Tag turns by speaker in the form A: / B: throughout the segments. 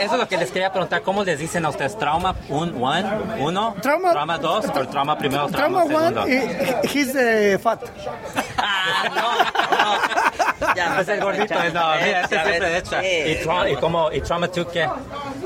A: eso es lo que les quería preguntar. ¿Cómo les dicen a ustedes? ¿Trauma un, one, uno?
B: Trauma-
A: ¿Trauma dos? ¿O trauma primero?
B: Trauma
A: ¿Trauma,
B: one,
A: segundo?
B: eh, he's eh, fat.
C: Ah, no, no.
A: Ya,
C: Ya,
A: pues el gordito.
C: ya
A: No,
C: ves,
A: mira, este
C: ya
A: siempre
C: ves.
A: echa.
C: Sí.
A: ¿Y, trauma, y, cómo, ¿Y trauma two qué?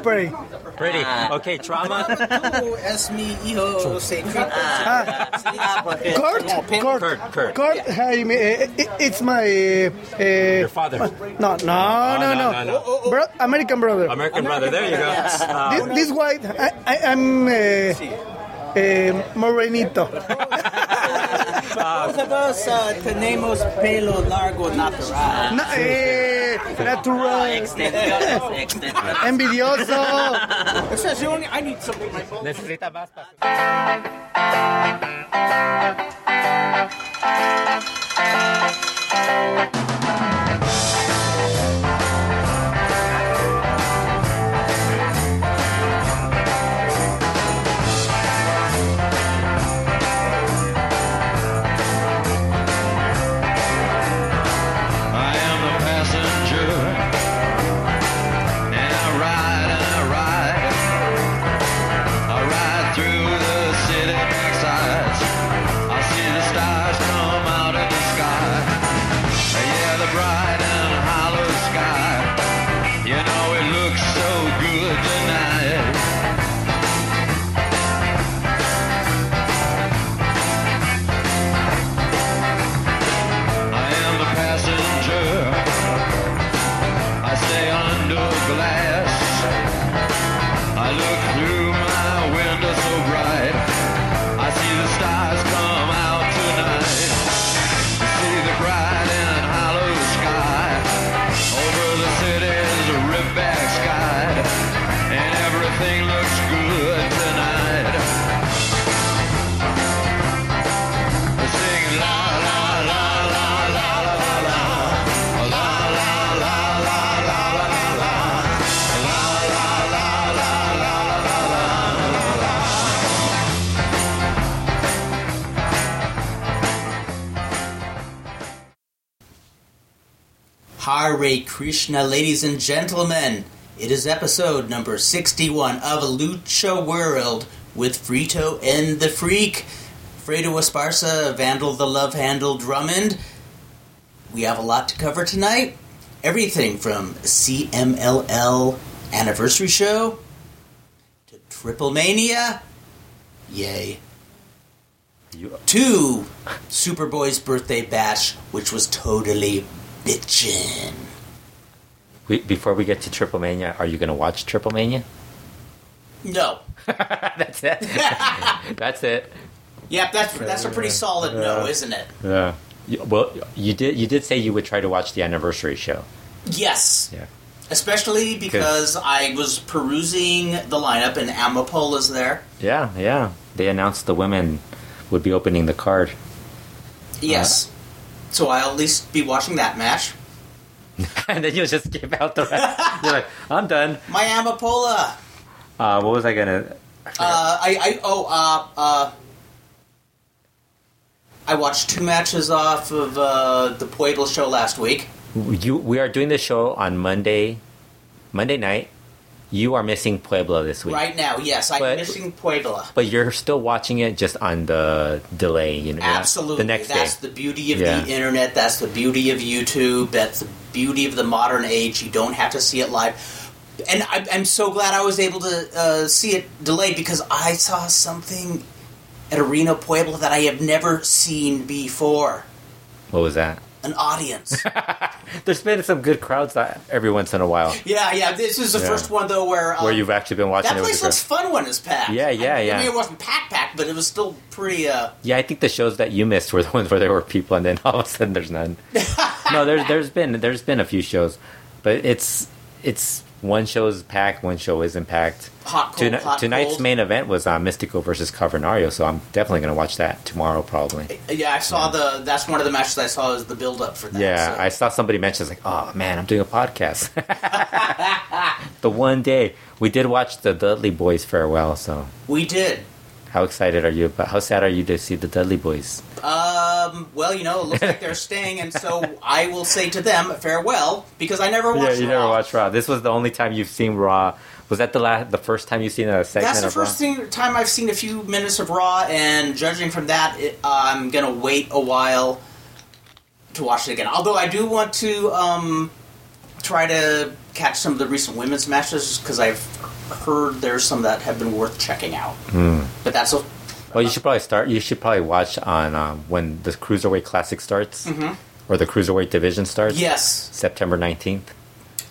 B: Pray.
A: Pretty.
C: Ah.
A: Ok, trauma.
D: Tú es mi hijo secreto.
C: Ah, ah, porque-
B: Kurt, Kurt,
A: Kurt, Kurt.
B: Kurt, hey, me, eh, it- it's my. eh, eh,
A: Your father.
B: No, no, no,
A: no,
B: no.
A: no, no.
B: Bro, American brother.
A: American brother. There you go. Ah,
B: Thi- this, white, I, I, I'm uh, uh, morenito.
D: Nosotros ah, tenemos pelo largo natural.
B: No, eh, natural,
C: Ah, Extensiones, extensiones.
B: envidioso.
D: Eso es un- I need something.
A: Necesita más. pa-
E: I am a passenger. And I ride and I ride. I ride through the city backsides. I see the stars come out of the sky. Yeah, the bright and hollow sky. You know it looks so good tonight. I am a passenger. I stay under glass. I look through my window so bright. I see the stars come out tonight. I see the bright and hollow sky over the city's ripback sky, and everything looks good tonight. Sing la la la la la la la la.
D: Hare Krishna, ladies and gentlemen. It is episode number 61 of Lucha World with Frito and the Freak, Fredo Esparza, Vandal the Love Handle Drummond. We have a lot to cover tonight. Everything from CMLL Anniversary Show to Triple Mania. Yay. To Superboy's birthday bash, which was totally bitchin'.
F: We, before we get to Triple Mania, are you going to watch Triple Mania?
D: No.
F: That's it. That's it.
D: Yep, that's that's a pretty solid
F: uh,
D: no, isn't it?
F: Yeah. Well, you did. You did say you would try to watch the anniversary show.
D: Yes.
F: Yeah.
D: Especially because I was perusing the lineup and Amapola's there.
F: Yeah, yeah. They announced the women would be opening the card. Uh-huh.
D: Yes. So I'll at least be watching that match.
F: and then you'll just skip out the rest. You're like, I'm done.
D: My Amapola.
F: Uh, what was I gonna?
D: Uh, I I oh uh uh. I watched two matches off of uh, the Pueblo show last week.
F: You, we are doing the show on Monday, Monday night. You are missing Pueblo this week,
D: Right now, yes, I'm
F: But-
D: missing Puebla.
F: But you're still watching it just on the delay. You know,
D: Absolutely.
F: The next
D: that's
F: day.
D: the beauty of
F: Yeah.
D: the internet. That's the beauty of YouTube. That's the beauty of the modern age. You don't have to see it live. And I, I'm so glad I was able to uh, see it delayed because I saw something at Arena Puebla that I have never seen before.
F: What was that?
D: An audience.
F: There's been some good crowds that- every once in a while
D: yeah, yeah. This is the
F: Yeah.
D: first one though where um,
F: where you've actually been watching
D: that
F: it. With
D: place
F: the
D: looks
F: crowd.
D: fun when it's packed.
F: Yeah, yeah,
D: I, I
F: yeah.
D: mean, it wasn't packed, packed, but it was still pretty. Uh,
F: Yeah, I think the shows that you missed were the ones where there were people, and then all of a sudden there's none. no, there's there's been there's been a few shows, but it's it's one show is packed, one show isn't packed.
D: hot cold.
F: Tonight-
D: hot,
F: tonight's
D: cold.
F: main event was uh, Mystico versus Cavernario, so I'm definitely going to watch that tomorrow, probably.
D: Yeah, I saw the. That's one of the matches I saw is the build up for that.
F: Yeah,
D: so-
F: I saw somebody mention it's like, oh man, I'm doing a podcast. the one day we did watch the Dudley Boys farewell, so
D: We did.
F: how excited are you? But how sad are you to see the Dudley Boys?
D: Uh, um, well, you know, it looks like they're staying, and so I will say to them farewell because I never
F: Yeah,
D: watched.
F: you
D: Raw.
F: never watched Raw. This was the only time you've seen Raw. Was that the last, the first time you've seen a segment
D: That's the
F: of Raw?
D: first thing, time I've seen a few minutes of Raw, and judging from that, it, I'm gonna wait a while to watch it again. Although I do want to um, try to catch some of the recent women's matches because I've heard there's some that have been worth checking out.
F: Hmm.
D: But that's a
F: Well, you should probably start. You should probably watch on um, when the Cruiserweight Classic starts, or the Cruiserweight Division starts.
D: Mm-hmm. yes.
F: September nineteenth,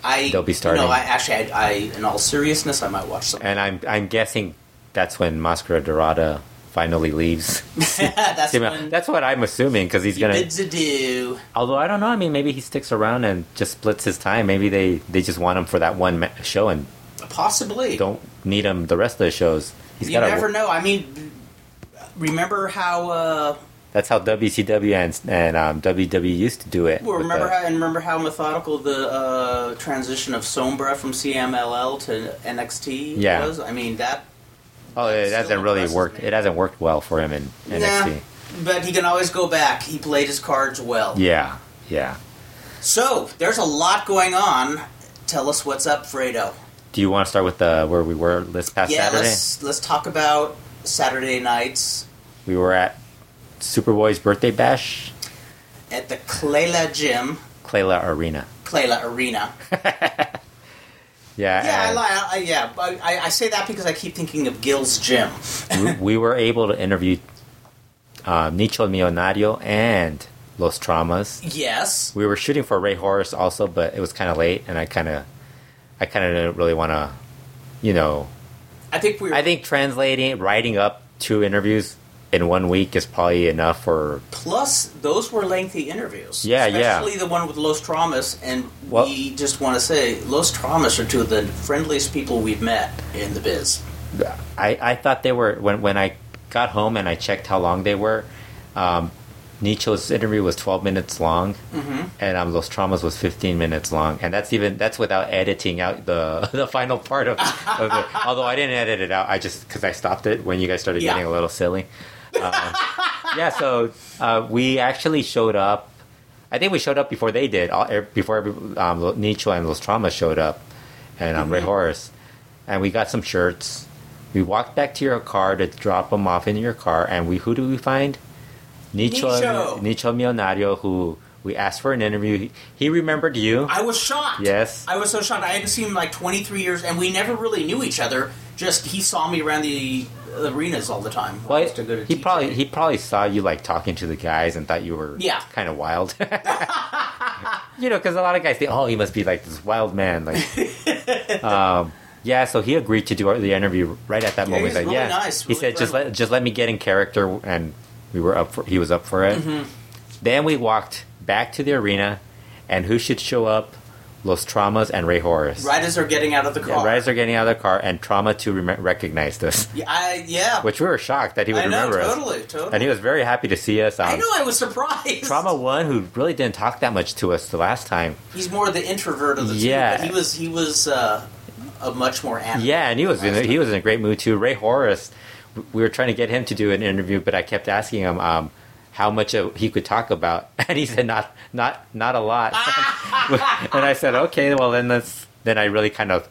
D: I
F: They'll be starting.
D: No, I actually, I, I in all seriousness, I might watch some.
F: and I'm I'm guessing that's when Mascara Dorada finally leaves.
D: that's
F: You know,
D: when
F: that's what I'm assuming because he's gonna.
D: bids adieu.
F: Although I don't know. I mean, maybe he sticks around and just splits his time. Maybe they they just want him for that one ma- show and
D: Possibly.
F: don't need him the rest of the shows. He's
D: you
F: got
D: never
F: to.
D: know. I mean, remember how. Uh,
F: That's how WCW and and um, WWE used to do it.
D: Well,
F: with
D: remember
F: the-
D: how and remember how methodical the uh, transition of Sombra from CMLL to NXT
F: Yeah.
D: was. I mean that,
F: oh, it
D: still
F: hasn't really
D: impresses
F: worked.
D: me.
F: It hasn't worked well for him in NXT.
D: but he can always go back. He played his cards well.
F: Yeah, yeah.
D: So there's a lot going on. Tell us what's up, Fredo.
F: Do you want to start with the where we were this past
D: yeah,
F: Saturday?
D: let's let's talk about Saturday nights
F: We were at Superboy's birthday bash,
D: at the Clayla Gym,
F: Clayla Arena.
D: Clayla Arena.
F: Yeah,
D: Yeah, I,
F: and
D: li- I, yeah. but I, I say that because I keep thinking of Gil's Gym.
F: we, we were able to interview um, Nicho Mionario and Los Traumas.
D: Yes.
F: We were shooting for Ray Horace also, but it was kind of late, and I kind of, I kind of didn't really want to, you know.
D: I think we were
F: I think translating, writing up two interviews in one week is probably enough for
D: Plus, those were lengthy interviews.
F: Yeah,
D: especially
F: yeah.
D: the one with Los Traumas, and
F: Well-
D: we just want to say Los Traumas are two of the friendliest people we've met in the biz.
F: I, I thought they were when when I got home and I checked how long they were. Um, Nicho's interview was 12 minutes long, and um, Los Traumas was 15 minutes long, and that's even that's without editing out the the final part of. of it. Although I didn't edit it out, I just because I stopped it when you guys started
D: Yeah.
F: getting a little silly. Um, yeah, so uh, we actually showed up. I think we showed up before they did. All, er, before every- um, Nicho and Los Traumas showed up, and um,
D: Mm-hmm.
F: Ray Horace, and we got some shirts. We walked back to your car to drop them off in your car, and we who do we find? Nicho,
D: Nicho.
F: Nicho Mionario, who we asked for an interview. He, he remembered you.
D: I was shocked.
F: Yes.
D: I was so shocked. I hadn't seen him like 23 years, and we never really knew each other. Just he saw me around the arenas all the time. I
F: Well,
D: used to go to
F: he
D: TJ.
F: probably he probably saw you like talking to the guys and thought you were
D: Yeah.
F: kind of wild. you know, because a lot of guys think, oh, he must be like this wild man. Like, um, yeah. So he agreed to do our- the interview right at that
D: Yeah,
F: moment.
D: he's
F: Like,
D: really
F: yeah,
D: nice,
F: he
D: really
F: said, just
D: friendly.
F: let just let me get in character, and we were up for he was up for it.
D: Mm-hmm.
F: Then we walked back to the arena, and who should show up? Los Traumas and Ray Horace.
D: right as they're getting out of the car.
F: Yeah, right as they're getting out of the car, and Trauma to rem- recognized us,
D: Yeah, I, yeah.
F: which we were shocked that he would
D: I know.
F: remember us.
D: Totally. Totally.
F: And he was very happy to see us. Um,
D: I know. I was surprised.
F: Trauma One, who really didn't talk that much to us the last time.
D: He's more the introvert of the
F: Yeah.
D: two. But he was. He was. Uh, a much more animated.
F: Yeah, and he was in
D: Last
F: a, he was in a great mood too. Ray Horace, w- we were trying to get him to do an interview, but I kept asking him um, how much of, he could talk about, and he said not not not a lot. and I said, okay, well then that's then I really kind of.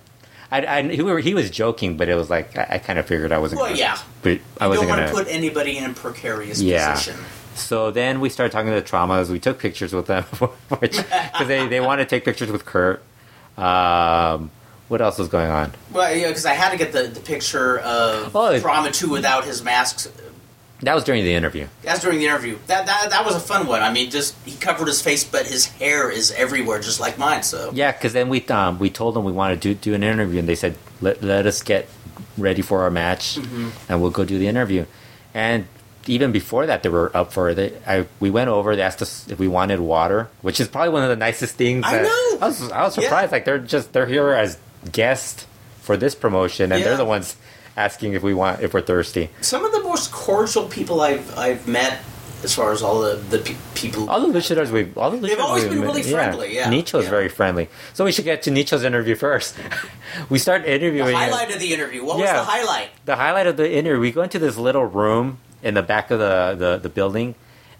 F: I, I, he, were, he was joking, but it was like I, I kind of figured I wasn't.
D: Well,
F: gonna,
D: yeah.
F: but I
D: I
F: wasn't
D: don't want
F: gonna.
D: to put anybody in a precarious
F: Yeah.
D: position.
F: So then we started talking to the traumas. We took pictures with them, which because they they want to take pictures with Kurt. Um, what else was going on?
D: Well, yeah, because I had to get the, the picture of
F: Oh, it-
D: Brahma 2 without his mask.
F: That was during the interview.
D: That's during the interview. That, that that was a fun one. I mean, just he covered his face, but his hair is everywhere, just like mine. So
F: Yeah, because then we um, we told them we want to do do an interview, and they said let let us get ready for our match,
D: Mm-hmm.
F: and we'll go do the interview. And even before that, they were up for it. I we went over. They asked us if we wanted water, which is probably one of the nicest things.
D: I
F: that-
D: know!
F: I was I was
D: Yeah.
F: surprised. Like they're just they're here as guests for this promotion, and
D: Yeah.
F: they're the ones asking if we want if we're thirsty.
D: some of the most cordial people I've I've met, as far as all the the pe- people.
F: All the luchadors we've all the luchadors
D: They've always
F: we've
D: been
F: met-
D: really friendly, yeah.
F: Nicho's
D: Yeah.
F: very friendly. So we should get to Nicho's interview first. we start interviewing. him.
D: highlight of the interview. What
F: Yeah.
D: was the highlight?
F: the highlight of the interview, we go into this little room in the back of the, the, the building,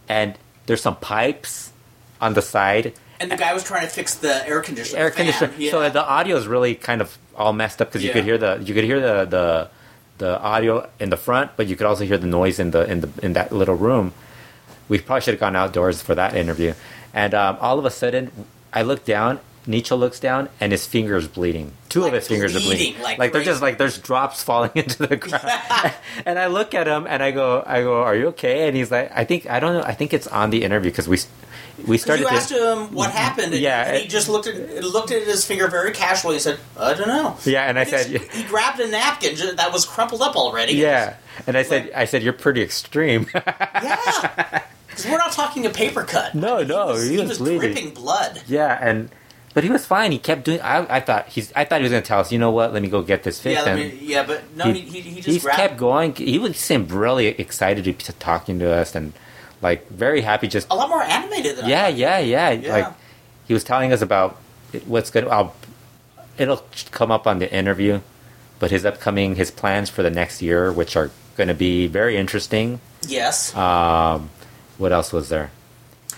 F: and There's some pipes on the side.
D: And the guy was trying to fix the air conditioner.
F: Air
D: fan.
F: conditioner.
D: Yeah.
F: So the audio is really kind of all messed up because you
D: Yeah.
F: could hear the you could hear the, the the audio in the front, but you could also hear the noise in the in the in that little room. We probably should have gone outdoors for that interview. And um, all of a sudden, I look down. Nietzsche looks down, and his fingers bleeding. Two
D: Like
F: of his fingers are
D: bleeding,
F: bleeding.
D: like
F: Like, they're
D: crazy.
F: just like there's drops falling into the ground. and I look at him, and I go, I go, are you okay? And he's like, I think I don't know. I think it's on the interview because we we started.
D: you
F: to- Mm-hmm.
D: asked him what happened, and,
F: Yeah,
D: and he
F: it-
D: just looked at looked at his finger very casually and said, "I don't know."
F: yeah, and I
D: he,
F: said.
D: grabbed a napkin ju- that was crumpled up already.
F: Yeah. And I said, I said, you're pretty extreme.
D: yeah. 'Cause we're not talking a paper cut.
F: no, no,
D: he was, dripping blood.
F: Yeah, and but he was fine. He kept doing. I, I thought he's. I thought he was going to tell us. You know what? Let me go get this fixed.
D: Yeah, I
F: and
D: mean, yeah, but no, he, he, he just
F: he's
D: grabbed.
F: kept going. He was seemed really excited to, to talking to us and like very happy. Just
D: a lot more animated than
F: yeah,
D: I
F: yeah, yeah,
D: Yeah.
F: Like he was telling us about what's going. I'll. It'll come up on the interview, but his upcoming his plans for the next year, which are going to be very interesting.
D: Yes.
F: Um, what else was there?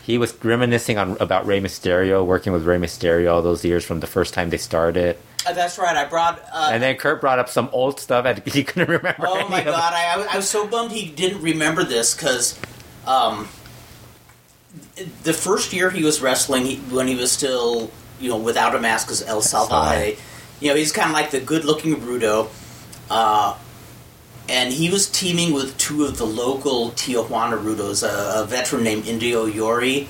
F: He was reminiscing on about Rey Mysterio, working with Rey Mysterio all those years from the first time they started.
D: Uh, that's right. I brought. Uh,
F: And then Kurt brought up some old stuff, and he couldn't remember.
D: oh
F: any
D: my
F: of it.
D: god! I, I was- I was so bummed he didn't remember this because, um, the first year he was wrestling, he, when he was still you know without a mask, as El Salvaje,
F: right.
D: you know he's kind of like the good-looking Rudo, uh, and he was teaming with two of the local Tijuana Rudos, a, a veteran named Indio Yori,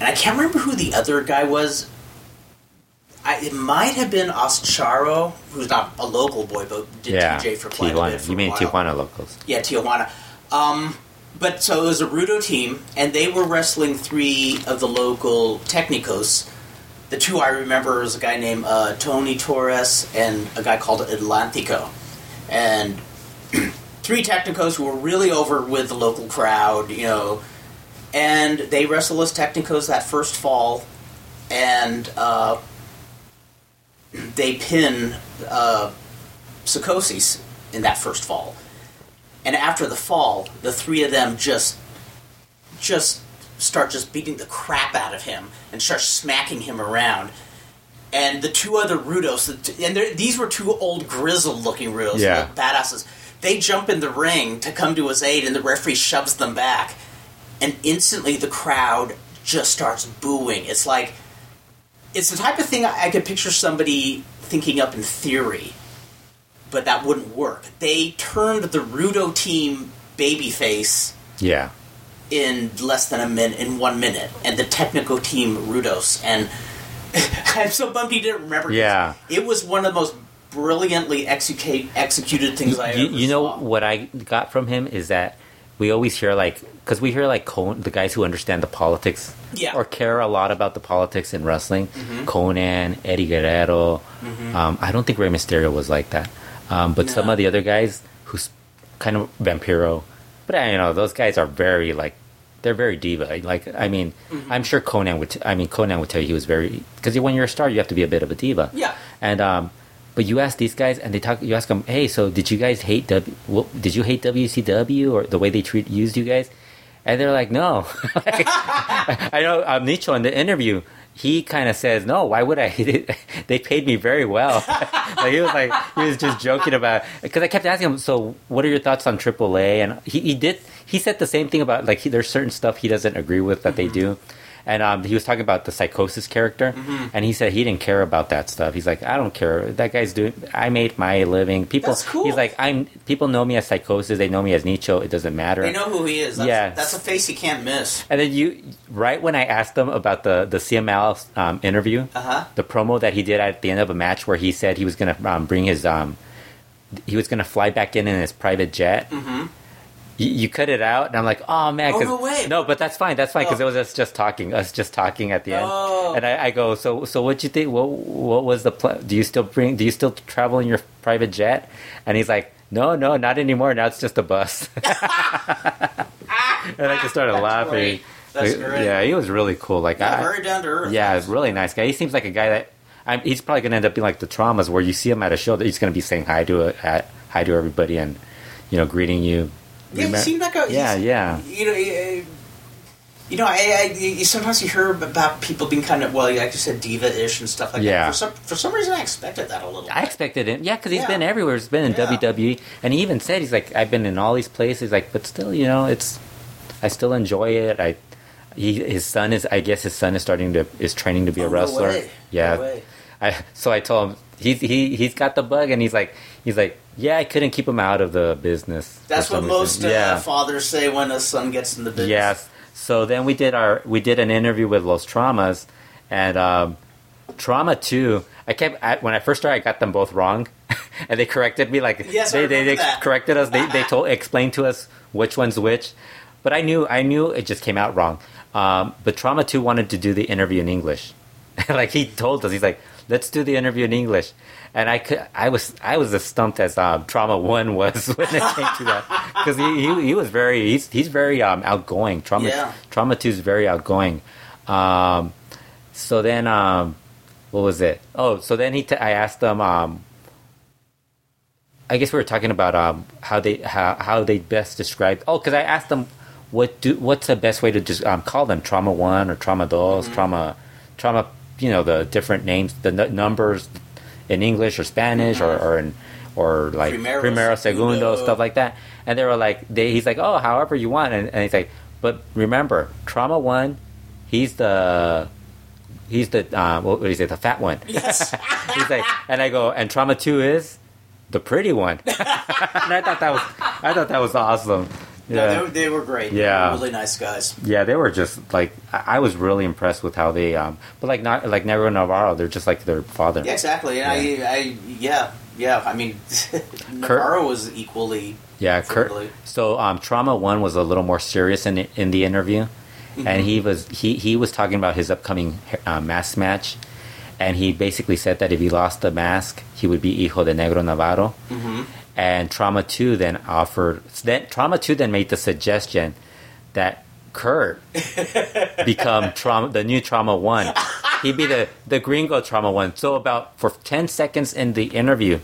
D: and I can't remember who the other guy was. I, it might have been Oscharo, who's not a local boy, but did
F: yeah,
D: TJ for quite a bit.
F: Tijuana.
D: For
F: You
D: a
F: mean
D: while.
F: Tijuana locals?
D: Yeah, Tijuana. Um, but so it was a Rudo team, and they were wrestling three of the local Technicos. The two I remember is a guy named uh, Tony Torres and a guy called Atlantico. And three Technicos who were really over with the local crowd, you know. And they wrestled as Technicos that first fall, and uh, they pin uh, Sikosis in that first fall. And after the fall, the three of them just just start just beating the crap out of him and start smacking him around. And the two other Rudos, the t- and they're- these were two old grizzled-looking Rudos,
F: Yeah.
D: like badasses. They jump in the ring to come to his aid, and the referee shoves them back. And instantly, the crowd just starts booing. It's like it's the type of thing I I could picture somebody thinking up in theory, but that wouldn't work. They turned the Rudo team babyface
F: Yeah,
D: in less than a minute, in one minute, and the Technico team Rudos. And I'm so bummed he didn't remember. 'cause
F: Yeah.
D: it was one of the most brilliantly execute, executed things I
F: you,
D: ever
F: you know
D: saw.
F: what I got from him is that we always hear like because we hear like Con- the guys who understand the politics
D: Yeah. Mm-hmm.
F: or care a lot about the politics in wrestling. Conan, Eddie Guerrero. Um, I don't think Rey Mysterio was like that, um, but some
D: No.
F: of the other guys who's kind of Vampiro, but I you know those guys are very like they're very diva. Like I mean,
D: Mm-hmm.
F: I'm sure Conan would. T- I mean, Conan would tell you he was very because when you're a star, you have to be a bit of a diva.
D: Yeah.
F: And um, but you ask these guys, and they talk. You ask them, hey, so did you guys hate W? Well, did you hate WCW or the way they treat used you guys? And they're like, no. Like, I know um, Nicho in the interview. He kind of says, "No, why would I? hate it? they paid me very well." like he was like he was just joking about because I kept asking him. So, what are your thoughts on AAA? And he, he did he said the same thing about like he, there's certain stuff he doesn't agree with that they
D: Mm-hmm.
F: do, and um, he was talking about the psychosis character, and he said he didn't care about that stuff. He's like, I don't care. That guy's doing. I made my living. People.
D: That's cool.
F: He's like, I'm. People know me as psychosis. They know me as Nicho. It doesn't matter.
D: they know who he is. That's,
F: Yeah.
D: that's a face he can't miss.
F: And then you, right when I asked them about the the CML um, interview,
D: Uh-huh.
F: the promo that he did at the end of a match where he said he was going to um, bring his um, he was going to fly back in in his private jet. Mm-hmm. You, you cut it out, and I'm like, oh man,
D: Oh,
F: 'cause-
D: no way.
F: no, but that's fine, that's fine, because
D: Oh.
F: it was us just talking, us just talking at
D: Oh.
F: the end, and I, I go, so so what you think? What what was the pl- do you still bring? Do you still travel in your private jet? And he's like. No, no, not anymore. Now it's just a bus. and I just started laughing.
D: great. That's
F: Like,
D: great.
F: Yeah, he was really cool. Like,
D: Yeah,
F: I,
D: very down to earth.
F: yeah, he's a really nice guy. He seems like a guy that I'm, he's probably going to end up being like the traumas where you see him at a show that he's going to be saying hi to a, at, hi to everybody and you know greeting you.
D: Yeah, he
F: Remem-
D: seemed like a
F: yeah,
D: he's-
F: yeah,
D: eh, you know, he, uh, You know, I, I you, sometimes you hear about people being kind of well, like you said, diva-ish and stuff like
F: Yeah.
D: that. For some for some reason, I expected that a little.
F: I expected him, yeah, because he's
D: Yeah.
F: been everywhere. He's been in
D: Yeah.
F: WWE, and he even said he's like, I've been in all these places, like, but still, you know, it's, I still enjoy it. I, he, his son is, I guess, his son is starting to is training to be
D: Oh,
F: a
D: no
F: wrestler.
D: way.
F: Yeah,
D: No way.
F: I so I told him he's he he's got the bug, and he's like he's like, yeah, I couldn't keep him out of the business. for
D: That's what
F: some reason."
D: most uh,
F: yeah.
D: fathers say when a son gets in the business.
F: Yes. So then we did our we did an interview with Los Traumas, and um, Trauma Two. I kept I, when I first started, I got them both wrong, and they corrected me. Like
D: Yes, I
F: they they, they
D: remember that.
F: corrected us. They they told explained to us which one's which, but I knew I knew it just came out wrong. Um, but Trauma Two wanted to do the interview in English, like he told us. He's like, let's do the interview in English. And I could, I was, I was as stumped as um, Trauma One was when it came to that, because he, he, he was very, he's, he's very um, outgoing. Trauma,
D: Yeah.
F: Trauma Two is very outgoing. Um, so then, um, what was it? Oh, so then he, t- I asked them. Um, I guess we were talking about um, how they, how, how they best describe. Oh, because I asked them, what do, what's the best way to just um, call them? Trauma One or Trauma 2 Trauma, Trauma. You know the different names, the n- numbers in English or Spanish or, or in or like
D: Primero,
F: Mm-hmm. primero, segundo,
D: segundo.
F: stuff like that. And they were like, they, he's like, oh, however you want, and, and he's like, but remember, Trauma One, he's the he's the uh, what is it the fat one
D: Yes.
F: he's like and i go and trauma two is the pretty one and i thought that was i thought that was awesome
D: No,
F: yeah
D: they, were- they were great. They
F: Yeah.
D: were really nice guys.
F: yeah they were just like i I was really impressed with how they um but like not like Nairo and navarro they're just like their father
D: Yeah, exactly. And
F: Yeah.
D: I, I, yeah, yeah. I mean, Navarro was equally.
F: Yeah,
D: Certainly.
F: Kurt. So um, trauma one was a little more serious in in the interview, and he was he he was talking about his upcoming uh, mask match, and he basically said that if he lost the mask, he would be hijo de negro Navarro. And trauma two then offered then trauma two then made the suggestion that Kurt become trauma the new trauma one. He'd be the the gringo trauma one. So about for ten seconds in the interview,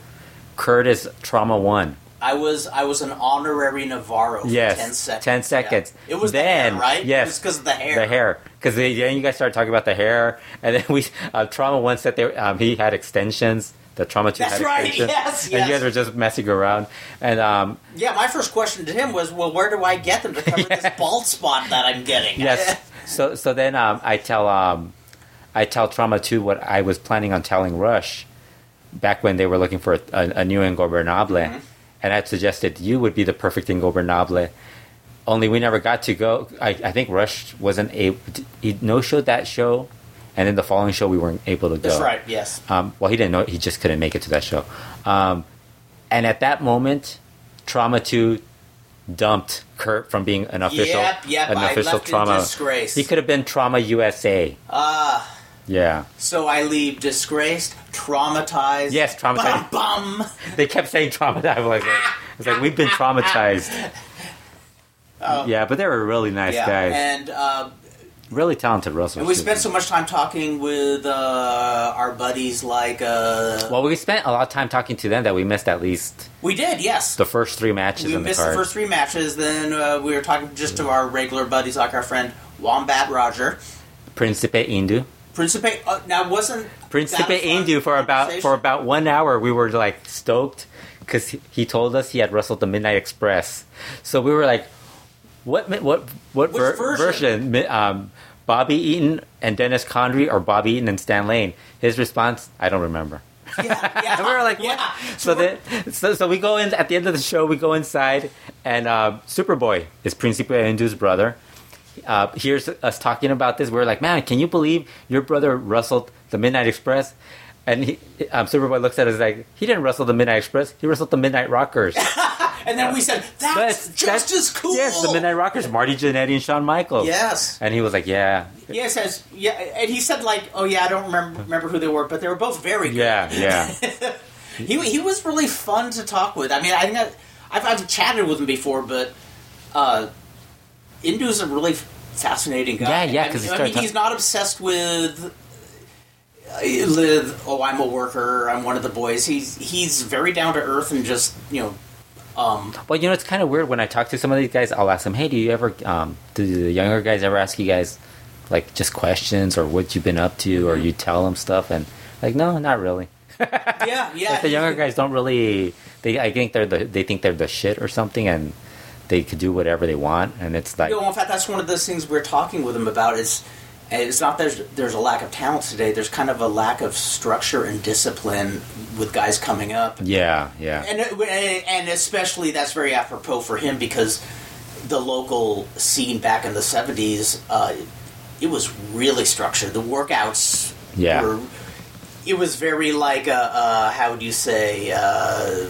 F: Kurt is trauma one.
D: I was I was an honorary Navarro. For
F: Yes,
D: ten seconds.
F: 10 seconds.
D: Yeah. It was the
F: Then,
D: hair, right?
F: yes.
D: it was because of the hair.
F: The hair, because then you guys started talking about the hair, and then we uh, trauma one said they, um, he had extensions. The trauma two
D: That's
F: had
D: right,
F: extensions,
D: yes,
F: and you
D: yes.
F: guys were just messing around. And um,
D: Yeah, my first question to him was, well, where do I get them to cover this bald spot that I'm getting?
F: yes, so so then um, I tell um, I tell trauma two what I was planning on telling Rush back when they were looking for a, a, a new ingobernable,
D: Mm-hmm.
F: and I suggested you would be the perfect ingobernable. Only we never got to go. I, I think Rush wasn't able. He no showed that show, and then the following show we weren't able to go.
D: That's right. Yes.
F: Um, well, he didn't know. He just couldn't make it to that show. Um, and at that moment, Trauma Two dumped Kurt from being an official,
D: Yep, yep,
F: an
D: I
F: official
D: left in
F: trauma.
D: disgrace.
F: He could have been Trauma USA. Ah. yeah.
D: So I leave disgraced, traumatized.
F: Yes, traumatized.
D: Bum, bum.
F: They kept saying traumatized. I was like, it's like we've been traumatized. yeah, but they were really nice
D: Oh. yeah.
F: guys.
D: And uh,
F: really talented wrestlers.
D: and we
F: too.
D: spent so much time talking with uh, our buddies, like uh,
F: well, we spent a lot of time talking to them that we missed at least
D: we did. Yes.
F: the first three matches
D: we
F: in the
D: missed the,
F: card.
D: first three matches. Then uh, we were talking just to our regular buddies, like our friend Wombat Roger,
F: Principe Indu.
D: Principe. Uh, now wasn't
F: Principe
D: that a fun
F: Indu for about
D: conversation?
F: for about one hour. We were like stoked because he, he told us he had wrestled the Midnight Express. So we were like, what mi- what what
D: Which
F: ver-
D: version?
F: version? Mi- Um, Bobby Eaton and Dennis Condry or Bobby Eaton and Stan Lane? His response, I don't remember.
D: Yeah, yeah.
F: And we were like, what?
D: yeah.
F: So then, so, so we go in at the end of the show. We go inside, and uh, Superboy is Principe Indu's brother. Uh, here's us talking about this. We're like, man, can you believe your brother wrestled the Midnight Express? And he, um, Superboy looks at us like, he didn't wrestle the Midnight Express. He wrestled the Midnight Rockers.
D: And then we said that's, just as cool.
F: Yes, the Midnight Rockers, Marty Jannetty and Shawn Michaels.
D: Yes.
F: And he was like, yeah,
D: Yes, as yeah, and he said like, "Oh yeah, I don't remember remember who they were, but they were both very good."
F: yeah, yeah.
D: he he was really fun to talk with. I mean, I think I, I've I've chatted with him before, but uh, Indu's a really fascinating guy.
F: Yeah, yeah,
D: I mean-
F: 'cause he
D: I mean,
F: started ta-
D: he's not obsessed with. uh, Live, oh, I'm a worker. I'm one of the boys. He's he's very down to earth and just you know Um,
F: But you know, it's kind of weird when I talk to some of these guys. I'll ask them, "Hey, do you ever? Um, do the younger guys ever ask you guys like just questions or what you've been up to,
D: Mm-hmm.
F: or you tell them stuff?" And like, no, not really.
D: yeah, yeah.
F: Like, the younger guys don't really. They, I think they're the they think they're the shit or something, and they could do whatever they want. And it's like,
D: You know, in fact, that's one of those things we're talking with them about. Is and it's not there's there's a lack of talent today. There's kind of a lack of structure and discipline with guys coming up,
F: yeah, yeah,
D: and and and especially that's very apropos for him because the local scene back in the '70s, uh, it was really structured. The workouts
F: Yeah.
D: were. It was very like uh, uh, how would you say uh,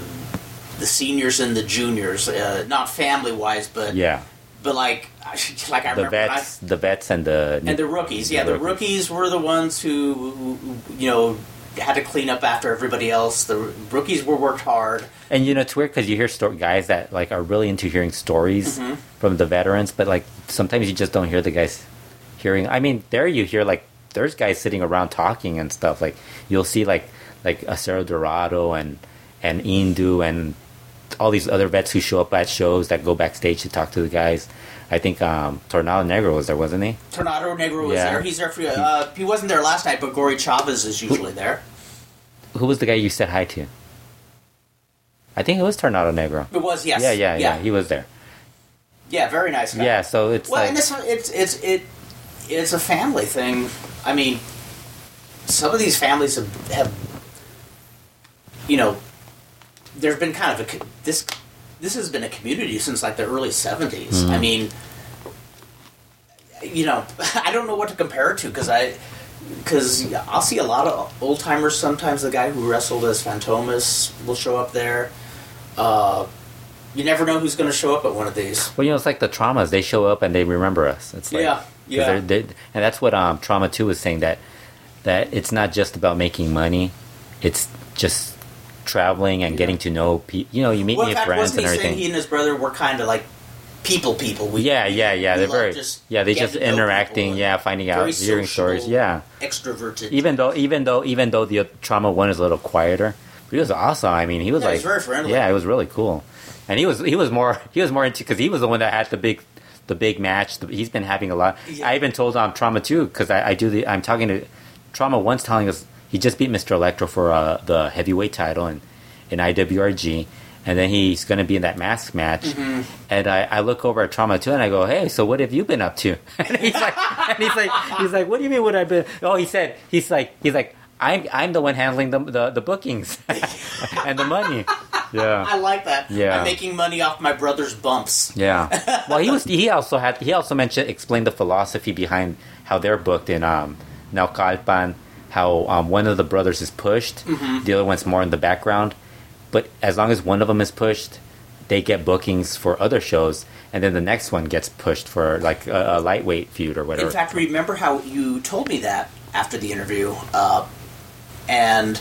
D: the seniors and the juniors, uh, not family wise, but
F: yeah.
D: but like, I- like I
F: The
D: remember, when I,
F: vets, the vets, and the
D: and the rookies. Yeah, the rookies were the ones who, you know, had to clean up after everybody else. The rookies were worked hard.
F: And you know, it's weird because you hear sto- guys that like are really into hearing stories
D: Mm-hmm.
F: from the veterans, but like sometimes you just don't hear the guys hearing. I mean, there you hear like there's guys sitting around talking and stuff. Like you'll see like like Acero Dorado and and Indu and all these other vets who show up at shows that go backstage to talk to the guys. I think um, Tornado Negro was there, wasn't he?
D: Tornado Negro was
F: Yeah.
D: there. He's there for. Uh, he wasn't there last night, but Gory Chavez is usually there.
F: Who was the guy you said hi to? I think it was Tornado Negro.
D: It was yes.
F: Yeah, yeah, yeah,
D: yeah.
F: He was there.
D: Yeah, very nice guy.
F: Yeah, so it's
D: Well,
F: like
D: and this it's it's it it's a family thing. I mean, some of these families have, have you know, there's been kind of a co- this this has been a community since like the early '70s.
F: Mm-hmm.
D: I mean, you know, I don't know what to compare it to because I. Because I'll see a lot of old timers sometimes. The guy who wrestled as Fantomas will show up there. Uh, you never know who's going to show up at one of these.
F: Well, you know, it's like the traumas. They show up and they remember us. It's like,
D: Yeah,
F: 'cause
D: yeah.
F: they're- they- and that's what um, Trauma 2 was saying that that it's not just about making money, it's just traveling and getting to know people. You know, you meet
D: Well,
F: new
D: in fact,
F: friends
D: wasn't
F: and
D: he saying
F: everything.
D: he and his brother were kind of like people people? We,
F: yeah, yeah, yeah.
D: we
F: They're
D: love
F: very,
D: just
F: yeah, they
D: getting
F: just
D: to know people
F: interacting,
D: and
F: yeah, finding out,
D: very
F: hearing stories.
D: sociable.
F: Yeah.
D: Extroverted.
F: Even though, even though, even though the Trauma 1 is a little quieter, but he was awesome. I mean, he was
D: Yeah, he was
F: like,
D: very friendly.
F: yeah, it was really cool. And he was, he was more, he was more into, because he was the one that had the big, the big match. The, he's been having a lot.
D: Yeah.
F: I even told um, Trauma too because I, I do the. I'm talking to Trauma. Once telling us he just beat Mr. Electro for uh, the heavyweight title in in IWRG, and then he's going to be in that mask match.
D: Mm-hmm.
F: And I, I look over at Trauma too, and I go, "Hey, so what have you been up to?" And he's like, and he's like, he's like, "What do you mean? What I've been?" Oh, he said, he's like, he's like. I'm, I'm the one handling the, the, the bookings and the money. Yeah.
D: I like that.
F: Yeah.
D: I'm making money off my brother's bumps.
F: Yeah. Well, he was. He also had. He also mentioned explained the philosophy behind how they're booked in um, Naucalpan. How um, one of the brothers is pushed, the other one's more in the background. But as long as one of them is pushed, they get bookings for other shows, and then the next one gets pushed for like a, a lightweight feud or whatever.
D: In fact, remember how you told me that after the interview, uh, and uh,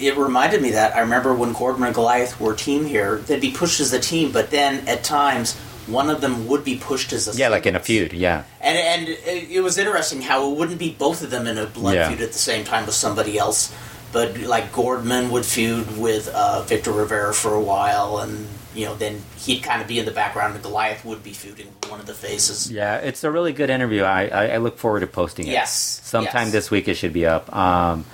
D: it reminded me that I remember when Gordon and Goliath were a team here, they'd be pushed as a team, but then at times one of them would be pushed as a
F: yeah, like in a
D: singles.
F: feud. Yeah.
D: And and it it was interesting how it wouldn't be both of them in a blood
F: Yeah.
D: feud at the same time with somebody else, but like Gordman would feud with uh, Victor Rivera for a while, and you know then he'd kind of be in the background, and Goliath would be feuding with one of the faces.
F: Yeah, it's a really good interview. I, I, I look forward to posting it.
D: Yes,
F: Sometime
D: yes.
F: this week it should be up. Um,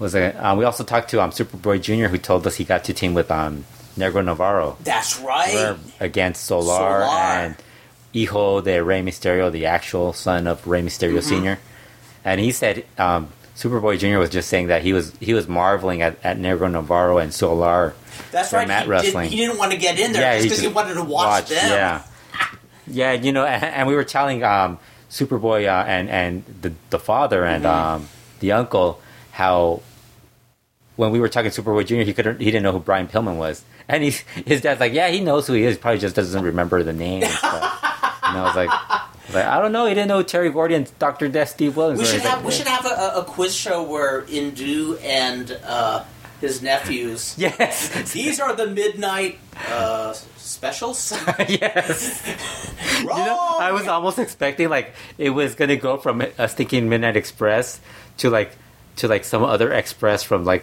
F: was it, um, we also talked to um, Superboy Jr., who told us he got to team with um, Negro Navarro
D: That's right.
F: We're against Solar,
D: Solar.
F: and Hijo de Rey Mysterio, the actual son of Rey Mysterio
D: Mm-hmm.
F: Sr. And he said um, Superboy Jr. was just saying that he was he was marveling at, at Negro Navarro and Solar.
D: That's
F: They're
D: right.
F: mat
D: he,
F: wrestling.
D: Did, he didn't want to get in there just because he
F: just
D: wanted to watch,
F: watched,
D: them.
F: Yeah, yeah, you know, and, and we were telling um, Superboy uh, and and the the father and
D: Mm-hmm.
F: um, the uncle how when we were talking Superboy Junior, he couldn't he didn't know who Brian Pillman was, and he his dad's like, yeah, he knows who he is, probably just doesn't remember the name. And, stuff. and I was like. I was Like, I don't know. He didn't know who Terry Gordy and Dr. Death Steve Williams.
D: We
F: were."
D: should
F: He's like,
D: have we should have a, a- a quiz show where Indu and uh, his nephews.
F: Yes,
D: These are the midnight uh, specials.
F: yes.
D: Wrong.
F: You know, I
D: Oh!
F: uh, was almost expecting like it was gonna go from us thinking Midnight Express to like to like some other express from like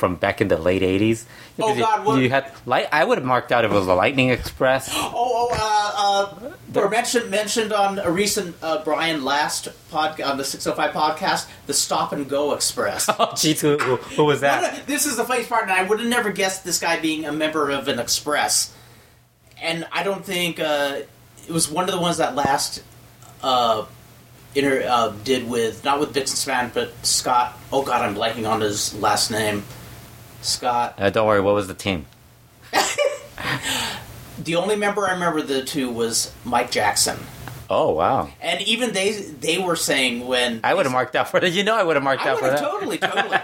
F: from back in the late '80s.
D: Oh,
F: Because you-
D: God, what-
F: You had light. I would have marked out if it was the Lightning Express.
D: Oh, oh, uh, uh, or mentioned mentioned on a recent uh, Brian Last podcast on the 605 podcast, the Stop and Go Express.
F: Oh, jeez, who, who, who was
D: No, no,
F: that?
D: this is the funny part, and I would have never guessed this guy being a member of an express. And I don't think uh, it was one of the ones that last uh, inter- uh, did with not with Vixen Span, but Scott. Oh God, I'm blanking on his last name. Scott.
F: Uh, don't worry. What was the team?
D: The only member I remember of the two was Mike Jackson,
F: Oh wow!
D: and even they they were saying when
F: I would have marked out for that. You know, I would have marked
D: I
F: out
D: would
F: for that.
D: have totally totally,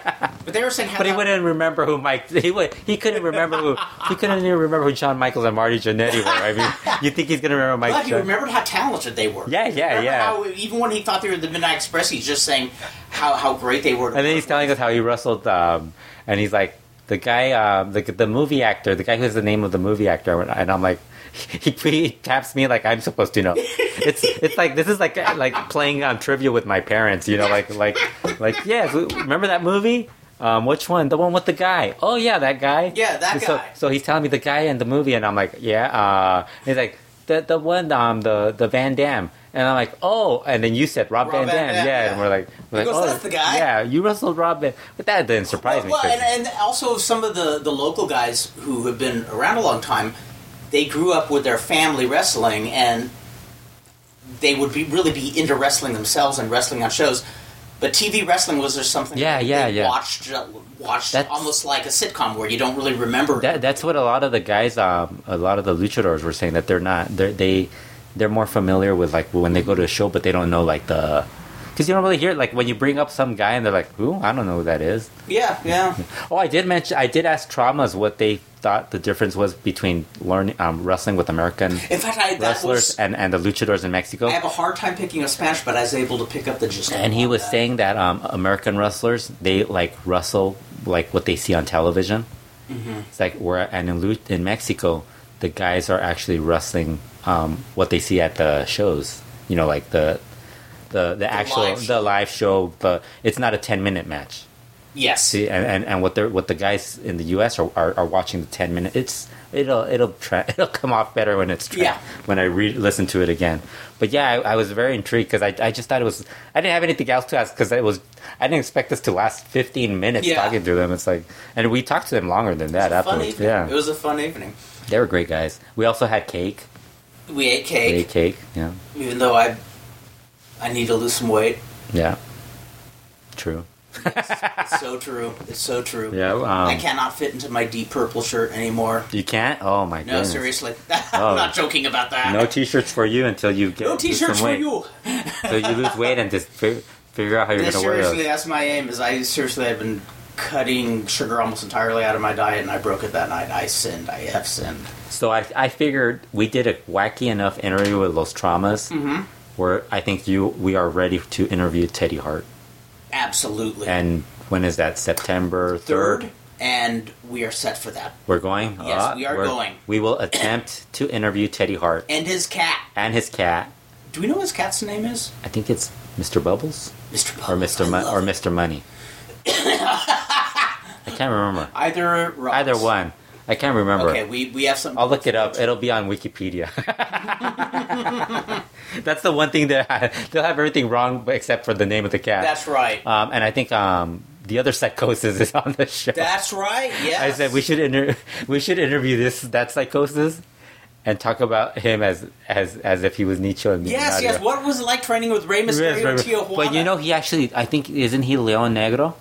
D: but they were saying how
F: But he
D: that-
F: wouldn't remember who Mike. He would. He couldn't remember who. He couldn't even remember who John Michaels and Marty Jannetty were. I mean, you think he's gonna remember Mike?
D: But he
F: Jan-
D: remembered how talented they were.
F: uh, Yeah, yeah,
D: Remember
F: yeah.
D: How, even when he thought they were the Midnight Express, he's just saying how, how great they were. to
F: and then
D: work
F: he's telling us how he wrestled. Um, and he's like the guy, um, the the movie actor, the guy who's the name of the movie actor. And I'm like, he, he taps me like I'm supposed to know. It's it's like this is like like playing um, trivia with my parents. You know, like like like yeah. so Remember that movie? Um, which one? The one with the guy? Oh yeah, that guy.
D: Yeah, that
F: so,
D: guy.
F: So he's telling me the guy in the movie, and I'm like, yeah. Uh, he's like the the one um the the Van Dam, and I'm like, oh. And then you said Rob, Van, Dam, yeah. And we're like, we're
D: He
F: like,
D: goes,
F: oh,
D: "That's the guy."
F: Yeah, you wrestled Rob Van, but that didn't surprise
D: well,
F: me. 'cause-
D: and, uh, and also some of the, the local guys who have been around a long time, they grew up with their family wrestling, and they would be really be into wrestling themselves and wrestling on shows. But TV wrestling was just something
F: Yeah, yeah,
D: they
F: yeah.
D: watched uh, watched
F: That's-
D: almost like a sitcom where you don't really remember.
F: that, that's what a lot of the guys, um, a lot of the luchadors were saying that they're not they're, they they're more familiar with like when they go to a show, but they don't know like the because you don't really hear it, like when you bring up some guy and they're like, who? I don't know who that is.
D: yeah, yeah.
F: Oh, I did mention I did ask traumas what they thought the difference was between learning um, wrestling with American
D: In fact, I, that
F: wrestlers
D: was
F: and, and the luchadors in Mexico.
D: I have a hard time picking up Spanish, but I was able to pick up the gist. of
F: and he
D: all
F: was
D: that.
F: saying that um, American wrestlers they like wrestle like what they see on television. It's like where and in, Lu- in Mexico, the guys are actually wrestling um, what they see at the shows. You know, like the the the, actual
D: live
F: the live show. The it's not a ten minute match.
D: yes,
F: See, and, and, and what they're what the guys in the U.S. are, are, are watching the ten minute. It's it'll it'll tra- it'll come off better when it's tra-
D: Yeah.
F: when I re- listen to it again. But yeah, I, I was very intrigued because I, I just thought it was I didn't have anything else to ask because it was I didn't expect this to last fifteen minutes
D: Yeah.
F: talking to them. It's like and we talked to them longer than that
D: a fun
F: afterwards.
D: evening.
F: Yeah,
D: It was a fun evening.
F: they were great guys. We also had cake.
D: We ate
F: We
D: cake,
F: ate cake. Yeah,
D: even though I I need to lose some weight.
F: yeah, true.
D: It's so true. It's so true.
F: Yeah, um,
D: I cannot fit into my deep purple shirt anymore.
F: you can't. Oh my god.
D: No, seriously. I'm
F: Oh.
D: not joking about that.
F: No t-shirts for you until you get
D: No
F: lose
D: t-shirts
F: some
D: for
F: weight.
D: you.
F: so you lose weight and just figure, figure out how you're
D: Yeah,
F: going to wear
D: seriously,
F: those.
D: that's my aim. Is I seriously I've been cutting sugar almost entirely out of my diet, and I broke it that night. I sinned. I have sinned.
F: So I, I figured we did a wacky enough interview with Los Traumas,
D: Mm-hmm.
F: where I think you we are ready to interview Teddy Hart.
D: Absolutely.
F: And when is that? September
D: Third,
F: third.
D: and we are set for that.
F: We're going. Ah,
D: Yes, we are
F: we're-
D: going.
F: We will attempt to interview Teddy Hart
D: And his cat.
F: and his cat.
D: Do we know what his cat's name is?
F: I think it's Mr. Bubbles
D: Mr. Bubbles.
F: or Mr.
D: I
F: Mo-
D: love
F: or
D: it.
F: Mr. Money. I can't remember.
D: Either Ross.
F: Either one. I can't remember.
D: Okay, we, we have some.
F: I'll look it up. It'll be on Wikipedia. That's the one thing that they'll have everything wrong except for the name of the cat.
D: That's right.
F: Um, and I think um, the other psychosis is on the show.
D: That's right. Yes.
F: I said we should inter- we should interview this that psychosis and talk about him as as as if he was Nietzsche and
D: Yes, yes.
F: Leonardo.
D: What was it like training with Rey
F: Yes,
D: Mysterio
F: right,
D: in
F: right.
D: Tijuana?
F: But you know, he actually I think isn't he Leon Negro?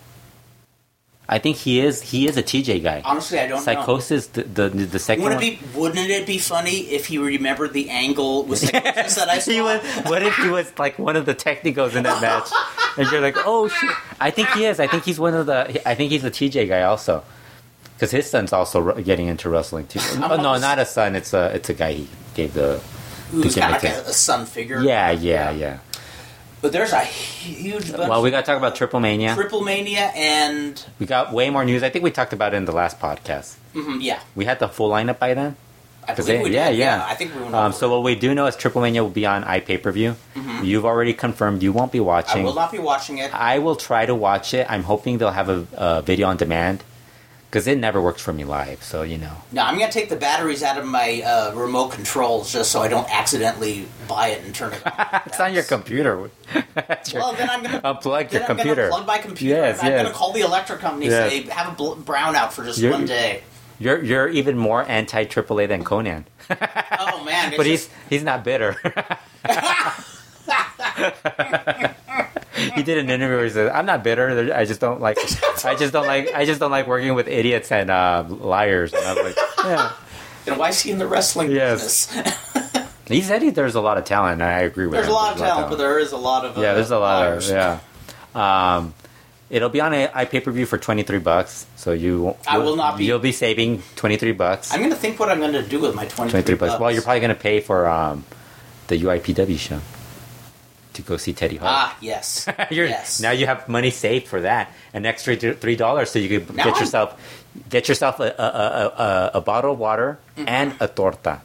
F: I think he is he is a TJ guy.
D: honestly, I don't know.
F: Psychosis, the the, the second
D: Wouldn't
F: one.
D: it be? Wouldn't it be funny if he remembered the angle with psychosis that I saw?
F: he was what if he was like one of the technicos in that match and you're like oh shit i think he is i think he's one of the i think he's a tj guy also because his son's also ru- getting into wrestling too Oh, no, no not a son it's a it's a guy he gave the
D: Who's got like
F: gimmick
D: a, a sun figure?
F: yeah yeah yeah
D: But there's a huge bunch
F: well we gotta talk about triple mania
D: Triple Mania and
F: we got way more news i think we talked about it in the last podcast
D: mhm, yeah.
F: we had the full lineup by then
D: I
F: Because
D: believe we
F: they-
D: did.
F: yeah, yeah.
D: I think we went
F: Um,
D: over.
F: so what we do know is Triple Mania will be on iPay per view. You've already confirmed you won't be
D: Mm-hmm. I
F: watching.
D: will not be watching it.
F: I will try to watch it. I'm hoping they'll have a, a video on demand because it never works for me live. So you know,
D: No, I'm gonna take the batteries out of my uh, remote controls just so I don't accidentally buy it and turn it on.
F: it's on your computer. That's your-
D: Well, then I'm gonna.
F: unplug
D: Then
F: your
D: I'm
F: computer.
D: gonna plug my computer.
F: Yes,
D: and I'm
F: yes.
D: gonna call the electric company
F: Yes.
D: and say have a bl- brownout for just
F: You're-
D: one day.
F: You're you're even more anti AAA than Conan,
D: Oh man! it's
F: but he's
D: just-
F: he's not bitter. he did an interview where he said, "I'm not bitter. They're- I just don't like. I just don't like. I just don't like working with idiots and uh, liars." And I was like, "Yeah."
D: then why is he in the wrestling
F: Yes.
D: business?
F: He said he, there's a lot of talent. and I agree with
D: there's
F: him.
D: a lot of talent, but there is a lot of uh,
F: yeah, there's a lot
D: liars.
F: of yeah. Um, it'll be on a pay per view for twenty three bucks. So you won't-
D: I will not be-
F: You'll be saving twenty three bucks.
D: I'm gonna think what I'm gonna do with my 23,
F: Twenty three bucks. Well, you're probably gonna pay for um, the UIPW show to go see Teddy Hart.
D: ah yes.
F: You're-
D: yes.
F: Now you have money saved for that, an extra th- three dollars, so you could
D: Now
F: get
D: I'm-
F: yourself get yourself a, a, a, a, a bottle of water
D: Mm-hmm.
F: and a torta.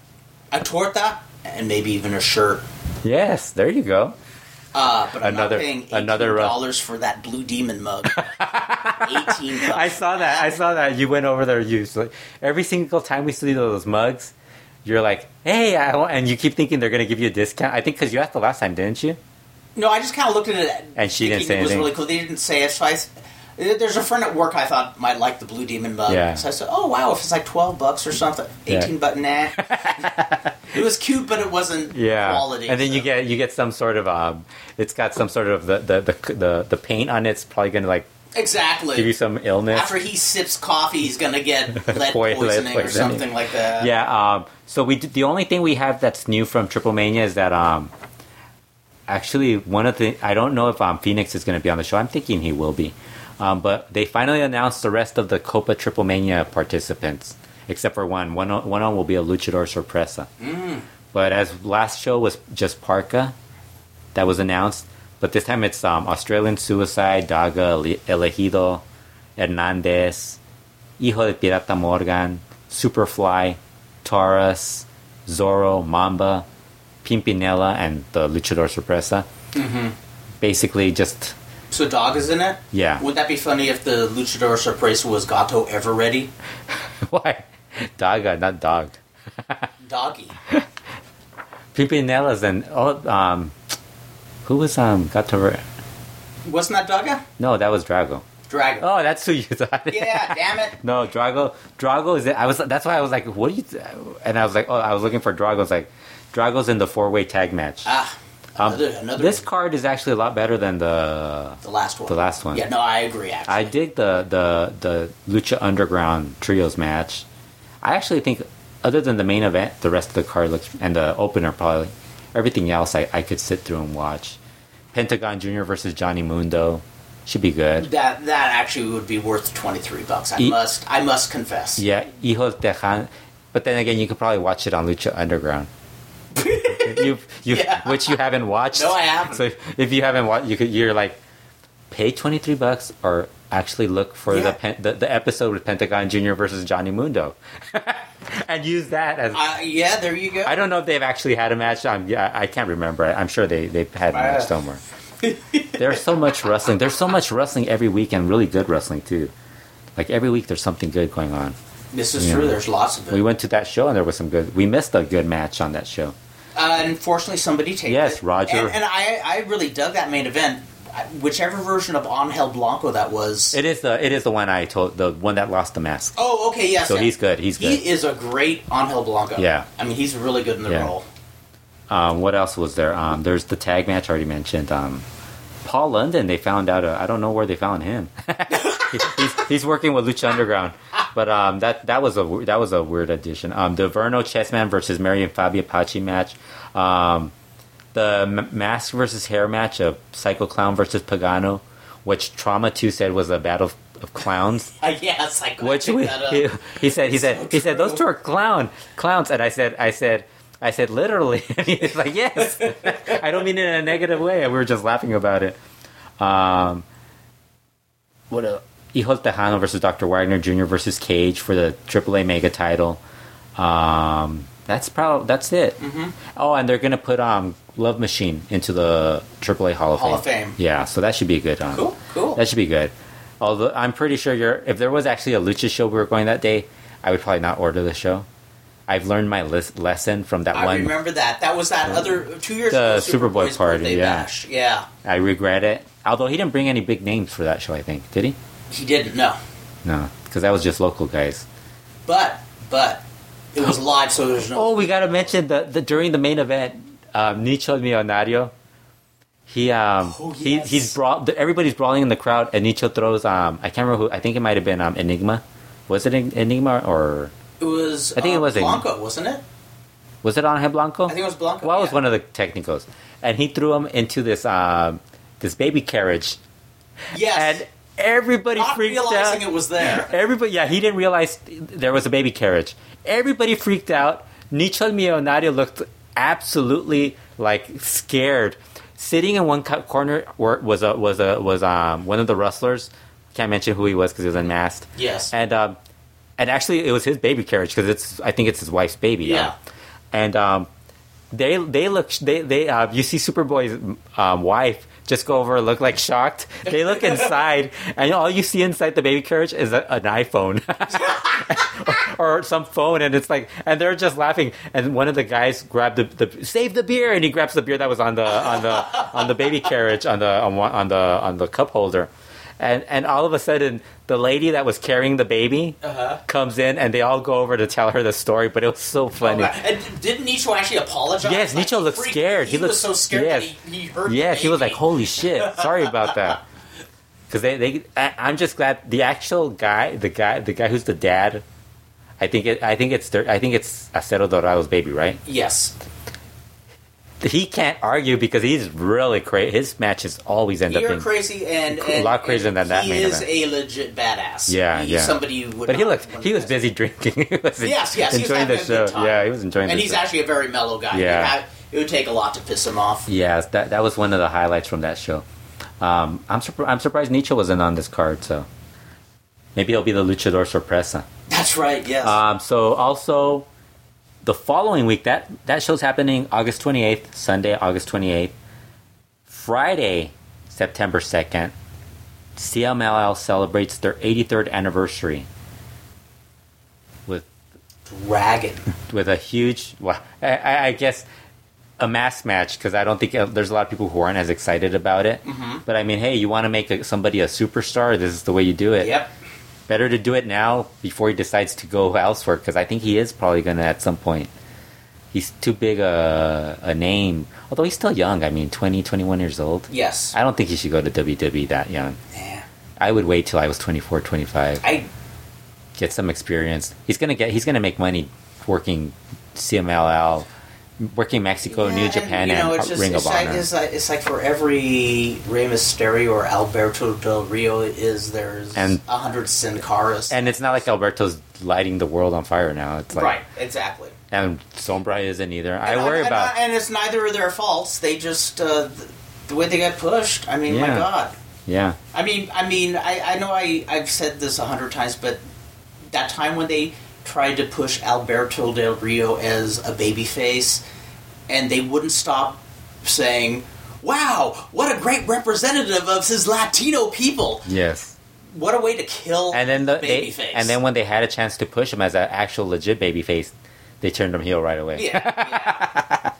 D: a torta and maybe even a shirt.
F: Yes, there you go.
D: Uh, but I'm
F: Another-
D: not paying
F: another, uh,
D: dollars for that blue demon mug. Eighteen. Bucks.
F: I saw that. I saw that. You went over there. You so, like, every single time we see those mugs, you're like, "Hey," I want, and you keep thinking they're going to give you a discount. I think because you asked the last time, didn't you?
D: No, I just kind of looked at it,
F: And she didn't
D: thinking
F: say
D: it was
F: anything.
D: really cool. They didn't say it, so I. s- There's a friend at work I thought might like the Blue Demon mug.
F: Yeah.
D: So I said, "Oh wow, if it's like twelve bucks or something,
F: Yeah.
D: eighteen, but nah." it was cute, but it wasn't
F: Yeah.
D: quality.
F: and then you
D: so-
F: get you get some sort of um, it's got some sort of the the the the, the paint on it's probably going to like give you
D: exactly
F: some illness.
D: after he sips coffee, he's gonna get lead
F: Poi- lead
D: poisoning or
F: poisoning.
D: something like that.
F: yeah. Um, so we d the only thing we have that's new from Triple Mania is that um, actually one of the I don't know if um, Phoenix is going to be on the show. I'm thinking he will be, um, but they finally announced the rest of the Copa Triple Mania participants except for one. One o- one on will be a Luchador Sorpresa. But as last show was just Parka, that was announced. But this time it's um, Australian Suicide, Daga, El- Elegido, Hernandez, Hijo de Pirata Morgan, Superfly, Taurus, Zorro, Mamba, Pimpinella, and the Luchador Sorpresa. Mm-hmm. Basically, just
D: So dog is in it.
F: Yeah.
D: Would that be funny if the Luchador Surprise was Gato ever ready?
F: why Daga, not dog.
D: Doggy.
F: Pimpinella's and oh, um, who was um Gator?
D: Wasn't that Dogga?
F: No, that was Drago.
D: Dragon.
F: Oh, that's who you thought.
D: Yeah. Damn it.
F: No, Drago. Drago is. I was. That's why I was like, "What do you?" And I was like, "Oh, I was looking for Drago." I was like, "Drago's in the four-way tag match."
D: Ah.
F: Um,
D: another, another
F: this card is actually a lot better than the.
D: The last one.
F: The last one.
D: Yeah, no, I agree. Actually,
F: I dig the the the Lucha Underground trios match. I actually think, other than the main event, the rest of the card looks and the opener probably everything else I, I could sit through and watch. Pentagon Junior versus Johnny Mundo should be good.
D: that that actually would be worth twenty three bucks. I
F: E-
D: must, I must confess.
F: Yeah, Hijos de Han. But then again, you could probably watch it on Lucha Underground. you, you,
D: Yeah.
F: which you haven't watched.
D: No, I haven't.
F: So if you haven't watched, you could. You're like, pay twenty three bucks or actually look for
D: Yeah.
F: the, pen, the the episode with Pentagon Junior versus Johnny Mundo, and use that as. I,
D: Uh, yeah, there you go.
F: don't know if they've actually had a match. I'm, yeah, I can't remember. I, am sure they they've had a match
D: Wow.
F: somewhere. there's so much wrestling. There's so much wrestling every week and really good wrestling too. Like every week, there's something good going on.
D: this is
F: Yeah.
D: true. There's lots of it.
F: We went to that show and there was some good. We missed a good match on that show.
D: uh, unfortunately, somebody taped
F: Yes,
D: it.
F: Roger.
D: And, and I, I really dug that main event. I- Whichever version of Angel Blanco that was.
F: It is the it is the one I told the one that lost the mask.
D: oh, okay, yes.
F: So
D: yeah.
F: he's good. He's good.
D: He is a great Angel Blanco.
F: Yeah.
D: I mean, he's really good in the
F: Yeah.
D: role.
F: Um, what else was there? Um, there's the tag match I already mentioned. Um, Paul London. They found out. Uh, I don't know where they found him. He- he's, he's working with Lucha Underground. But um, that that was a w- that was a weird addition. Um, the Verno Chessman versus Marion Fabi Apache match. Um, the m- mask versus hair match of Psycho Clown versus Pagano, which Trauma Two said was a battle of clowns.
D: Uh, yes, I could
F: Which
D: pick
F: we,
D: that
F: he,
D: up.
F: he said, he said, he said, those two
D: true.
F: are clown clowns, and I said, I said, I said, literally. And he's like, yes. I don't mean it in a negative way. We were just laughing about it. Um, what a Hijos Tejano versus Dr. Wagner Jr. versus Cage for the AAA Mega title. Um, That's probably that's it.
D: Mm-hmm.
F: Oh, and they're gonna put um Love Machine into the AAA Hall of
D: Hall of
F: Fame.
D: Fame.
F: Yeah, so that should be a good. Um,
D: Cool, cool.
F: That should be good. Although I'm pretty sure you're. If there was actually a lucha show we were going that day, I would probably not order the show. I've learned my lis- lesson from that
D: I
F: one. Uh,
D: remember that. That was that other two years ago.
F: The Superboy
D: Superboy's
F: party,
D: birthday
F: yeah.
D: bash. Yeah,
F: I regret it. Although he didn't bring any big names for that show, I think did he?
D: he didn't know,
F: No, because that was just local guys.
D: but but it was live, so there's no.
F: Oh, we gotta mention the, the during the main event, um, Nicho Millonario. He um
D: Oh,
F: he
D: yes.
F: he's brought everybody's brawling in the crowd, and Nicho throws um I can't remember who I think it might have been um Enigma, was it En- Enigma or
D: It was.
F: I think
D: uh,
F: it was a-
D: Blanco, wasn't it?
F: was it Angel Blanco?
D: I think it was Blanco.
F: Well, it was
D: yeah.
F: one of the technicals, and he threw him into this um this baby carriage,
D: Yes.
F: and everybody
D: Not
F: freaked out.
D: realizing it was there.
F: Everybody, yeah, he didn't realize there was a baby carriage. Everybody freaked out. Nichol Mionario looked absolutely like scared. Sitting in one co- corner were, was a, was a, was um, one of the wrestlers. Can't mention who he was because he was unmasked.
D: Yes.
F: and um, and actually it was his baby carriage because it's I think it's his wife's baby.
D: Yeah.
F: and um, they they look they they uh, you see Superboy's um, wife just go over and look like shocked. They look inside, and all you see inside the baby carriage is a, an iPhone or, or some phone, and it's like and they're just laughing. And one of the guys grabbed the, the save the beer, and he grabs the beer that was on the on the on the baby carriage on the on, one, on the on the cup holder. And, and all of a sudden, the lady that was carrying the baby comes in, and they all go over to tell her the story. But it was so
D: Oh,
F: funny.
D: And didn't Nicho actually apologize?
F: Yes,
D: Like,
F: Nicho looked
D: freak-
F: scared.
D: He,
F: He looked-
D: was so scared
F: yes.
D: that he, he heard.
F: Yeah,
D: the
F: he was like,
D: baby.
F: "Holy shit! Sorry about that." Because they, they, I, I'm just glad the actual guy, the guy, the guy who's the dad. I think it. I think it's. their- I think it's Acero Dorado's baby, right?
D: Yes.
F: He can't argue because he's really crazy. His matches always end up
D: You're
F: being.
D: crazy and,
F: A
D: and-
F: lot crazier
D: and
F: than that
D: He
F: main
D: is
F: event.
D: a legit badass.
F: Yeah,
D: He's
F: yeah.
D: Somebody you would.
F: But he
D: not
F: looked.
D: want
F: He
D: to
F: was
D: mess
F: busy drinking. he was
D: Yes, yes, he was
F: enjoying
D: having a
F: the
D: good
F: show.
D: time.
F: Yeah, he was enjoying.
D: And
F: the
D: he's
F: show.
D: actually a very mellow guy.
F: Yeah.
D: You'd have- It would take a lot to piss him off.
F: Yes, that that was one of the highlights from that show. Um, I'm surpri- I'm surprised Nietzsche wasn't on this card, so maybe it'll be the Luchador Sorpresa.
D: That's right. Yes.
F: Um, so also the following week that that show's happening August 28th, Sunday, August 28th, Friday, September 2nd. CMLL celebrates their 83rd anniversary with
D: Dragon.
F: with a huge. Well, I- I, I guess a mass match because I don't think uh, there's a lot of people who aren't as excited about it. But I mean, hey, you want to make a, somebody a superstar? This is the way you do it.
D: Yep.
F: Better to do it now before he decides to go elsewhere because I think he is probably going to at some point. He's too big a, a name. Although he's still young. I mean, 20, 21 years old.
D: Yes.
F: I don't think he should go to WWE that young.
D: Man,
F: I would wait till I was 24, 25
D: I
F: get some experience. He's gonna get. He's gonna make money working CMLL, working Mexico,
D: Yeah,
F: New
D: and,
F: Japan, and,
D: it's just-
F: Ring
D: it's
F: of
D: like,
F: Honor.
D: It's like, it's like for every Rey Mysterio or Alberto Del Rio is there's
F: And-
D: a hundred Sin Caras.
F: and it's not like Alberto's lighting the world on fire now. It's like,
D: right, exactly.
F: and Sombra isn't either.
D: And
F: I worry
D: and
F: about.
D: and it's neither of their faults. They just uh, the, the way they got pushed. I mean, my
F: Yeah.
D: God.
F: yeah,
D: I mean, I mean, I, I know I I've said this a hundred times, but that time when they tried to push Alberto Del Rio as a babyface, and they wouldn't stop saying, "Wow, what a great representative of his Latino people!
F: yes.
D: What a way to kill
F: And then the they,
D: babyface!"
F: and then when they had a chance to push him as an actual legit babyface, they turned him heel right away.
D: yeah,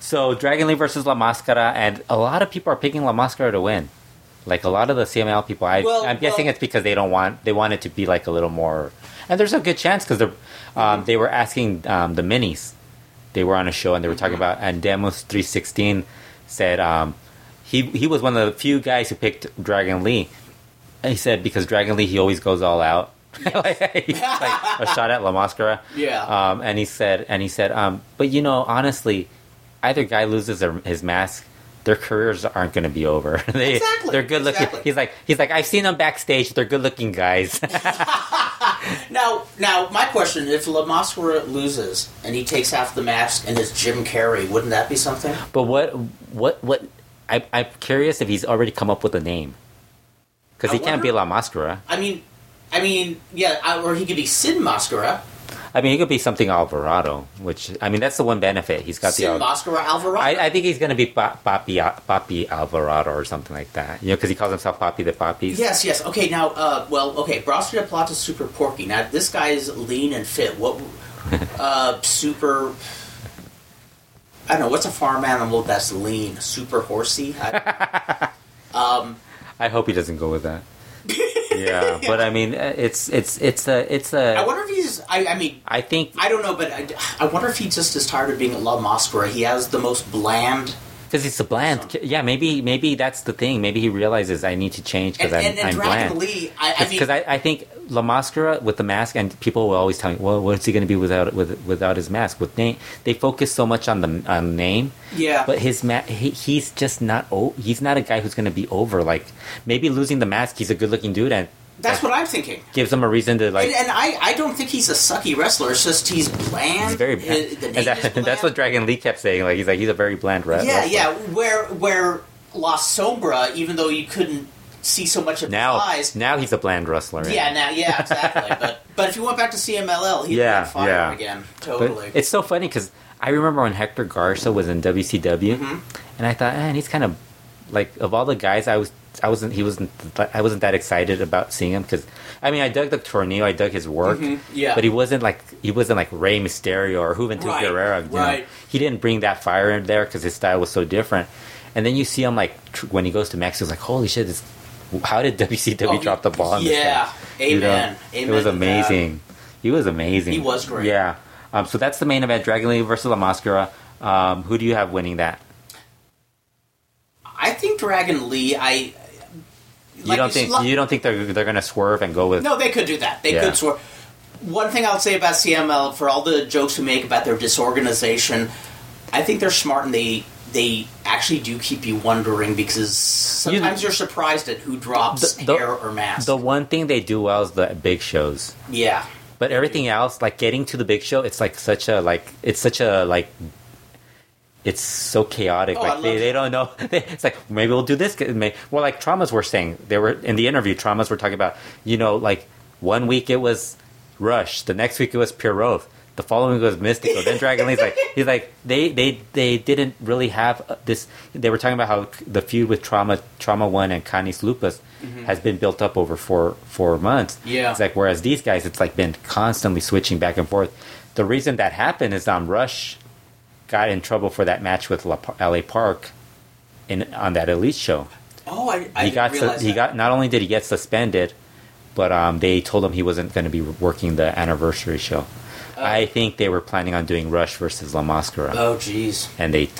F: So Dragon Lee versus La Mascara, and a lot of people are picking La Mascara to win. Like a lot of the CML people, I,
D: Well,
F: I'm guessing
D: well-
F: it's because they don't want they want it to be like a little more. And there's a good chance because they're um, they were asking um, the minis. They were on a show and they were
D: Mm-hmm.
F: talking about and Demos 316 said um, he he was one of the few guys who picked Dragon Lee. And he said because Dragon Lee he always goes all out. He's like a shot at La Mascara.
D: Yeah.
F: Um, and he said, and he said, um, but you know, honestly, either guy loses their, his mask, their careers aren't going to be over. they,
D: Exactly,
F: They're good looking.
D: exactly.
F: He's like, he's like, I've seen them backstage. They're good looking guys.
D: Now, now, my question: If La Mascara loses and he takes half the mask and is Jim Carrey, wouldn't that be something?
F: but what, what, what? I, I'm curious if he's already come up with a name because
D: I
F: he can't be
D: wonder-
F: La Mascara.
D: I mean, I mean, yeah, I, or he could be Sid Mascara.
F: I mean, he could be something Alvarado, which I mean, that's the one benefit he's got.
D: Sin
F: the Al-
D: Oscar Alvarado.
F: I, I think he's gonna be Pop- Poppy Al- Poppy Alvarado or something like that. You know, because he calls himself Poppy the Poppies.
D: Yes, yes. Okay, now, uh, well, okay. Brosky de Plata Super Porky. Now, this guy is lean and fit. What, uh, super. I don't know. What's a farm animal that's lean? Super horsey? I, um,
F: I hope he doesn't go with that. yeah, but I mean, uh, it's it's it's a it's a.
D: I wonder if he's. I, I mean,
F: I think
D: I don't know, but I, I wonder if he just is tired of being at La Mosquera. He has the most bland.
F: because he's a bland. Yeah, maybe maybe that's the thing. Maybe he realizes I need to change
D: And,
F: because I'm,
D: and, and
F: I'm
D: Dragon
F: bland.
D: Lee, I, I mean.
F: Because I, I think La Mascara with the mask, and people will always tell me, "Well, what's he going to be without with, without his mask?" With name, they focus so much on the on name,
D: yeah.
F: but his ma- he, he's just not. O- he's not a guy who's going to be over. Like maybe losing the mask, he's a good-looking dude, and
D: that's what I'm thinking.
F: gives him a reason to like.
D: and and I, I don't think he's a sucky wrestler. It's just he's bland.
F: he's very
D: Uh,
F: bland.
D: the name
F: and that-
D: is bland.
F: that's what Dragon Lee kept saying. Like he's like he's a very bland rat.
D: Yeah, yeah. Where where La Sombra, even though you couldn't see so much of
F: Now,
D: his eyes.
F: now he's a bland wrestler.
D: yeah, now, yeah, exactly. but but if you went back to CMLL, he'd
F: Yeah,
D: yeah, fire
F: yeah.
D: again.
F: But
D: Totally.
F: it's so funny because I remember when Hector Garza was in WCW,
D: Mm-hmm.
F: and I thought, man, he's kind of like of all the guys I was. I wasn't. He wasn't. I wasn't that excited about seeing him because, I mean, I dug the tornado. I dug his work.
D: yeah.
F: But he wasn't like he wasn't like Rey Mysterio or Juventud
D: Right,
F: Guerrero. you know.
D: right.
F: He didn't bring that fire in there because his style was so different. And then you see him like tr- when he goes to Mexico, it's like holy shit! This, how did
D: Oh,
F: WCW drop the ball? On this guy?
D: Yeah.
F: You know,
D: Amen. Amen.
F: It was
D: to that.
F: amazing. He was amazing.
D: He was great.
F: Yeah. Um, so that's the main event: Dragon Lee versus La Mascara. Um, who do you have winning that?
D: I think Dragon Lee. I
F: You
D: like
F: don't think
D: sli-
F: you don't think they're they're gonna swerve and go with?
D: No, they could do that. They
F: Yeah.
D: could swear. One thing I'll say about CML for all the jokes we make about their disorganization, I think they're smart and they they actually do keep you wondering because sometimes you, are surprised at who drops
F: The- the-
D: hair or mask.
F: The one thing they do well is the big shows,
D: yeah,
F: but everything else, like getting to the big show, it's like such a like it's such a like. It's so chaotic.
D: Oh, I
F: like
D: love
F: they, they
D: it.
F: don't know. it's like maybe we'll do this. may- Well, like traumas were saying they were in the interview. Traumas were talking about you know like one week it was Rush, the next week it was Pure Oath, the following week was Mystico, then Dragon Lee's like he's like they they they didn't really have uh, this. They were talking about how the feud with Trauma Trauma One and Connie's Lupus has been built up over four four months.
D: Yeah.
F: it's like whereas these guys it's like been constantly switching back and forth. The reason that happened is um Rush got in trouble for that match with La, LA Park in on that Elite show.
D: Oh, I, I
F: He
D: didn't
F: got
D: realize
F: sus- he
D: that.
F: got not only did he get suspended, but um, they told him he wasn't going to be working the anniversary show. I think they were planning on doing Rush versus La Mascara,
D: Uh, Oh, jeez.
F: and they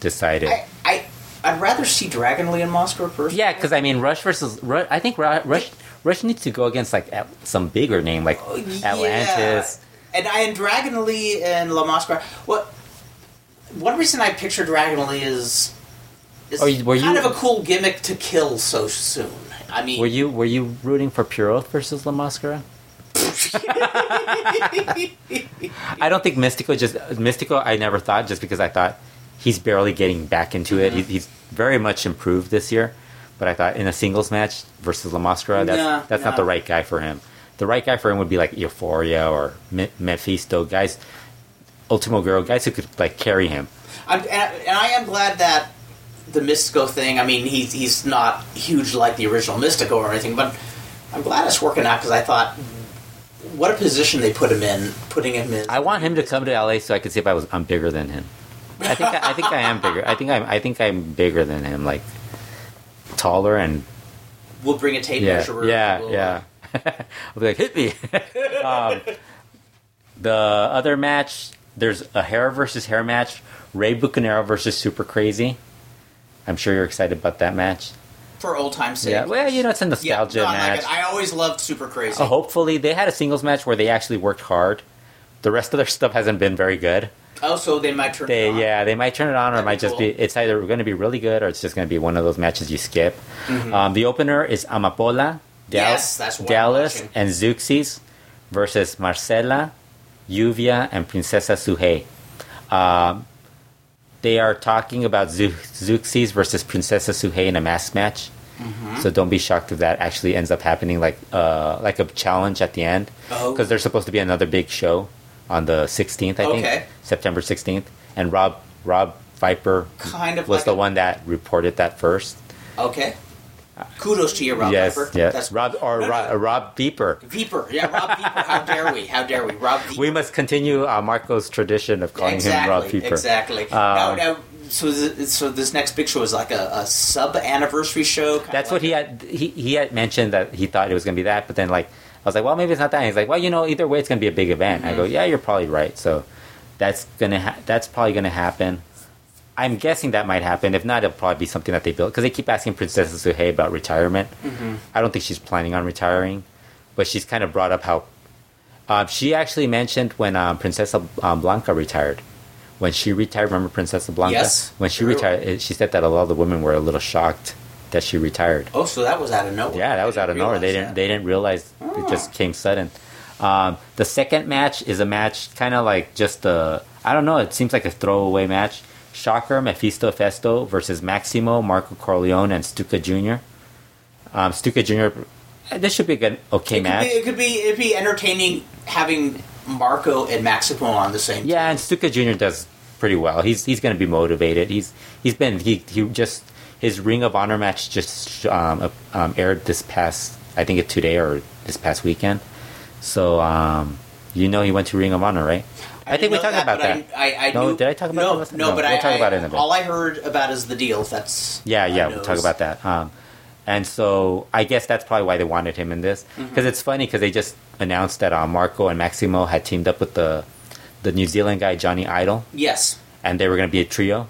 F: decided.
D: I, I I'd rather see Dragon Lee and Moscow first.
F: yeah, because I mean, Rush versus Rush, I think Ru- Rush Rush needs to go against like at- some bigger name like
D: Oh,
F: Atlantis.
D: And I and Dragon Lee and La Mascara. What one reason I picture Dragon Lee is is
F: Oh, you- were
D: kind
F: you-
D: of a cool gimmick to kill so soon. I mean,
F: Were you were you rooting for Pure Oath versus La Mascara? I don't think Mystico just Mystico. I never thought just because I thought he's barely getting back into it. He, he's very much improved this year, but I thought in a singles match versus La Mascara, that's
D: Nah,
F: that's not
D: nah.
F: the right guy for him. The right guy for him would be like Euphoria or Me- Mephisto guys, Ultimo Girl guys who could like carry him.
D: I'm, and, I- and I am glad that the Mystico thing. I mean, he's he's not huge like the original Mystico or anything, but I'm glad it's working out because I thought. What a position they put him in, putting him in.
F: I want him to come to LA so I can see if I was I'm bigger than him. I think I, I think I am bigger. I think I'm I think I'm bigger than him, like taller and
D: we'll bring a tape
F: yeah,
D: measure.
F: yeah,
D: We'll-
F: yeah. I'll be like, hit me. um, the other match, there's a hair versus hair match. Ray Bucanero versus Super Crazy. I'm sure you're excited about that match.
D: for old time's sake.
F: Yeah, well, you know it's a nostalgia
D: no, I like
F: match.
D: it. I always loved Super Crazy.
F: Uh, hopefully, they had a singles match where they actually worked hard. The rest of their stuff hasn't been very good.
D: Oh, so they might turn. it
F: They
D: on.
F: yeah, they might turn it on, or
D: That'd
F: it might
D: be
F: just
D: cool.
F: be it's either going to be really good or it's just going to be one of those matches you skip. Um, the opener is Amapola,
D: Mm-hmm.
F: Dal-
D: Yes, that's what I'm
F: Dallas,
D: watching.
F: and Zuxis versus Marcela, Yuvia, and Princesa Suhei. Um, they are talking about Zu- Zuxis versus Princesa Suhei in a mask match.
D: Mm-hmm.
F: So don't be shocked if that actually ends up happening like uh, like a challenge at the end
D: Oh.
F: because there's supposed to be another big show on the 16th, I
D: Okay.
F: think, September 16th, and Rob Rob Viper
D: Kind of
F: was
D: like
F: the
D: a-
F: one that reported that first.
D: Okay. Kudos to you, Rob.
F: yes,
D: Viper.
F: yes,
D: That's
F: Rob or
D: No,
F: Rob, uh,
D: no.
F: Rob Beeper.
D: Viper. Yeah, Rob Viper. How dare we? How dare we? Rob Viper.
F: We must continue uh, Marco's tradition of calling him Rob
D: exactly.
F: Beeper.
D: Exactly. now,
F: Um,
D: now, so, th- so this next big show is like a, a sub anniversary show. kinda
F: That's
D: like
F: what he had. He, he had mentioned that he thought it was going to be that, but then like I was like, well, maybe it's not that. And he's like, well, you know, either way, it's going to be a big event. I go,
D: Mm-hmm.
F: yeah, you're probably right. So that's gonna ha- that's probably going to happen. I'm guessing that might happen. If not, it'll probably be something that they built because they keep asking Princess Suhei about retirement. I don't think she's planning on retiring, but she's kind of brought up how um, she actually mentioned when um, Princesa um, Blanca retired. When she retired, remember Princesa Blanca?
D: Yes.
F: When she
D: True.
F: retired, it- she said that a lot of the women were a little shocked that she retired.
D: Oh, so that was out of nowhere.
F: Yeah, that was
D: I
F: out of nowhere. They
D: realize
F: didn't.
D: that. Oh.
F: They didn't realize it just came sudden. Um, the second match is a match kind of like just a. I don't know. It seems like a throwaway match. Shocker, Mephisto Festo versus Maximo, Marco Corleone, and Stuka Jr. Um, Stuka Jr. This should be a good, okay
D: It could,
F: match.
D: be, it could be it'd be entertaining having Marco and Maximo on the same.
F: Yeah, and Stuka Jr. does pretty well. He's he's going to be motivated. He's he's been he he just his Ring of Honor match just um, um, aired this past I think it today or this past weekend. So um, you know he went to Ring of Honor, right? I,
D: didn't
F: think we
D: know
F: talked about
D: but
F: that.
D: I, I, I
F: No,
D: knew-
F: did I talk about
D: no,
F: that last time?
D: No,
F: No,
D: but
F: we'll
D: I,
F: talk about
D: I-
F: it in a bit.
D: All I heard about is the deal. That's
F: Yeah,
D: all I
F: yeah,
D: know
F: we'll talk
D: is-
F: about that. Um, and so I guess that's probably why they wanted him in this because it's funny because they just announced that uh, Marco and Maximo had teamed up with the the New Zealand guy Johnny Idol.
D: Yes,
F: and they were going to be a trio.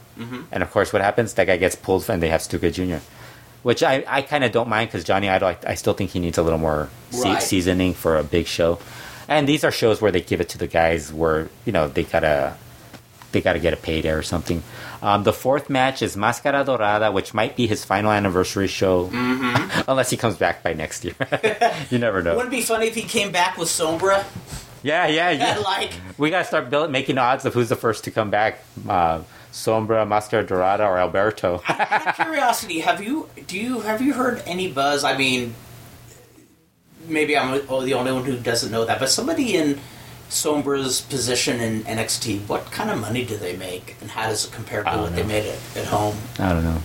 F: And of course, what happens? That guy gets pulled, and they have Stuka Jr., which I, I kind of don't mind because Johnny Idol, I, I still think he needs a little more se-
D: Right.
F: seasoning for a big show. And these are shows where they give it to the guys where you know they gotta they gotta get a payday or something. Um, the fourth match is Mascara Dorada, which might be his final anniversary show, unless he comes back by next year. you never know.
D: wouldn't it be funny if he came back with Sombra?
F: yeah, yeah, yeah.
D: like
F: We gotta start build, making odds of who's the first to come back. Uh, Sombra, Mascara Dorada, or Alberto.
D: out of curiosity, have you do you have you heard any buzz? I mean, maybe I'm oh, the only one who doesn't know that, but somebody in Sombra's position in NXT, what kind of money do they make, and how does it compare to
F: I don't
D: what they
F: know.
D: made at, at home?
F: I don't know.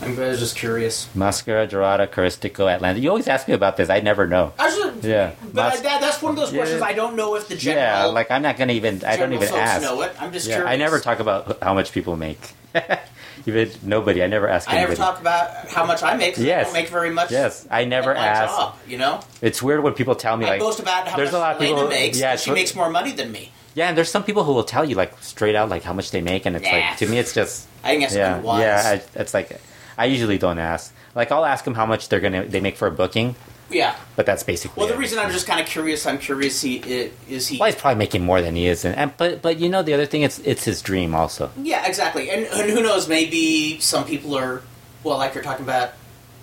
D: I'm, I was just curious.
F: Mascara Dorada, Caristico, Atlanta. You always ask me about this. I never know.
D: I should,
F: Yeah.
D: but I,
F: Mas-
D: that, that's one of those
F: Yeah.
D: questions I don't know if the general
F: yeah, like I'm not gonna even. I don't
D: general
F: even
D: folks
F: ask.
D: know it. I'm just
F: Yeah,
D: curious.
F: I never talk about how much people make. even nobody. I never ask
D: I never
F: anybody.
D: talk about how much I make. 'cause I
F: Yes.
D: don't make very much.
F: yes, I
D: at
F: never
D: my
F: ask.
D: job, you know.
F: It's weird when people tell me
D: I
F: like
D: boast about how
F: there's
D: much
F: a lot of
D: Elena
F: people-
D: makes.
F: yeah,
D: but she
F: so-
D: makes more money than me.
F: yeah, and there's some people who will tell you like straight out like how much they make, and it's
D: Nah.
F: like to me it's just
D: I think that's
F: yeah,
D: unwise.
F: yeah. I, it's like I usually don't ask. Like I'll ask them how much they're gonna they make for a booking,
D: Yeah.
F: but that's basically.
D: Well,
F: it.
D: the reason I'm just kind of curious, I'm curious, he i- is he?
F: Well, he's probably making more than he is, and, and but but you know the other thing, it's it's his dream also.
D: Yeah, exactly. And, and who knows? Maybe some people are. Well, like you're talking about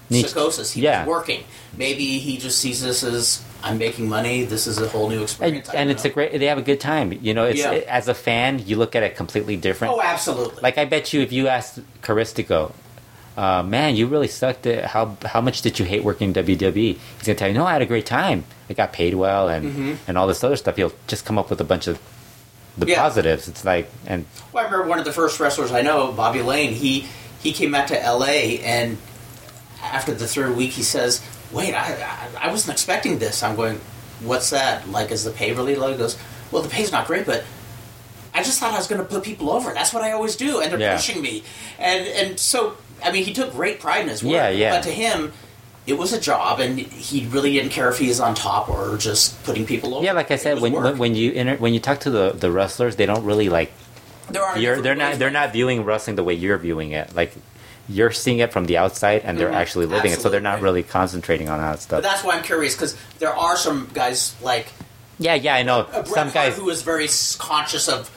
F: Neat.
D: psychosis. He
F: Yeah.
D: was working. Maybe he just sees this as I'm making money. This is a whole new
F: And,
D: experience. I
F: and
D: don't
F: it's a
D: know.
F: great. They have a good time. You know, it's
D: Yeah.
F: as a fan, you look at it completely different.
D: Oh, absolutely.
F: like I bet you, if you asked Caristico, uh, man, you really sucked. At how how much did you hate working WWE? E?" He's gonna tell you, no, I had a great time. I got paid well, and
D: Mm-hmm.
F: and all this other stuff. He'll just come up with a bunch of the
D: Yeah.
F: positives. It's like and
D: Well, I remember one of the first wrestlers I know, Bobby Lane. He he came out to L.A. and after the third week, he says, "Wait, I I, I wasn't expecting this." I'm going, "What's that? Like, is the pay really low?" He goes, "Well, the pay's not great, but." I just thought I was going to put people over. That's what I always do, and they're
F: Yeah.
D: pushing me, and and so I mean, he took great pride in his work.
F: Yeah, yeah.
D: But to him, it was a job, and he really didn't care if he is on top or just putting people over.
F: yeah, like I
D: It
F: said,
D: was
F: when,
D: work.
F: when when you inter- when you talk to the the wrestlers, they don't really like
D: there are
F: you're,
D: different
F: they're
D: ways-
F: not they're not viewing wrestling the way you're viewing it. Like you're seeing it from the outside, and they're
D: Mhm.
F: actually living it, so they're not
D: Absolutely.
F: really concentrating on that
D: But
F: stuff.
D: that's why I'm curious because there are some guys like
F: Yeah, yeah, I know.
D: Bret
F: Some
D: Hart
F: guys,
D: who is very s- conscious of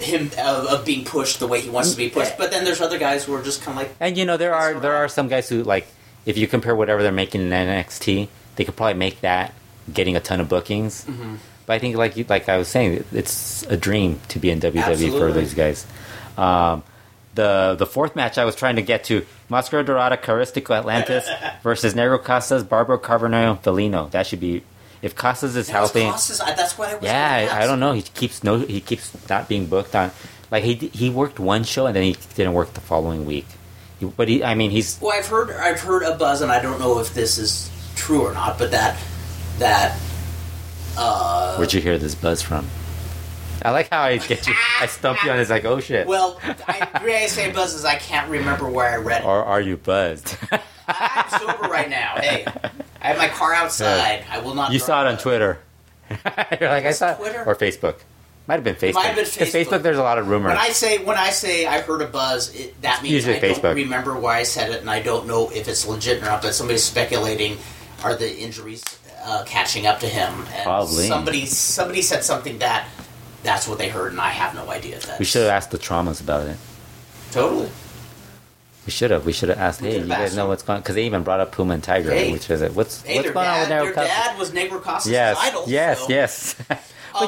D: him of, of being pushed the way he wants to be pushed. But then there's other guys who are just kind of like,
F: and you know, there are
D: That's
F: there
D: right.
F: are some guys who like if you compare whatever they're making in NXT, they could probably make that getting a ton of bookings.
D: Mm-hmm.
F: But I think, like you, like I was saying, it's a dream to be in WWE for
D: Absolutely.
F: these guys. Um, the the fourth match I was trying to get to Mascara Dorada, Caristico Atlantis versus Negro Casas, Barbaro Carbono, Felino. That should be. If Casas is helping,
C: that's what I was
F: yeah,
C: gonna
F: I, I
C: ask.
F: don't know. He keeps no, he keeps not being booked on. Like he he worked one show and then he didn't work the following week. He, but he, I mean, he's
D: Well, I've heard I've heard a buzz, and I don't know if this is true or not, but that that uh,
F: Where'd you hear this buzz from? I like how I get you. I stump you on. It's like, oh shit.
D: well, I, the way I say buzz is I can't remember where I read it.
F: or are you buzzed?
D: I, I'm sober right now. Hey, I have my car outside. I will not.
F: you
D: drive.
F: saw it on Twitter. You're like, I
D: Was it
F: saw
D: Twitter?
F: or Facebook. Might have been Facebook.
D: might have been
F: 'Cause
D: Facebook.
F: there's a lot of rumors.
D: When I say when I say I heard a buzz, it, that means
F: Usually
D: I
F: Facebook.
D: don't remember why I said it, and I don't know if it's legit or not. But somebody's speculating: are the injuries uh, catching up to him? And
F: Probably.
D: Somebody somebody said something that that's what they heard, and I have no idea. If that's
F: we should have asked the traumas about it.
D: totally.
F: We should have. We should have asked.
D: We
F: Hey,
D: could've
F: you guys
D: asked
F: know
D: them.
F: what's going? Because they even brought up Puma and Tiger,
D: Hey.
F: which is it? What's
D: Hey,
F: what's
D: their
F: going
D: dad,
F: on with Narrow
D: their
F: Cup?
D: dad was Negro Costa's
F: Yes,
D: idol.
F: yes,
D: so-
F: yes. but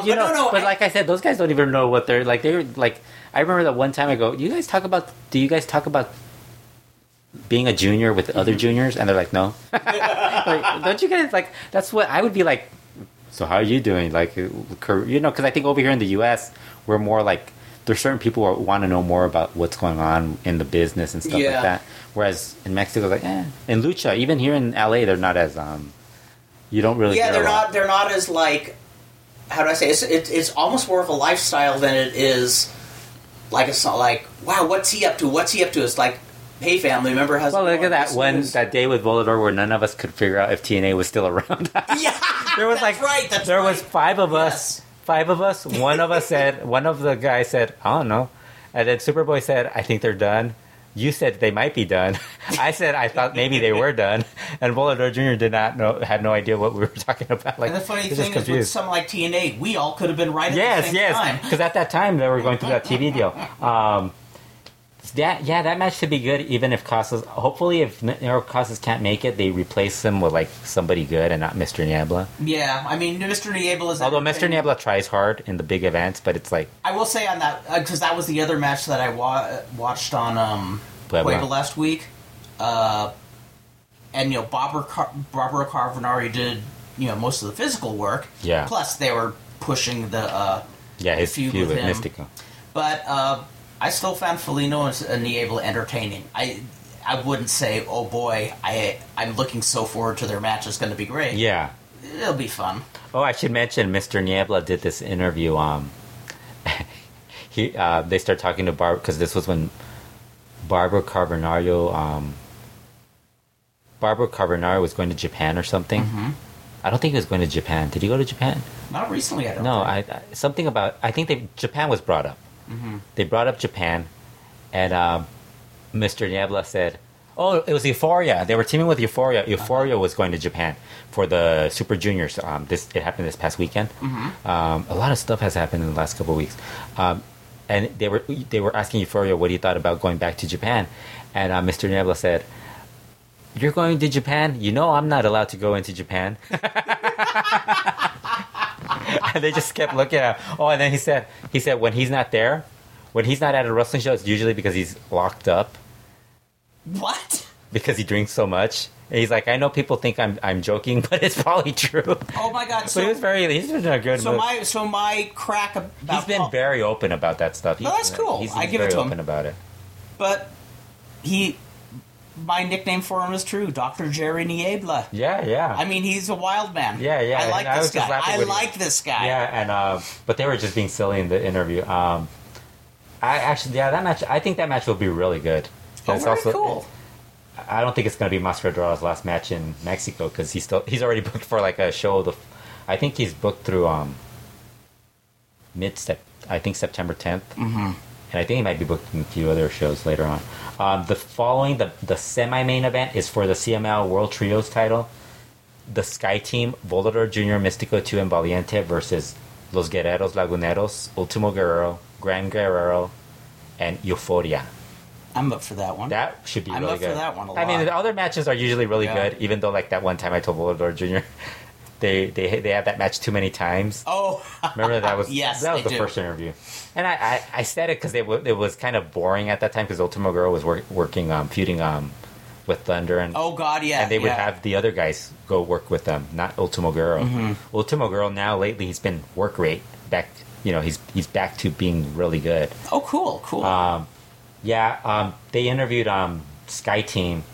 D: Um, but
F: you know,
D: no, no,
F: but
D: I-
F: like I said, those guys don't even know what they're like. They're like, I remember that one time I go, you guys talk about, do you guys talk about being a junior with the
D: Mm-hmm.
F: other juniors? And they're like, no. like, don't you guys like? That's what I would be like. So how are you doing? Like, cur- you know, because I think over here in the U.S. we're more like there's certain people who want to know more about what's going on in the business and stuff
D: Yeah.
F: like that. Whereas in Mexico, like, eh. in lucha, even here in L.A., they're not as um. You don't really.
D: yeah,
F: care
D: they're
F: a lot.
D: not. They're not as like. How do I say? It's it, it's almost more of a lifestyle than it is like it's not like wow, what's he up to? What's he up to? It's like, hey, family, remember how?
F: Well, look at that one that day with Volador where none of us could figure out if TNA was still around.
D: Yeah,
F: there was
D: that's
F: like
D: right. That's
F: there
D: right.
F: was five of us.
D: Yes.
F: Five of us. One of us said. One of the guys said, "I don't know," and then Superboy said, "I think they're done." You said they might be done. I said I thought maybe they were done, and Volador Jr. did not know had no idea what we were talking about. Like
D: And the funny
F: he was
D: thing is, with something like TNA, we all could have been right at the
F: yes,
D: same
F: yes.
D: time.
F: Because at that time they were going through that TV deal. Um, that yeah, that match should be good. Even if Casas, hopefully, if Nero Casas can't make it, they replace him with like somebody good and not Mr. Niebla.
D: Yeah, I mean, Mr. Niebla is.
F: Although Mr.
D: everything.
F: Niebla tries hard in the big events, but it's like
D: I will say on that because that was the other match that I wa- watched on um,
F: Puebla.
D: Puebla last week, uh, and you know Barbara Car- Barbara Carbonari did you know most of the physical work.
F: Yeah.
D: Plus they were pushing the, uh,
F: yeah, his
D: Feud
F: feud
D: with
F: with
D: him.
F: Mystico.
D: but uh, I still found Felino and Niebla entertaining. I I wouldn't say oh boy I I'm looking so forward to their match. It's going to be great.
F: Yeah.
D: It'll be fun.
F: Oh, I should mention Mr. Niebla did this interview. Um, he uh, they start talking to Barb because this was when Barbara Carbonario, um, Barbara Carbonario was going to Japan or something. I don't think he was going to Japan. Did he go to Japan?
D: Not recently, I don't.
F: No, I, I something about I think they Japan was brought up.
D: Mm-hmm.
F: They brought up Japan, and um, Mr. Niebla said, "Oh, it was Euphoria. They were teaming with Euphoria.
D: Uh-huh.
F: Euphoria was going to Japan for the Super Juniors. Um, this it happened this past weekend.
D: Mm-hmm.
F: Um, a lot of stuff has happened in the last couple of weeks, um, and they were they were asking Euphoria what he thought about going back to Japan, and uh, Mr. Niebla said." You're going to Japan? You know I'm not allowed to go into Japan. and they just kept looking at him. Oh, and then he said, he said when he's not there, when he's not at a wrestling show, it's usually because he's locked up
D: What?
F: because he drinks so much. And he's like, I know people think I'm I'm joking, but it's probably true.
D: Oh my God!
F: So
D: So,
F: he was very, he's been a good.
D: so
F: move.
D: my so my crack about
F: he's been
D: Paul-
F: very open about that stuff. He's,
D: No, that's cool.
F: He's,
D: I
F: he's
D: give it
F: very
D: to him.
F: open about it.
D: but he my nickname for him is true dr jerry niebla
F: Yeah, yeah.
D: i mean he's a wild man
F: Yeah, yeah,
D: i like
F: and I
D: this
F: was just
D: guy
F: laughing
D: i
F: when he-
D: like this guy
F: Yeah, and uh, but they were just being silly in the interview. Um, I actually, yeah, that match. I think that match will be really good.
D: oh,
F: And it's
D: very
F: also-
D: cool
F: I don't think it's going to be Mascaredora's last match in Mexico because he's still he's already booked for like a show. The I think he's booked through um mid sep I think September 10th mm-hmm. and I think he might be booked in a few other shows later on. Um, the following the the semi main event is for the CML World Trios title. The Sky Team Volador Junior Mystico Two and Valiente versus Los Guerreros Laguneros Ultimo Guerrero Gran Guerrero and Euphoria.
D: i'm up for that one
F: That should be
D: I'm
F: really
D: up for
F: good.
D: that one a
F: I mean,
D: lot.
F: the other matches are usually really
D: Yeah.
F: good, even though like that one time I told Volador Jr. they they they have that match too many times.
D: Oh,
F: Remember that was
D: Yes,
F: that was
D: they
F: the
D: do.
F: first interview, and I I, I said it because it, w- it was kind of boring at that time because Ultimo Girl was wor- working um feuding um with Thunder and
D: oh God, yeah.
F: and they would
D: yeah.
F: have the other guys go work with them, not Ultimo Girl.
D: Mm-hmm.
F: Ultimo Girl now lately he's been work rate back. You know he's he's back to being really good.
D: Oh, cool, cool.
F: Uh, Yeah, um, they interviewed um, Sky Team,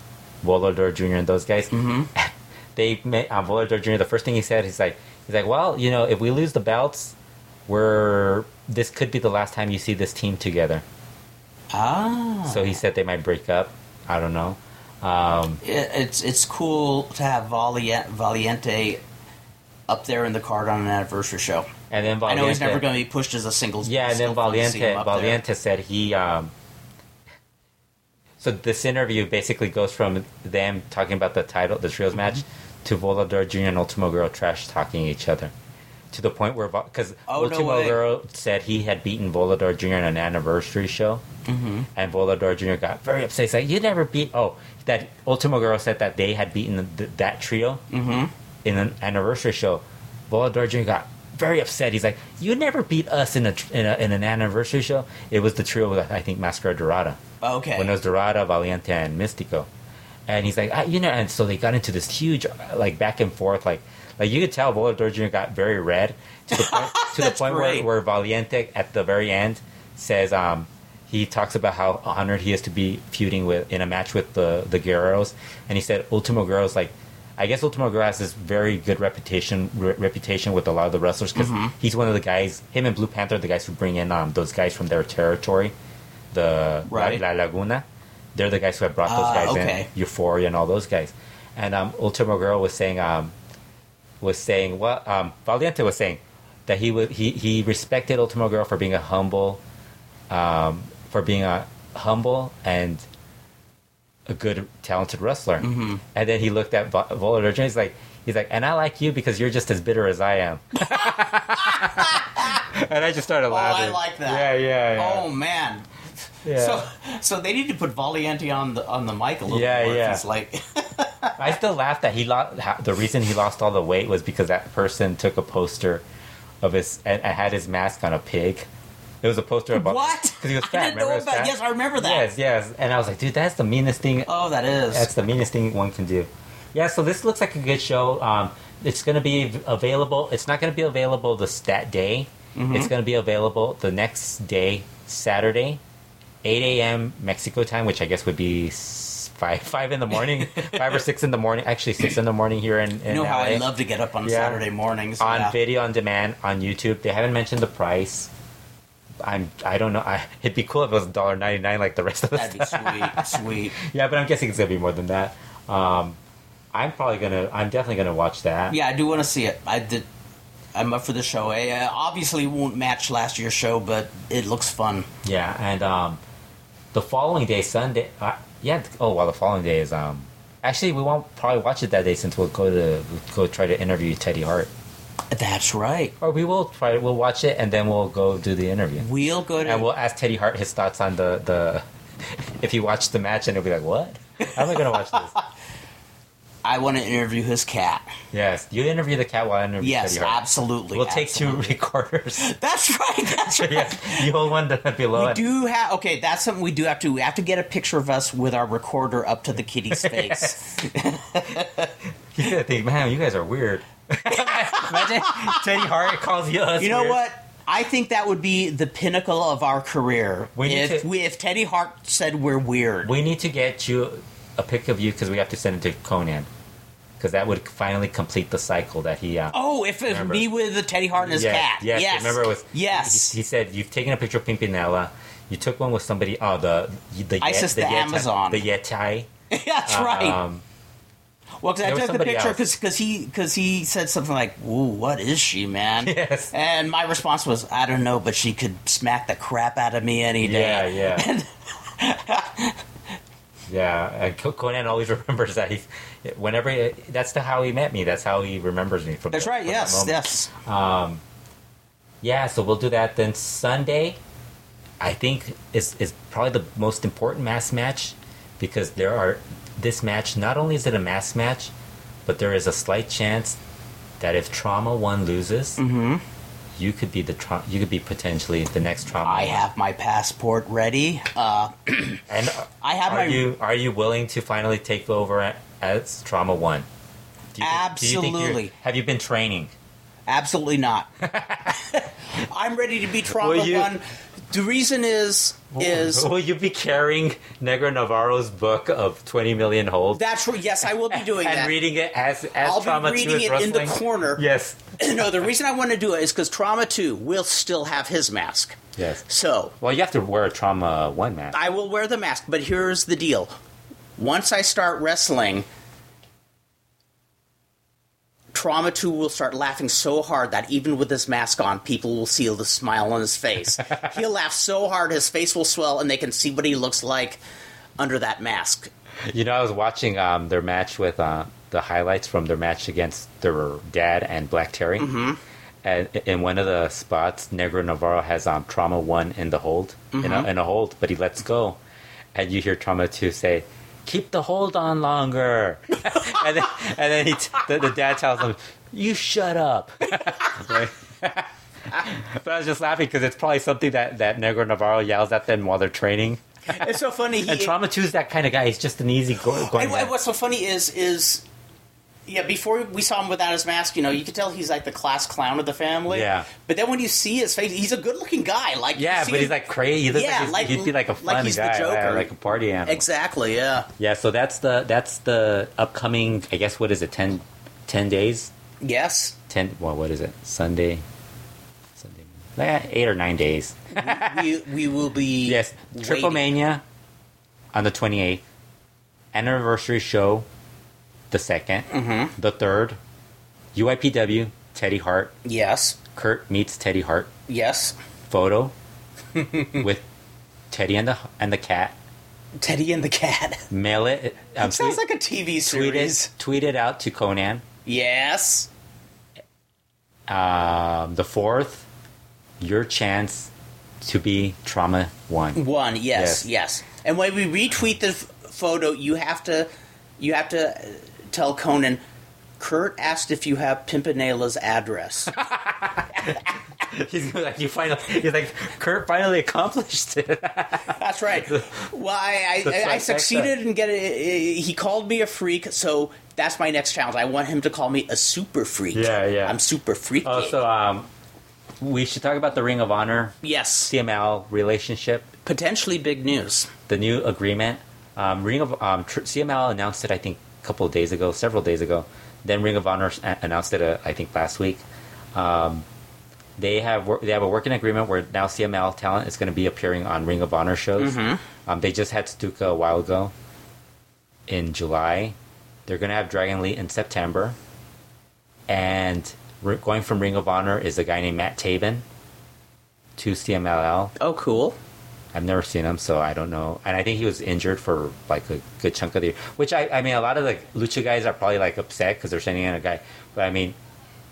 F: Volador Jr. and those guys. Mm-hmm. they met um, Volador Jr. The first thing he said, he's like, he's like, well, you know, if we lose the belts, we're this could be the last time you see this team together.
D: ah,
F: So he said they might break up. I don't know.
D: it, it's it's cool to have Valia- Valiente up there in the card on an anniversary show.
F: And then
D: I
F: Valiente,
D: know he's never going to be pushed as a singles.
F: yeah, and then
D: still fun to see
F: Valiente,
D: him up there.
F: Valiente said he. Um, so this interview basically goes from them talking about the title, the
D: Mm-hmm.
F: trios match, to Volador Jr. and Ultimo Girl trash talking each other, to the point where because
D: Oh, no
F: Ultimo
D: way.
F: Girl said he had beaten Volador Jr. in an anniversary show,
D: Mm-hmm.
F: and Volador Jr. got very upset. He's like, "You never beat." Oh, that Ultimo Girl said that they had beaten th- that trio
D: Mm-hmm.
F: in an anniversary show, Volador Jr. got very upset. He's like, "You never beat us in a in, a, in an anniversary show." It was the trio with I think Mascara Dorada.
D: Okay.
F: When it was Dorada, Valiente, and Mystico, and he's like, I, "You know," and so they got into this huge uh, like back and forth, like like you could tell Volador Jr. got very red to the point to the
D: That's
F: point where,
D: great.
F: where Valiente at the very end says, um. He talks about how honored he is to be feuding with in a match with the the Guerreros, and he said Ultimo Guerrero's like I guess Ultimo Guerrero has this very good reputation re- reputation with a lot of the wrestlers because
D: Mm-hmm.
F: he's one of the guys. Him and Blue Panther, are the guys who bring in um, those guys from their territory, the La-
D: Right.
F: La, Laguna. They're the guys who have brought those
D: Ah,
F: guys
D: okay.
F: in, Euphoria and all those guys. And um, Ultimo Guerrero was saying um, was saying well um, Valiente was saying that he was he, he respected Ultimo Guerrero for being a humble, um, for being a humble and a good talented wrestler.
D: Mm-hmm.
F: And then he looked at Vol- Volador Jr. He's like, he's like, and I like you because you're just as bitter as I am. and I just started laughing.
D: Oh, like that.
F: Yeah, yeah, yeah.
D: Oh man.
F: yeah.
D: So so they need to put Valiente on the on the mic a little
F: Yeah,
D: bit more. if
F: yeah.
D: He's like
F: I still laugh that he lost. The reason he lost all the weight was because that person took a poster of his and, and had his mask on a pig. It was a poster about
D: what?
F: because he was fat.
D: I didn't
F: remember?
D: know
F: He was
D: about.
F: fat.
D: Yes, I remember that.
F: Yes, yes. And I was like, dude, that's the meanest thing
D: Oh, that is.
F: That's the meanest thing one can do. Yeah, so this looks like a good show. Um, it's going to be av- available. It's not going to be available this that day.
D: Mm-hmm.
F: It's going to be available the next day, Saturday, eight a.m. Mexico time, which I guess would be s- five five in the morning, five or six in the morning. Actually, six in the morning here in, in
D: you know how I
F: LA.
D: love to get up on
F: Yeah.
D: Saturday mornings.
F: on
D: yeah.
F: video on demand on YouTube. They haven't mentioned the price. I'm I don't know. I, it'd be cool if it was $1.99 like the rest of the
D: That'd be sweet, sweet.
F: yeah, but I'm guessing it's gonna be more than that. Um, I'm probably gonna. I'm definitely gonna watch that.
D: Yeah, I do want to see it. I did. I'm up for the show. I, uh, obviously, it won't match last year's show, but it looks fun.
F: Yeah, and um, the following day, Sunday. Uh, yeah. Oh well, the following day is um. Actually, we won't probably watch it that day since we'll go to we'll go try to interview Teddy Hart,
D: That's right.
F: or we will try. We'll watch it and then we'll go do the interview,
D: We'll go to.
F: and we'll ask Teddy Hart his thoughts on the the if he watched the match, and he'll be like, "What? How am I gonna watch this?"
D: I want to interview his cat.
F: yes, you interview the cat while I interview
D: Yes,
F: Teddy Hart.
D: absolutely.
F: We'll take two
D: absolutely.
F: recorders.
D: That's right. That's right.
F: yes, you hold one below.
D: We
F: and-
D: do have okay. That's something we do have to. We have to get a picture of us with our recorder up to the kitty's face.
F: You gotta think, man, you guys are weird. Imagine Teddy Hart calls you us.
D: you know
F: weird.
D: what? I think that would be the pinnacle of our career.
F: We need
D: if
F: to-
D: we, if Teddy Hart said we're weird,
F: We need to get you a pic of you because we have to send it to Conan because that would finally complete the cycle that he. Uh,
D: Oh, if it was
F: Remember.
D: me with the Teddy Hart and his
F: yes,
D: cat.
F: Yes,
D: Yes.
F: Remember, it was
D: Yes.
F: He, he said you've taken a picture of Pimpinella. You took one with somebody. Oh, the the yet-
D: Isis
F: the,
D: the
F: Yetai-
D: Amazon.
F: the Yetai.
D: That's right.
F: Um,
D: Well, because
F: there
D: I
F: was
D: took the
F: somebody
D: picture
F: else.
D: because he because he said something like, "Ooh, what is she, man?"
F: Yes.
D: And my response was, "I don't know, but she could smack the crap out of me any
F: yeah,
D: day."
F: yeah. Yeah, and Co- Conan always remembers that. He, whenever that's the how he met me. That's how he remembers me from.
D: That's
F: that-
D: right.
F: from that
D: Yes. Yes.
F: moment. Yeah, so we'll do that then Sunday. I think is is probably the most important mass match because there are this match. Not only is it a mass match, but there is a slight chance that if trauma one loses,
D: Mm-hmm.
F: you could be the tra- you could be potentially the next trauma.
D: I
F: one.
D: have my passport ready. Uh,
F: And
D: I have my
F: are you are you willing to finally take over a- as trauma one? Do think- do you think you're-
D: Absolutely.
F: have you been training?
D: Absolutely not. I'm ready to be trauma
F: Will you-
D: one. The reason is is
F: Will you be carrying Negro Navarro's book of twenty million holds
D: that's where, yes, I will be doing
F: and
D: that.
F: reading it as as
D: I'll
F: trauma
D: be reading
F: two is
D: it in the
F: wrestling?
D: corner.
F: Yes.
D: no, the reason I want to do it is because trauma two will still have his mask.
F: Yes.
D: So
F: Well, you have to wear a trauma one mask.
D: I will wear the mask, but here's the deal. Once I start wrestling, Trauma 2 will start laughing so hard that even with his mask on, people will see the smile on his face. He'll laugh so hard his face will swell and they can see what he looks like under that mask.
F: You know, I was watching um, their match with uh, the highlights from their match against their dad and Black Terry. Mm-hmm. And in one of the spots, Negro Navarro has um, trauma one in the hold, in, a, in a hold, but he lets go, and you hear trauma two say, "Keep the hold on longer," and then, and then he t- the, the dad tells him, "You shut up." Like- but I was just laughing because it's probably something that that Negro Navarro yells at them while they're training.
D: It's so funny. He,
F: And Trauma Two is that kind of guy. He's just an easy go- going.
D: And,
F: guy.
D: and what's so funny is is yeah, before we saw him without his mask, you know, you could tell he's like the class clown of the family.
F: Yeah.
D: But then when you see his face, he's a good-looking guy. Like you
F: Yeah,
D: see
F: but
D: him-
F: he's like crazy. He looks
D: Yeah,
F: like, he's,
D: like-
F: he'd be like a fun
D: like he's the
F: guy,
D: Joker.
F: yeah, like a party animal.
D: Exactly, yeah.
F: Yeah, so that's the that's the upcoming. I guess what is it? 10, 10 days.
D: Yes.
F: Ten. Well, what is it? Sunday. Sunday. Yeah, eight or nine days.
D: we, we will be
F: Yes,
D: waiting.
F: Triple Mania on the twenty eighth. Anniversary show, the 2nd
D: Mm-hmm.
F: the third. UIPW Teddy Hart.
D: Yes,
F: Kurt meets Teddy Hart.
D: yes.
F: Photo with Teddy and the and the cat.
D: Teddy and the Cat.
F: Mail it. um,
D: Sounds
F: tweet-
D: like a TV
F: tweet
D: series.
F: it, tweet it out to Conan.
D: Yes.
F: Um, the fourth, your chance to be trauma one.
D: One. Yes, yes.
F: Yes.
D: And when we retweet the f- photo, you have to, you have to uh, tell Conan. Kurt asked if you have Pimpanella's address.
F: He's like, you finally. He's like, Kurt finally accomplished it.
D: That's right. Well, I,
F: The
D: I, I
F: trifecta.
D: succeeded in getting. uh, He called me a freak, so that's my next challenge. I want him to call me a super freak.
F: Yeah, yeah.
D: I'm super freaky.
F: Oh, so um, we should talk about the Ring of Honor
D: yes,
F: CML relationship,
D: potentially big news.
F: the new agreement. Um, Ring of um, tr- CML announced it, I think, a couple of days ago, several days ago. Then Ring of Honor s- a- announced it, uh, I think, last week. Um, they have wor- they have a working agreement where now CML talent is going to be appearing on Ring of Honor shows. Um, they just had Stuka a while ago in July. They're going to have Dragon Lee in September, and re- going from Ring of Honor is a guy named Matt Taven to CMLL.
D: Oh, cool.
F: I've never seen him, so I don't know. And I think he was injured for like a good chunk of the year. Which I, I mean, a lot of the lucha guys are probably like upset because they're sending in a guy. But I mean,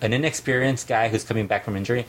F: an inexperienced guy who's coming back from injury,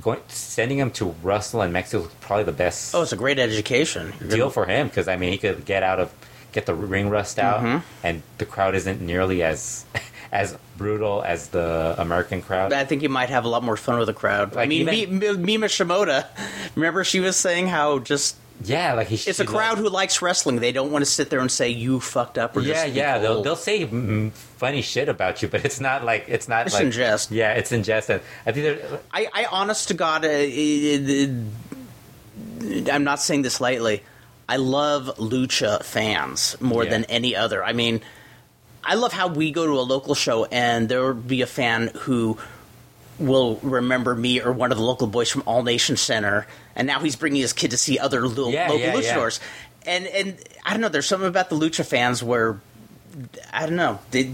F: going sending him to wrestle in Mexico is probably the best
D: Oh, it's a great education.
F: deal for him because I mean, he could get out of get the ring rust out,
D: Mm-hmm.
F: and the crowd isn't nearly as as brutal as the American crowd.
D: I think you might have a lot more fun with the crowd. I
F: Like,
D: mean,
F: even-
D: Mi- Mi- Mima Shimoda, remember she was saying how just
F: yeah, like he.
D: it's a crowd who likes wrestling. They don't want to sit there and say you fucked up or
F: yeah,
D: just be
F: yeah, they'll
D: cold.
F: they'll say mm, funny shit about you, but it's not like it's not
D: It's
F: like
D: in jest.
F: Yeah, it's in jest. And I think there-
D: I, I honest to God, uh, uh, uh, I'm not saying this lightly. I love lucha fans more
F: Yeah.
D: than any other. I mean, I love how we go to a local show and there will be a fan who will remember me or one of the local boys from All Nation Center, and now he's bringing his kid to see other little,
F: Yeah,
D: local
F: yeah, yeah.
D: luchadors. And and I don't know. There's something about the lucha fans where I don't know. They,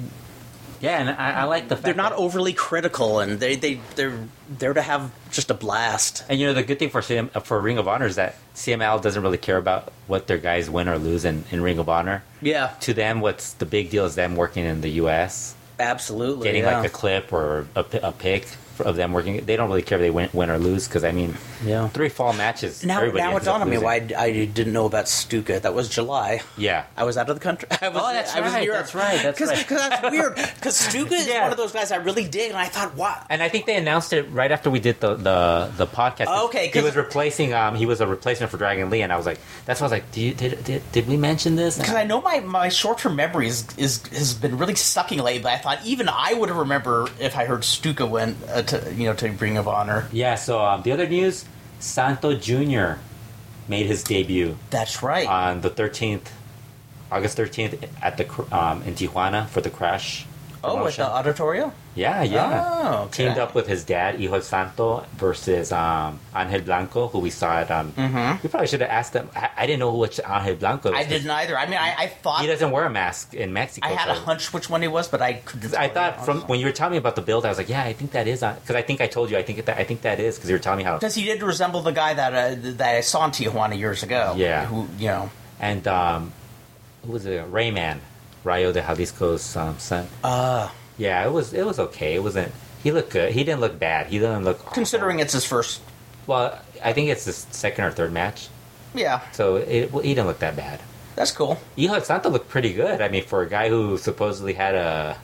F: yeah, and I, I like the fact
D: they're not
F: that-
D: overly critical and they, they they're there to have just a blast
F: And you know the good thing for CM, for Ring of Honor is that CML doesn't really care about what their guys win or lose in, in Ring of Honor.
D: yeah
F: To them, what's the big deal is them working in the U.S.
D: absolutely
F: getting
D: yeah.
F: like a clip or a, pi- a pick of them working. They don't really care if they win, win or lose because I mean,
D: Yeah.
F: three fall matches.
D: Now,
F: everybody
D: now
F: ends
D: it's
F: up
D: on me
F: losing.
D: why I, I didn't know about Stuka. That was July.
F: Yeah,
D: I was out of the country. I was,
F: Oh, that's
D: I was in
F: right,
D: Europe.
F: that's right, that's
D: Cause,
F: right.
D: 'cause that's weird. Because Stuka is
F: Yeah.
D: one of those guys I really dig, and I thought, wow.
F: and I think they announced it right after we did the the, the podcast.
D: Oh, Okay,
F: he
D: 'cause-
F: was replacing um he was a replacement for Dragon Lee, and I was like, that's why I was like, did you, did, did did we mention this?
D: Because
F: And
D: I
F: I-
D: know my, my short term memory is, is has been really sucking lately. I thought even I would remember if I heard Stuka win uh, to you know to Ring of Honor.
F: yeah. So um, the other news, Santo Junior made his debut.
D: That's right.
F: on the 13th, August 13th at the cr- um, in Tijuana for the crash.
D: oh, with
F: promotion.
D: the Auditorio.
F: yeah, yeah.
D: Oh, okay.
F: Teamed up with his dad, Hijo Santo, versus um, Angel Blanco, who we saw at. Um, We probably should have asked them. I, I didn't know which Angel Blanco. Was
D: Mm-hmm. I didn't either. I mean, I, I
F: He
D: thought
F: doesn't wear a mask in Mexico.
D: I had a
F: so-
D: hunch which one he was, but I couldn't.
F: I
D: tell
F: thought
D: you.
F: from when you were telling me about the build, I was like, yeah, I think that is on. Because I think I told you, I think that I think that is because you were telling me how.
D: because he did resemble the guy that uh, that I saw in Tijuana years ago.
F: Yeah.
D: who you know.
F: And um, who was it? Rayman, Rayo de Jalisco's um, son.
D: Uh,
F: Yeah, it was it was okay. It wasn't. He looked good. He didn't look bad. He didn't look. awful.
D: considering it's his first,
F: well, I think it's the second or third match,
D: yeah,
F: so it, well, he didn't look that bad.
D: that's cool.
F: Iho Santo looked pretty good. I mean, for a guy who supposedly had a,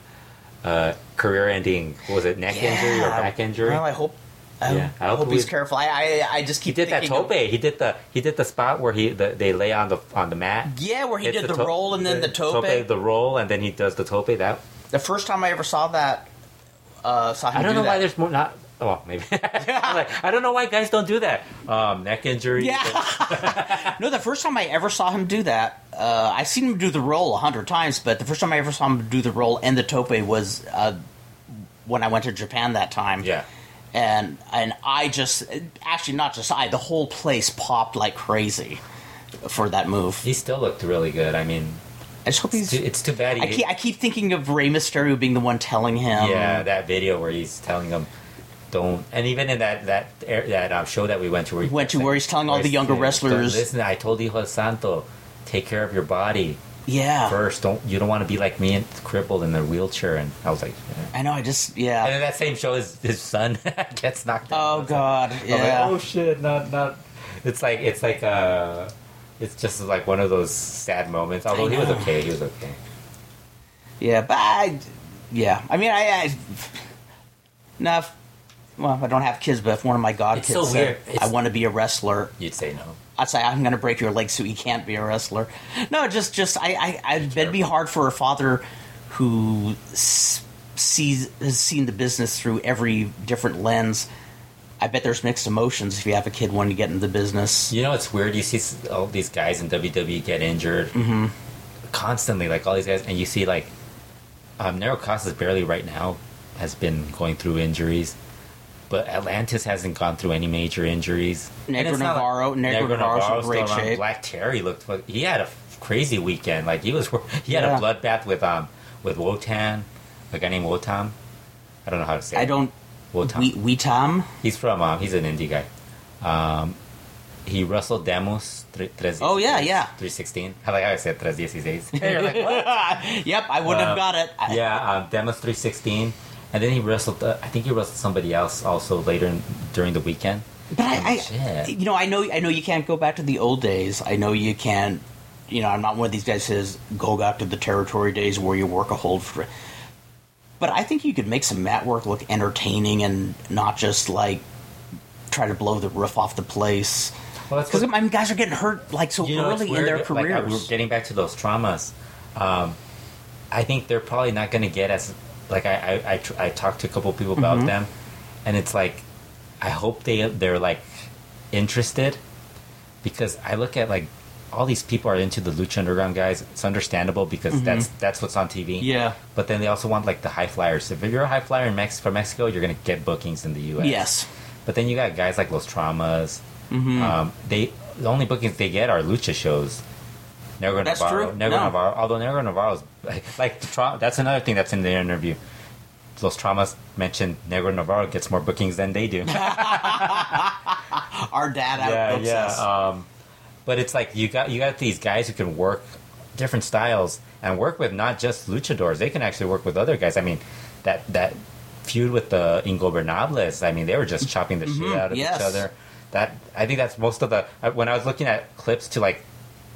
F: a career-ending, what was it neck injury or
D: Yeah.
F: back injury?
D: Well, I hope. I,
F: Yeah, I
D: I
F: hope
D: hope he's
F: we-
D: careful. I, I, I just
F: he
D: keep
F: did that
D: thinking
F: tope.
D: Of,
F: he did the he did the spot where he the, they lay on the on the mat.
D: yeah, where he
F: Hits
D: did the,
F: to-
D: roll and then the tope.
F: the roll, and then he does the tope. That
D: The first time I ever saw that, uh, saw him
F: I don't
D: do
F: know why
D: that.
F: there's more not. Oh, maybe. I'm like, I don't know why guys don't do that. Um, neck injury.
D: Yeah. no, the first time I ever saw him do that, uh, I've seen him do the roll a hundred times, but the first time I ever saw him do the roll and the tope was uh, when I went to Japan that time.
F: Yeah.
D: And and I just actually not just I the whole place popped like crazy for that move.
F: He still looked really good. I mean,
D: I just hope
F: it's
D: he's.
F: too, it's too bad. He,
D: I keep, I keep thinking of Rey Mysterio being the one telling him.
F: yeah, that video where he's telling him, "Don't." And even in that that air- that um, show that we went to, where he
D: Went to where he's telling all the younger
F: saying, "Don't
D: wrestlers-
F: Listen, I told Hijo Santo, take care of your body
D: Yeah.
F: first. Don't you don't want to be like me and crippled in a wheelchair. And I was like, yeah.
D: I know. I just yeah.
F: and then that same show is his son gets knocked out.
D: oh God.
F: I was like,
D: Yeah.
F: oh shit, not not. It's like it's like uh, it's just like one of those sad moments. Although he was
D: know.
F: okay, he was okay.
D: Yeah, but I, yeah, I mean, I, I no, if- well, I don't have kids, but if one of my godkids
F: It's so
D: said,
F: weird. It's-
D: I want to be a wrestler,
F: You'd say no.
D: I'd say I'm going to break your leg so you can't be a wrestler. No, just, just I, I, I it'd be
F: terrible.
D: hard for a father who s- sees has seen the business through every different lens. I bet there's mixed emotions if you have a kid wanting to get into the business.
F: You know, it's weird. You see s- all these guys in WWE get injured
D: Mm-hmm.
F: constantly, like all these guys, and you see like um, Nero Costa's barely right now has been going through injuries, but Atlantis hasn't gone through any major injuries. And
D: Negro
F: it's not like-
D: Navarro- Negro Navarro's in
F: Navarro's
D: great
F: still around.
D: shape.
F: Black Terry looked. fuck- He had a f- crazy weekend. Like he was. He had
D: Yeah.
F: a bloodbath with um with Wotan, a guy named Wotan. I don't know how to say.
D: I
F: it.
D: don't.
F: Wotan.
D: We, we Tom.
F: He's from um, he's an indie guy. Um, he wrestled Demos three, tres,
D: Oh, yeah, yeah.
F: three sixteen. I like how I said tres dieciséis. You're like, what?
D: Yep, I wouldn't
F: Um,
D: have got it. I-
F: yeah, um, Demos three sixteen, and then he wrestled. Uh, I think he wrestled somebody else also later in, during the weekend.
D: But I, I
F: Oh, Shit.
D: you know, I know, I know you can't go back to the old days. I know you can't. You know, I'm not one of these guys who says go back to the territory days where you work a hold for. But I think you could make some mat work look entertaining and not just like try to blow the roof off the place.
F: Well, that's
D: Because I mean, guys are getting hurt like so
F: it's
D: early in
F: weird,
D: their
F: like, uh,
D: careers.
F: we're getting back to those traumas. Um, I think they're probably not going to get as like I I, I, tr- I talked to a couple people
D: Mm-hmm.
F: about them, and it's like I hope they they're like interested because I look at like all these people are into the lucha underground guys. It's understandable because that's that's what's on TV.
D: Mm-hmm. yeah.
F: But then they also want like the high flyers. If you're a high flyer in Mex- from Mexico, you're going to get bookings in the U.S.
D: Yes.
F: But then you got guys like Los Traumas.
D: Mm-hmm.
F: Um, they the only bookings they get are lucha shows. Negro
D: That's
F: Navarro,
D: true.
F: Negro
D: No.
F: Navarro. Although Negro Navarro's like the tra- that's another thing that's in the interview. Los Traumas mentioned Negro Navarro gets more bookings than they do.
D: Our dad
F: yeah,
D: outbooks
F: yeah.
D: us.
F: Um, but it's like you got you got these guys who can work different styles and work with not just luchadors. They can actually work with other guys. I mean, that that feud with the Ingobernables. I mean, they were just chopping the shit out of
D: Mm-hmm. Yes.
F: each other. That I think that's most of the I- when I was looking at clips to like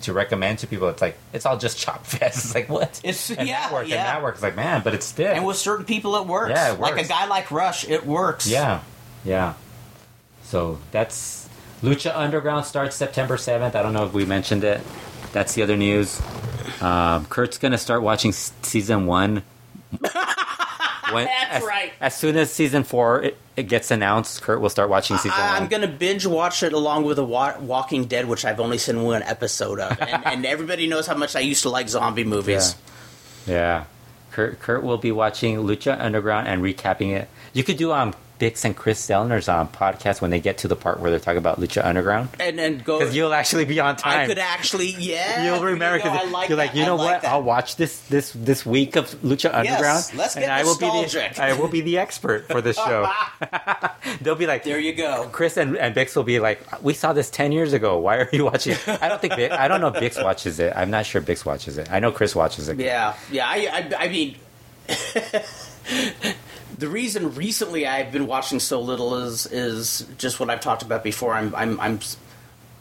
F: to recommend to people, it's like it's all just chop fest. It's like what?
D: It's-
F: and
D: yeah,
F: network
D: yeah.
F: and network. It's like man, but it's still
D: And with certain people, it works.
F: Yeah, it
D: Like
F: works.
D: a guy like Rush, it works.
F: Yeah, yeah. So that's Lucha Underground starts September seventh. I don't know if we mentioned it. That's the other news. Um, Kurt's gonna start watching s- season one. When-
D: That's
F: as,
D: right.
F: As soon as season four it, it gets announced, Kurt will start watching season
D: I-
F: one.
D: I'm gonna binge watch it along with the wa- Walking Dead, which I've only seen one episode of, and, and everybody knows how much I used to like zombie movies.
F: yeah, Kurt Kurt will be watching Lucha Underground and recapping it. You could do um Dix and Chris Zellner's um, podcast when they get to the part where they're talking about Lucha Underground
D: And and go.
F: because you'll actually be on time.
D: I could actually, yeah.
F: you'll remember
D: you know,
F: because
D: I like
F: you're like,
D: that,
F: you
D: I
F: know
D: like
F: what?
D: that.
F: I'll watch this this this week of Lucha Underground,
D: let's get
F: and I will be
D: nostalgic.
F: the I will be the expert for this show. They'll be like,
D: there you go.
F: Chris and, and Bix will be like, we saw this ten years ago. Why are you watching? it?" I don't think Bix, I don't know if Bix watches it. I'm not sure Bix watches it. I know Chris watches it.
D: Yeah, yeah. I, I, I mean, the reason recently I've been watching so little is is just what I've talked about before. I'm I'm I'm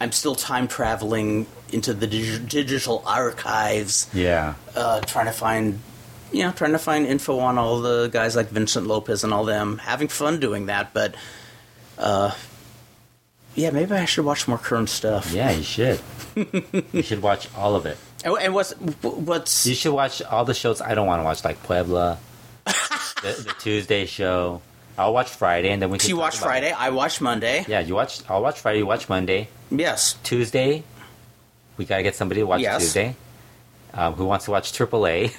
D: I'm still time traveling into the dig- digital archives,
F: yeah,
D: uh, trying to find. You know, trying to find info on all the guys like Vincent Lopez and all them, having fun doing that. But, uh, yeah, maybe I should watch more current stuff.
F: yeah. You should. you should watch all of it.
D: Oh, and what's what's
F: You should watch all the shows I don't want to watch, like Puebla, the, the Tuesday show. I'll watch Friday, and then we. can
D: you
F: talk
D: watch
F: about it.
D: Friday? I watch Monday.
F: Yeah, you watch. I'll watch Friday. You watch Monday.
D: Yes.
F: Tuesday, we gotta get somebody to watch
D: Yes. Uh,
F: Tuesday. Um, who wants to watch AAA?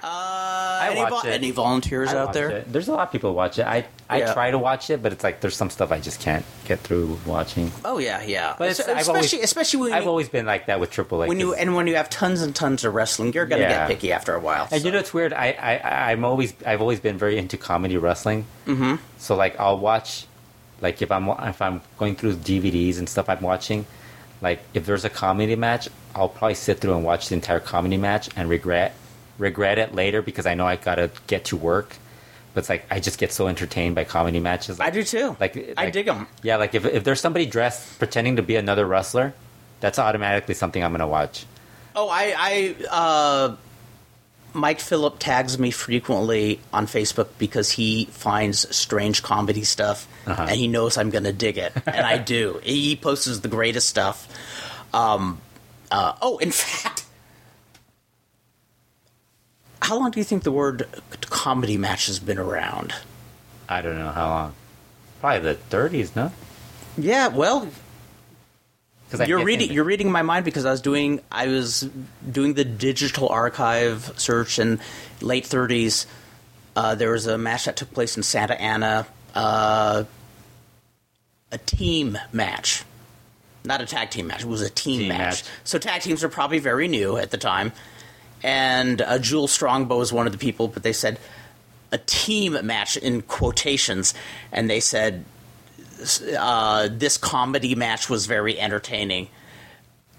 F: I
D: any,
F: watch
D: vol-
F: it.
D: any volunteers
F: I
D: out
F: watch
D: there?
F: it. There's a lot of people who watch it. I I
D: Yeah.
F: try to watch it, but it's like there's some stuff I just can't get through watching.
D: Oh yeah, yeah.
F: But it's-
D: especially,
F: I've always-
D: especially when
F: I've
D: you,
F: always been like that with AAA.
D: when you
F: 'cause-
D: and when you have tons and tons of wrestling, you're gonna
F: Yeah.
D: get picky after a while.
F: and
D: so.
F: you know it's weird. I I I'm always I've always been very into comedy wrestling. Mm-hmm. So like I'll watch, like if I'm wa- if I'm going through DVDs and stuff I'm watching, like if there's a comedy match, I'll probably sit through and watch the entire comedy match and regret regret it later because I know I gotta get to work. But it's like I just get so entertained by comedy matches. Like,
D: I do too.
F: Like,
D: I
F: like-
D: dig them.
F: Yeah, like if if there's somebody dressed pretending to be another wrestler, that's automatically something I'm gonna watch.
D: Oh, I, I uh, Mike Phillip tags me frequently on Facebook because he finds strange comedy stuff, and he knows I'm gonna dig it, and I do. He posts the greatest stuff. Um, uh, oh, in fact. How long do you think the word comedy match has been around?
F: I don't know how long. Probably the 30s, no?
D: Yeah, well,
F: Because
D: you're reading you're reading my mind because I was doing I was doing the digital archive search in late 30s. Uh, there was a match that took place in Santa Ana, uh, a team match, not a tag team match. It was a team,
F: Team
D: match.
F: match.
D: So tag teams are probably very new at the time, and uh, Jewel Strongbow was one of the people, but they said a team match in quotations, and they said uh, this comedy match was very entertaining.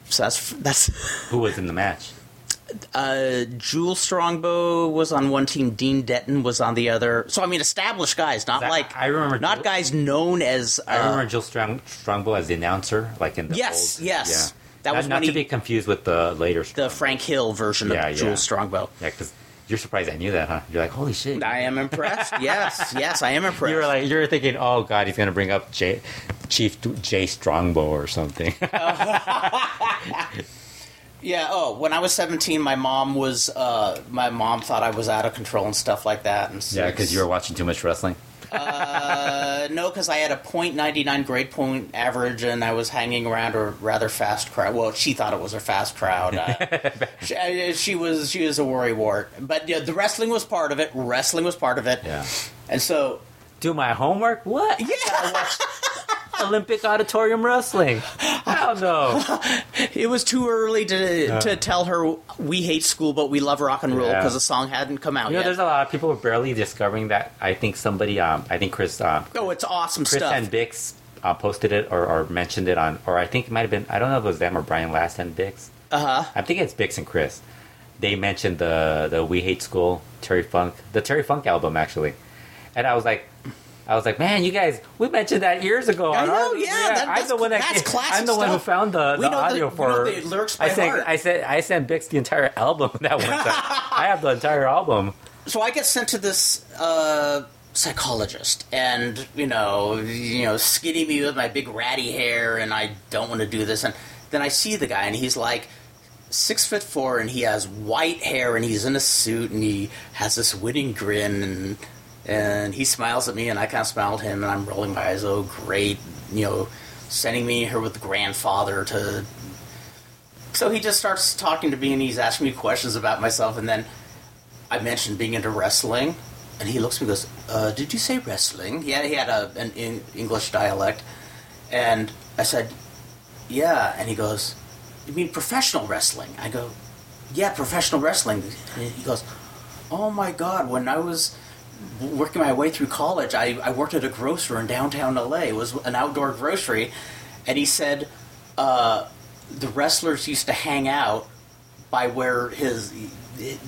D: So that's that's
F: who was in the match.
D: uh, Jewel Strongbow was on one team, Dean Detton was on the other. So I mean, established guys, not
F: That-
D: like
F: I remember
D: not
F: Jewel-
D: guys known as. Uh,
F: I remember Jill Strong, Strongbow as the announcer, like in the
D: Yes,
F: old-
D: yes.
F: yeah.
D: That
F: not,
D: was
F: not
D: when
F: to
D: he-
F: be confused with the later.
D: the
F: Strongbow.
D: Frank Hill version
F: Yeah,
D: of
F: yeah.
D: Jewel Strongbow.
F: yeah, because you're surprised I knew that, huh? You're like, holy shit!
D: I am impressed. yes, yes, I am impressed.
F: you were like, you're thinking, oh god, he's gonna bring up J- Chief J Strongbow or something.
D: Yeah. Oh, when I was seventeen, my mom was. Uh, my mom thought I was out of control and stuff like that. And
F: yeah, because you were watching too much wrestling.
D: uh, no, because I had a .99 grade point average, and I was hanging around a rather fast crowd. Well, she thought it was a fast crowd. Uh, she, uh, she was she was a worry wart, but yeah, the wrestling was part of it. Wrestling was part of it.
F: Yeah.
D: And so
F: Do my homework? What?
D: yeah,
F: Olympic Auditorium Wrestling? Hell no!
D: it was too early to to tell her we hate school, but we love rock and roll
F: Yeah.
D: because the song hadn't come out
F: You know,
D: yet.
F: there's a lot of people barely discovering that. I think somebody, um, I think Chris, um,
D: oh, it's awesome
F: Chris
D: stuff.
F: and Bix uh, posted it or, or mentioned it on, or I think it might have been, I don't know if it was them or Brian Last and Bix.
D: uh huh.
F: I'm thinking it's Bix and Chris. They mentioned the the We Hate School Terry Funk, the Terry Funk album actually, and I was like, I was like, man, you guys, we mentioned that years ago.
D: I
F: on
D: know,
F: our-
D: yeah, that-
F: I'm
D: that's-
F: the one that
D: that's classic
F: I'm the one who
D: stuff.
F: found the,
D: We
F: the
D: know the-
F: audio
D: we
F: for.
D: know the lyrics by
F: I sang,
D: heart.
F: I said, I sent Bix the entire album that one time. I have the entire album.
D: so I get sent to this uh, psychologist, and you know, you know, skinny me with my big ratty hair, and I don't want to do this. And then I see the guy, and he's like six foot four, and he has white hair, and he's in a suit, and he has this winning grin, and and he smiles at me, and I kind of smile at him, and I'm rolling my eyes. Oh, great, you know, sending me here with the grandfather to so he just starts talking to me and he's asking me questions about myself. And then I mentioned being into wrestling. And he looks at me and goes, uh, Did you say wrestling? Yeah, he had a, an in- English dialect. And I said, Yeah. And he goes, You mean professional wrestling? I go, Yeah, professional wrestling. And he goes, Oh my God, when I was working my way through college, I, I worked at a grocer in downtown LA. It was an outdoor grocery. And he said, uh, the wrestlers used to hang out by where his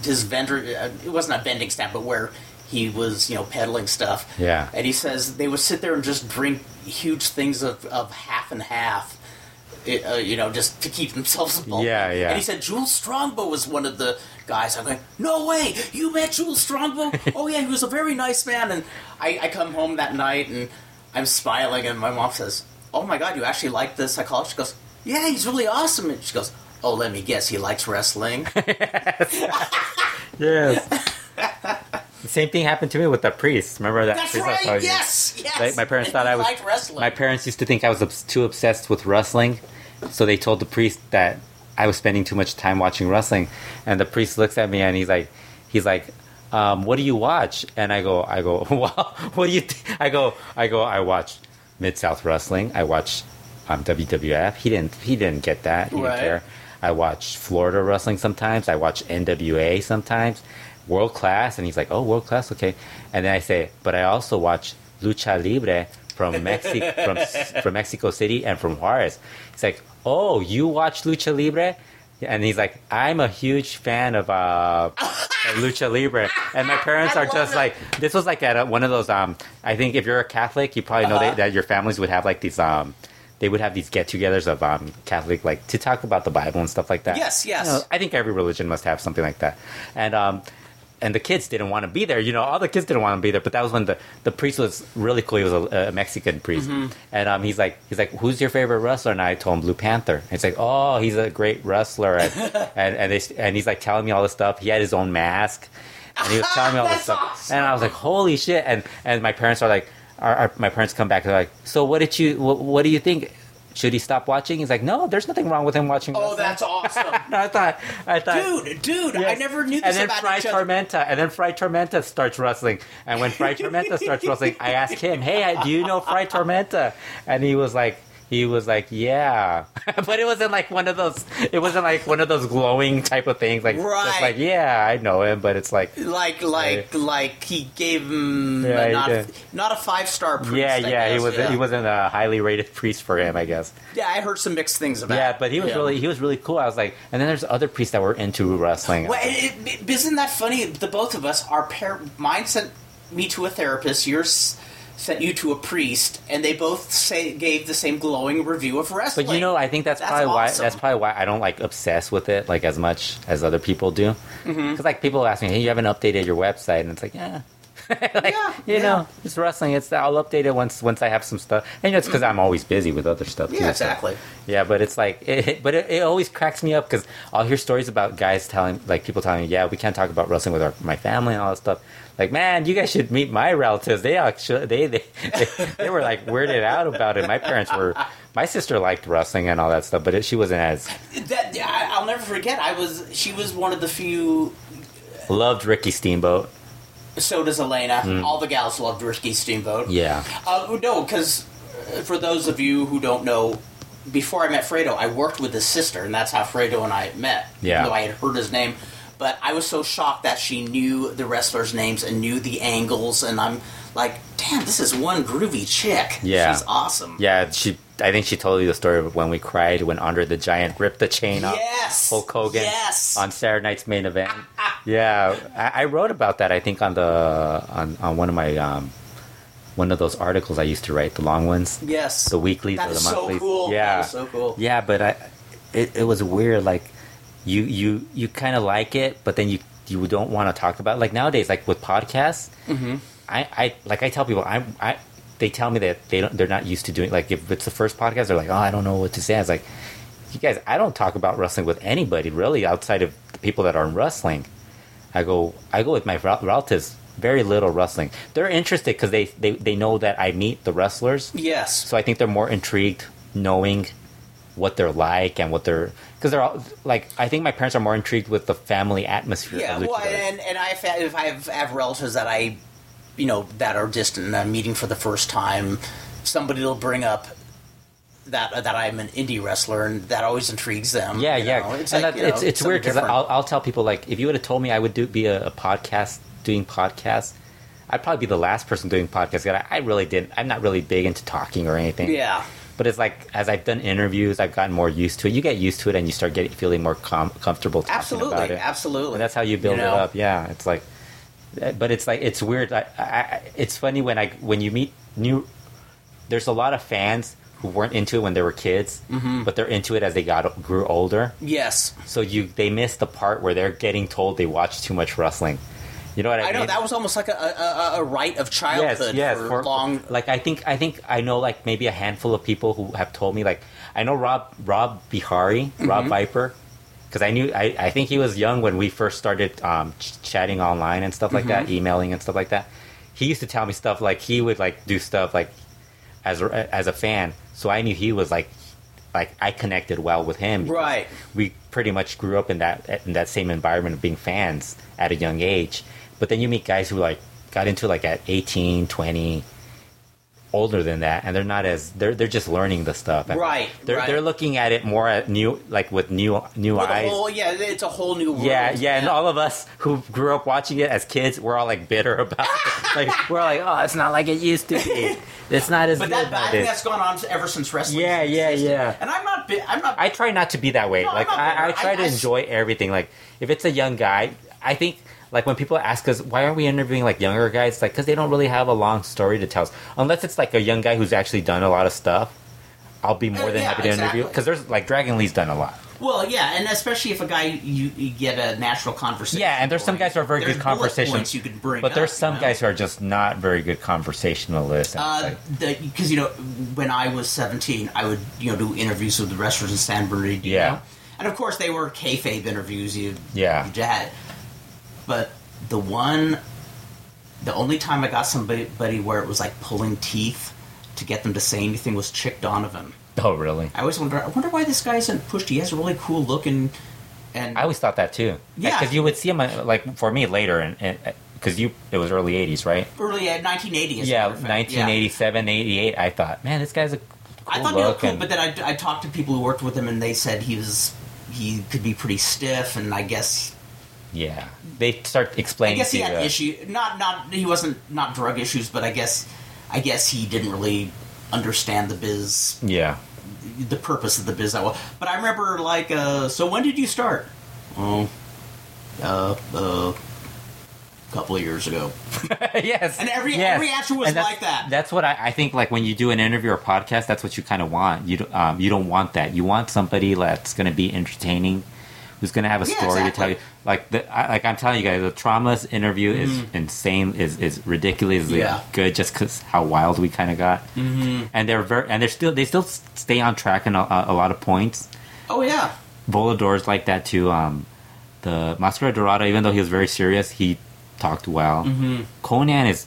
D: his vendor uh, it wasn't a vending stand, but where he was you know peddling stuff.
F: Yeah.
D: and he says they would sit there and just drink huge things of, of half and half. i- uh, you know, just to keep themselves involved.
F: Yeah, yeah.
D: And he said Jules Strongbow was one of the guys. I'm going, no way, you met Jules Strongbow? oh yeah, he was a very nice man. And I, I come home that night and I'm smiling, and my mom says, "Oh my God, you actually like the psychologist?" She goes, "Yeah, he's really awesome." And she goes, "Oh, let me guess, he likes wrestling."
F: Yes. the same thing happened to me with the priest. Remember that?
D: That's
F: priest I was
D: right.
F: telling you?
D: Yes, yes.
F: Like, oh, my parents thought
D: He
F: I was.
D: liked wrestling.
F: My parents used to think I was obs- too obsessed with wrestling, so they told the priest that I was spending too much time watching wrestling. And the priest looks at me and he's like, he's like, um, "What do you watch?" And I go, I go, "Well, what do you?" Th-? I go, I go, I watch Mid South Wrestling. I watch um, WWF. He didn't. He didn't get that. He
D: Right.
F: didn't care. I watch Florida wrestling sometimes. I watch NWA sometimes. World class, and he's like, "Oh, world class, okay." And then I say, "But I also watch lucha libre from Mexico, from from Mexico City, and from Juarez." He's like, "Oh, you watch lucha libre?" And he's like, "I'm a huge fan of uh, of lucha libre." And my parents
D: I
F: are
D: love
F: just
D: it.
F: like, "This was like at a, one of those." Um, I think if you're a Catholic, you probably know that, that your families would have like these. Um, they would have these get-togethers of um, Catholic, like to talk about the Bible and stuff like that.
D: Yes, yes.
F: You know, I think every religion must have something like that, and um, and the kids didn't want to be there. You know, all the kids didn't want to be there. But that was when the, the priest was really cool. He was a, a Mexican priest,
D: Mm-hmm.
F: and um, he's like he's like, "Who's your favorite wrestler?" And I told him Blue Panther. And he's like, "Oh, he's a great wrestler," and and and, they, and he's like telling me all this stuff. He had his own mask, and he was telling me all this
D: That's
F: stuff,
D: awesome.
F: and I was like, "Holy shit!" And and my parents are like, our, our, my parents come back. They're like, "So what did you? What, what do you think?" Should he stop watching? He's like, no, there's nothing wrong with him watching.
D: oh,
F: wrestling."
D: that's awesome,
F: No, I thought, I thought,
D: dude, dude. I
F: Yes.
D: never knew
F: And
D: this
F: then
D: about
F: Fry
D: each other.
F: Tormenta, and then Fry Tormenta starts wrestling. And when Fry Tormenta starts wrestling, I asked him, "Hey, I- do you know Fry Tormenta?" And he was like, he was like, "Yeah," but it wasn't like one of those. It wasn't like one of those glowing type of things. Like,
D: Right.
F: just like, yeah, I know him, but it's like,
D: Like, like, like he gave him
F: Yeah, he
D: not, a,
F: did.
D: not a five star priest.
F: yeah,
D: I
F: yeah, he
D: guess,
F: was
D: yeah.
F: he wasn't a highly rated priest for him, I guess.
D: Yeah, I heard some mixed things about.
F: Yeah, but he was
D: yeah.
F: really he was really cool. I was like, and then there's other priests that were into wrestling.
D: Well, it, it, isn't that funny? The both of us, our pair, mine sent me to a therapist. Yours sent you to a priest, and they both say gave the same glowing review of wrestling.
F: But you know, I think that's,
D: That's
F: probably
D: awesome.
F: why that's probably why I don't like obsess with it like as much as other people do. Because
D: Mm-hmm.
F: like people ask me, "Hey, you haven't updated your website," and it's like, yeah. like,
D: Yeah,
F: you
D: yeah.
F: know, it's wrestling. It's I'll update it once once I have some stuff, and you know, it's because I'm always busy with other stuff. too,
D: yeah,
F: so-
D: exactly.
F: yeah, but it's like, it, it- but it, it always cracks me up because I'll hear stories about guys telling, like people telling me, yeah, we can't talk about wrestling with our, my family and all that stuff. Like, man, you guys should meet my relatives. They actually, they, they, they, they were like weirded out about it. My parents were, my sister liked wrestling and all that stuff, but it, she wasn't as
D: That I, I'll never forget. I was she was one of the few.
F: loved Ricky Steamboat.
D: So does Elena. All the gals loved Risky Steamboat.
F: Yeah,
D: Uh, no, because for those of you who don't know, before I met Fredo, I worked with his sister, and that's how Fredo and I met.
F: Yeah.
D: Even Though I had heard his name, but I was so shocked that she knew the wrestlers' names and knew the angles, and I'm like, damn, this is one groovy chick.
F: Yeah.
D: She's awesome.
F: yeah. She, I think she told you the story of when we cried when Andre the Giant ripped the chain off.
D: Yes.
F: uh, Hulk Hogan
D: Yes. Ah,
F: on Saturday Night's main event. yeah, I, I wrote about that. I think on the on, on one of my um, one of those articles I used to write, the long ones,
D: Yes.
F: the weeklies
D: That
F: or the
D: is so
F: monthlies.
D: cool.
F: Yeah,
D: That is so cool.
F: yeah, but I, it, it was weird. Like you you you kind of like it, but then you you don't want to talk about. It. Like nowadays, like with podcasts,
D: Mm-hmm.
F: I I like I tell people I I they tell me that they don't they're not used to doing like if it's the first podcast they're like oh I don't know what to say. I was like, you guys, I don't talk about wrestling with anybody really outside of the people that are in wrestling. I go I go with my rel- relatives. Very little wrestling. They're interested because they, they they know that I meet the wrestlers.
D: Yes.
F: So I think they're more intrigued knowing what they're like and what they're because they're all like I think my parents are more intrigued with the family atmosphere.
D: Yeah.
F: of
D: Well,
F: luchadores.
D: and and I have, if I have, have relatives that I, you know, that are distant and I'm meeting for the first time, somebody will bring up. That, that I'm an indie wrestler and that always intrigues them.
F: yeah,
D: you
F: yeah,
D: know? It's
F: and
D: like,
F: that,
D: you know,
F: it's it's
D: something
F: weird because
D: different.
F: I'll, I'll tell people like if you would have told me I would do be a, a podcast doing podcasts, I'd probably be the last person doing podcasts. 'cause I, I really didn't. I'm not really big into talking or anything.
D: yeah,
F: But it's like as I've done interviews, I've gotten more used to it. You get used to it, and you start getting feeling more com- comfortable talking about
D: absolutely,
F: it.
D: absolutely.
F: And that's how you build
D: know?
F: it up. Yeah, it's like, but it's like it's weird. I, I, I- it's funny when I when you meet new. There's a lot of fans who weren't into it when they were kids, but they're into it as they got grew older.
D: Yes,
F: So you they miss the part where they're getting told they watch too much wrestling. You know what I,
D: I
F: mean?
D: know that was almost like a a, a- a rite of
F: yes,
D: childhood
F: yes.
D: for,
F: for-
D: long.
F: like I think I think I know like maybe a handful of people who have told me like I know Rob Rob Bihari
D: Mm-hmm.
F: Rob Viper because I knew I, I think he was young when we first started um, ch- chatting online and stuff like that,
D: Mm-hmm.
F: emailing and stuff like that. He used to tell me stuff like he would like do stuff like as a, as a fan, so I knew he was like like I connected well with him. because
D: Right.
F: We pretty much grew up in that in that same environment of being fans at a young age. But then you meet guys who like got into like at 18, 20, older than that and they're not as they're they're just learning the stuff. And
D: Right,
F: They're
D: right.
F: they're looking at it more at new like with new new
D: With a
F: eyes.
D: whole, yeah, it's a whole new world.
F: Yeah, yeah, and all of us who grew up watching it as kids, we're all like bitter about it. Like we're like, oh, it's not like it used to be. It's not as
D: But
F: good
D: that, but I
F: nowadays."
D: think that's gone on ever since wrestling.
F: Yeah, yeah,
D: existed.
F: yeah.
D: And I'm not. bi- I'm not.
F: I try not to be that way.
D: No, I'm
F: like
D: not bitter.
F: I, I try
D: I-
F: to
D: I s-
F: enjoy everything. Like if it's a young guy, I think like when people ask us why aren't we interviewing like younger guys, like because they don't really have a long story to tell us. Unless it's like a young guy who's actually done a lot of stuff, I'll be more
D: Uh,
F: than
D: yeah,
F: happy to interview
D: exactly.
F: because there's like Dragon Lee's done a lot.
D: well, yeah, and especially if a guy you, you get a natural conversation.
F: Yeah, and there's some
D: going.
F: guys who are very
D: There's
F: good
D: bullet
F: conversation-
D: points you can bring,
F: But
D: up,
F: there's
D: you
F: some
D: know?
F: guys who are just not very good conversationalists. and it's
D: Uh,
F: like-
D: because you know, when I was seventeen, I would you know do interviews with the wrestlers in San Bernardino,
F: Yeah.
D: and of course they were kayfabe interviews. You
F: Yeah.
D: you had, but the one, the only time I got somebody buddy where it was like pulling teeth to get them to say anything was Chick Donovan.
F: oh really?
D: I always wonder. I wonder why this guy isn't pushed. He has a really cool look and and
F: I always thought that too.
D: Yeah.
F: because you would see him uh, like for me later, and because you it was early '80s, right?
D: early at nineteen eighty.
F: yeah, 1987, 88. I thought, man, this guy's a cool
D: I thought he
F: look.
D: looked cool,
F: and-
D: but then I, I talked to people who worked with him, and they said he was he could be pretty stiff, and I guess
F: yeah, they start
D: I
F: explaining.
D: guess he
F: to
D: had
F: you, uh,
D: issue not not he wasn't not drug issues, but I guess I guess he didn't really understand the biz,
F: Yeah,
D: the purpose of the biz that well. But I remember like, uh, so when did you start? Oh, uh, uh, a couple of years ago.
F: yes,
D: And every-
F: yes.
D: every answer was
F: And that's-
D: like that.
F: That's what I, I think. Like when you do an interview or podcast, that's what you kind of want. You don't- um, you don't want that. You want somebody that's going to be entertaining, who's going to have a
D: Yeah,
F: story to tell
D: exactly.
F: you. Like the, I, like I'm telling you guys, the traumas interview is insane. Is is ridiculously
D: Mm-hmm. Yeah.
F: good just because how wild we kind of got. Mm-hmm. And they're very and they're still they still s- stay on track in a, a a lot of points.
D: Oh yeah,
F: Volador's like that too. Um, the Masquerade Dorado, even though he was very serious, he talked well. Mm-hmm. Conan is,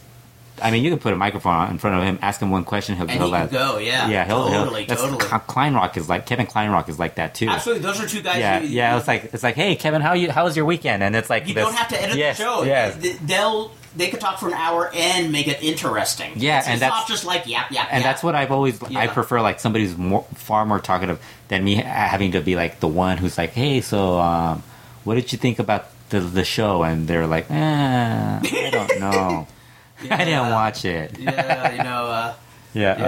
F: I mean, you can put a microphone on in front of him, ask him one question, he'll,
D: and
F: he'll
D: he could
F: laugh.
D: go. Yeah,
F: yeah, he'll
D: totally,
F: he'll, that's-
D: totally.
F: Ke- Kleinrock is like Kevin Kleinrock is like that too.
D: Absolutely, those are two guys.
F: Yeah,
D: who-
F: yeah. It's like it's like, hey, Kevin, how you? How was your weekend? And it's like
D: You
F: this-
D: don't have to edit
F: yes,
D: the show.
F: Yes,
D: Th- They'll they could talk for an hour and make it interesting.
F: Yeah,
D: it's,
F: and
D: it's
F: that's-
D: not just like yap yap.
F: and
D: yap.
F: that's what I've always I
D: Yeah.
F: prefer like somebody who's more far more talkative than me ha- having to be like the one who's like, hey, so um, what did you think about the the show? And they're like, eh, I don't know, I didn't watch it. Yeah,
D: yeah, you know. Uh,
F: yeah, uh,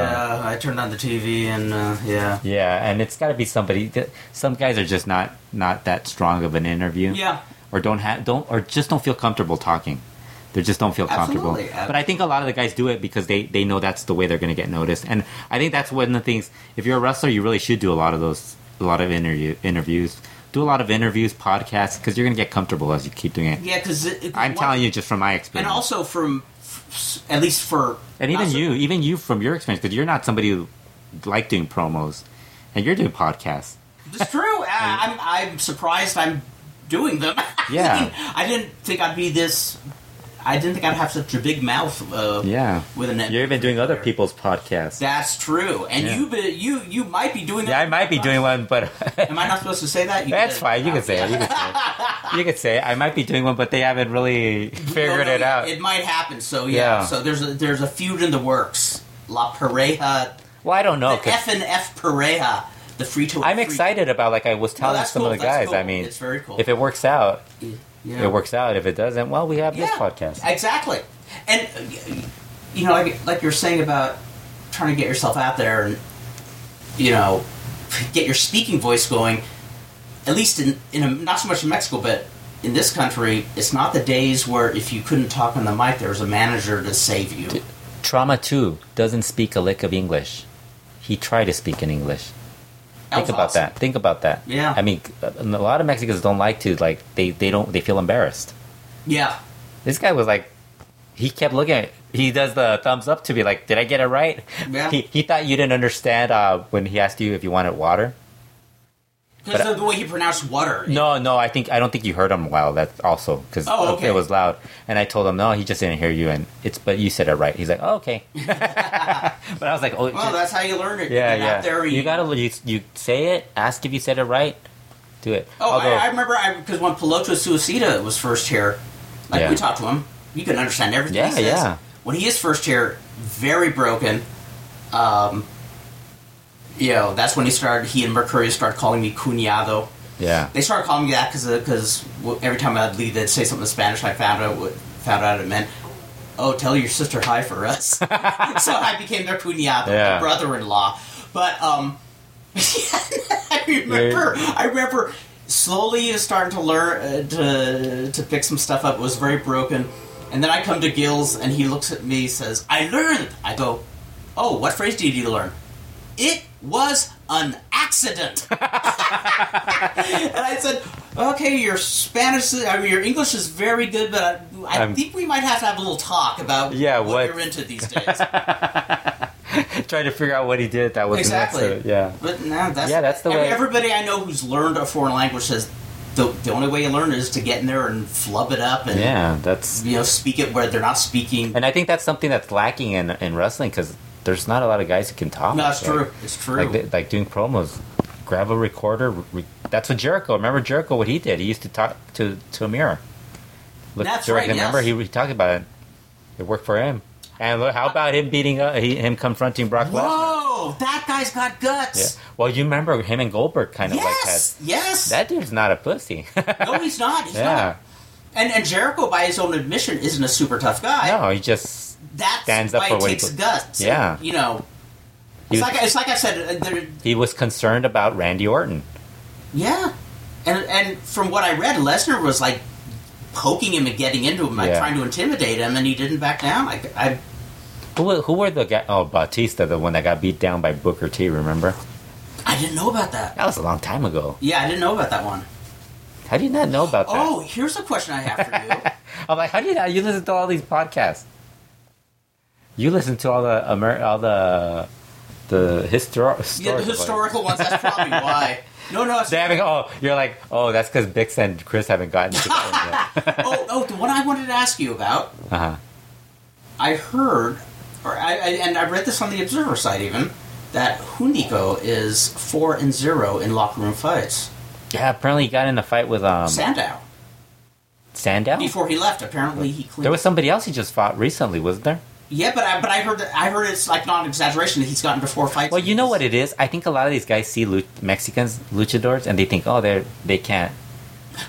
D: yeah, I turned on the TV and uh, yeah,
F: yeah. And it's got to be somebody. That, some guys are just not not that strong of an interview,
D: yeah.
F: or don't have don't or just don't feel comfortable talking. They just don't feel comfortable.
G: Absolutely.
F: But I think a lot of the guys do it because they, they know that's the way they're going to get noticed. And I think that's one of the things. If you're a wrestler, you really should do a lot of those, a lot of interview interviews, do a lot of interviews, podcasts, because you're going to get comfortable as you keep doing it.
D: Yeah, because
F: I'm telling you, just from my
D: and
F: experience,
D: also from f- at least for
F: and even
D: not so-
F: you, even you from your experience, because you're not somebody who like doing promos, and you're doing podcasts.
D: It's true. I, I'm, I'm surprised I'm doing them.
F: Yeah.
D: I didn't think I'd be this. I didn't think I'd have such a big mouth. Uh,
F: Yeah,
D: With an
F: you're even doing other people's podcasts.
D: That's true. And
F: Yeah.
D: you be, you you might be doing.
F: yeah, I
D: that.
F: might be doing one, but
D: Am I not supposed to say that? You
F: That's
D: did.
F: fine. You can say it. You can say it. You can say it. I might be doing one, but they haven't really
D: No,
F: figured
D: no,
F: it
D: yeah,
F: out.
D: It might happen. So yeah.
F: Yeah.
D: So there's a, there's a feud in the works. La Pareja,
F: Well, I don't know. 'cause
D: F and F Pareja, the free to.
F: I'm
D: free-
F: excited about like I was telling
D: that's
F: some
D: cool,
F: of the
D: that's
F: guys.
D: cool.
F: I mean,
D: It's very cool.
F: If it works out,
D: Yeah.
F: it works out. If it doesn't, well, we have this podcast.
D: Exactly. And uh, you know, like like you're saying about trying to get yourself out there and you know get your speaking voice going. At least in in a, not so much in Mexico, but in this country, it's not the days where if you couldn't talk on the mic, there was a manager to save you.
F: Trauma two doesn't speak a lick of English. He tried to speak in English.
D: That
F: Think
D: was
F: about
D: awesome.
F: that. Think about that.
D: Yeah.
F: I mean, a a lot of Mexicans don't like to like they they don't they feel embarrassed.
D: Yeah.
F: this guy was like he kept looking at he does the thumbs up to me like did i get it right
D: Yeah.
F: he, he thought you didn't understand uh, when he asked you if you wanted water
D: Because
F: But- uh,
D: of the way he pronounced water.
F: no no i think i don't think you heard him well that's also because
D: Oh, okay.
F: it was loud and i told him no he just didn't hear you and it's but you said it right he's like oh, okay but i was like oh
D: Well, that's how you learn it.
F: yeah
D: you get
F: yeah
D: Out there,
F: you gotta you, you say it ask if you said it right do it
D: Oh,
F: Although-
D: I, I remember because when Peloto Suicida was first here, like
F: Yeah.
D: we talked to him, you could understand everything.
F: Yeah,
D: he says.
F: yeah.
D: When he is first here, very broken. Um, you know, that's when he started. He and Mercurio started calling me cuñado.
F: yeah
D: They started calling me that because because every time I'd leave, they'd say something in Spanish. I found out what found out it meant. Oh, tell your sister hi for us. so I became their cuñado,
F: Yeah.
D: their brother-in-law. But um, I remember, I remember slowly starting to learn uh, to to pick some stuff up. It was very broken, and then I come to Gills, and he looks at me, says, "I learned." I go, "Oh, what phrase did you learn?" It was an accident. And I said, "Okay, your Spanish, I mean, your English is very good, but I, I
F: I'm-
D: think we might have to have a little talk about
F: Yeah,
D: what,
F: what-
D: you're into these days."
F: trying to figure out what he did that was an
D: Exactly.
F: accident. yeah
D: but no, that's
F: Yeah, that's the
D: every-
F: way-
D: Everybody I know who's learned a foreign language says the the only way you learn is to get in there and flub it up and
F: yeah that's
D: you know speak it where they're not speaking.
F: And I think that's something that's lacking in, in wrestling because there's not a lot of guys who can talk.
D: no, it's
F: like,
D: true. It's true.
F: Like, th- like doing promos, grab a recorder. Re- that's what Jericho. Remember Jericho? What he did? He used to talk to to a mirror. Look,
D: That's
F: Jericho,
D: right,
F: Remember
D: yes.
F: he, he talked about it. It worked for him. And look, how about him beating uh, he, him confronting Brock Lesnar?
D: Whoa, that guy's got
F: Yeah.
D: guts.
F: Well, you remember him and Goldberg kind of
D: Yes, yes.
F: like that. That dude's not a pussy.
D: no, he's not. He's
F: yeah.
D: not. And and Jericho, by his own admission, isn't a super tough guy.
F: No, he just
D: that's
F: stands up
D: why
F: for
D: it
F: what he
D: takes
F: put-
D: guts.
F: Yeah.
D: you know,
F: he
D: it's
F: was,
D: like it's like I said. uh, There,
F: he was concerned about Randy Orton.
D: yeah, and and from what I read, Lesnar was like poking him and getting into him, like
F: Yeah.
D: trying to intimidate him, and he didn't back down. Like I,
F: Who, were- who were the guy? Oh, Bautista, the one that got beat down by Booker T. Remember?
D: I didn't know about that.
F: That was a long time ago.
D: Yeah, I didn't know about that one.
F: How do you not know about that?
D: Oh, here's a question I have for
F: I'm like, how do you not? You listen to all these podcasts. You listen to all the Amer- all the the histor-
D: you. yeah, the
F: historical-
D: historical ones. That's probably why. No, no. It's,
F: They haven't. Oh, you're like, oh, that's because Bix and Chris haven't gotten to that one yet.
D: oh, oh, the one I wanted to ask you about.
F: Uh-huh.
D: I heard, or I, I and I read this on the Observer site even that Hunico is four and zero in locker room fights.
F: Yeah, apparently he got in a fight with um
D: Sandow
F: Sandow.
D: before he left, apparently he cleaned.
F: There was somebody else he just fought recently, wasn't there?
D: yeah, but I, but I heard that I heard it's like not an exaggeration that he's gotten to four fights.
F: Well, you know what it is. I think a lot of these guys see lu- Mexicans luchadors and they think, oh, they're they can't.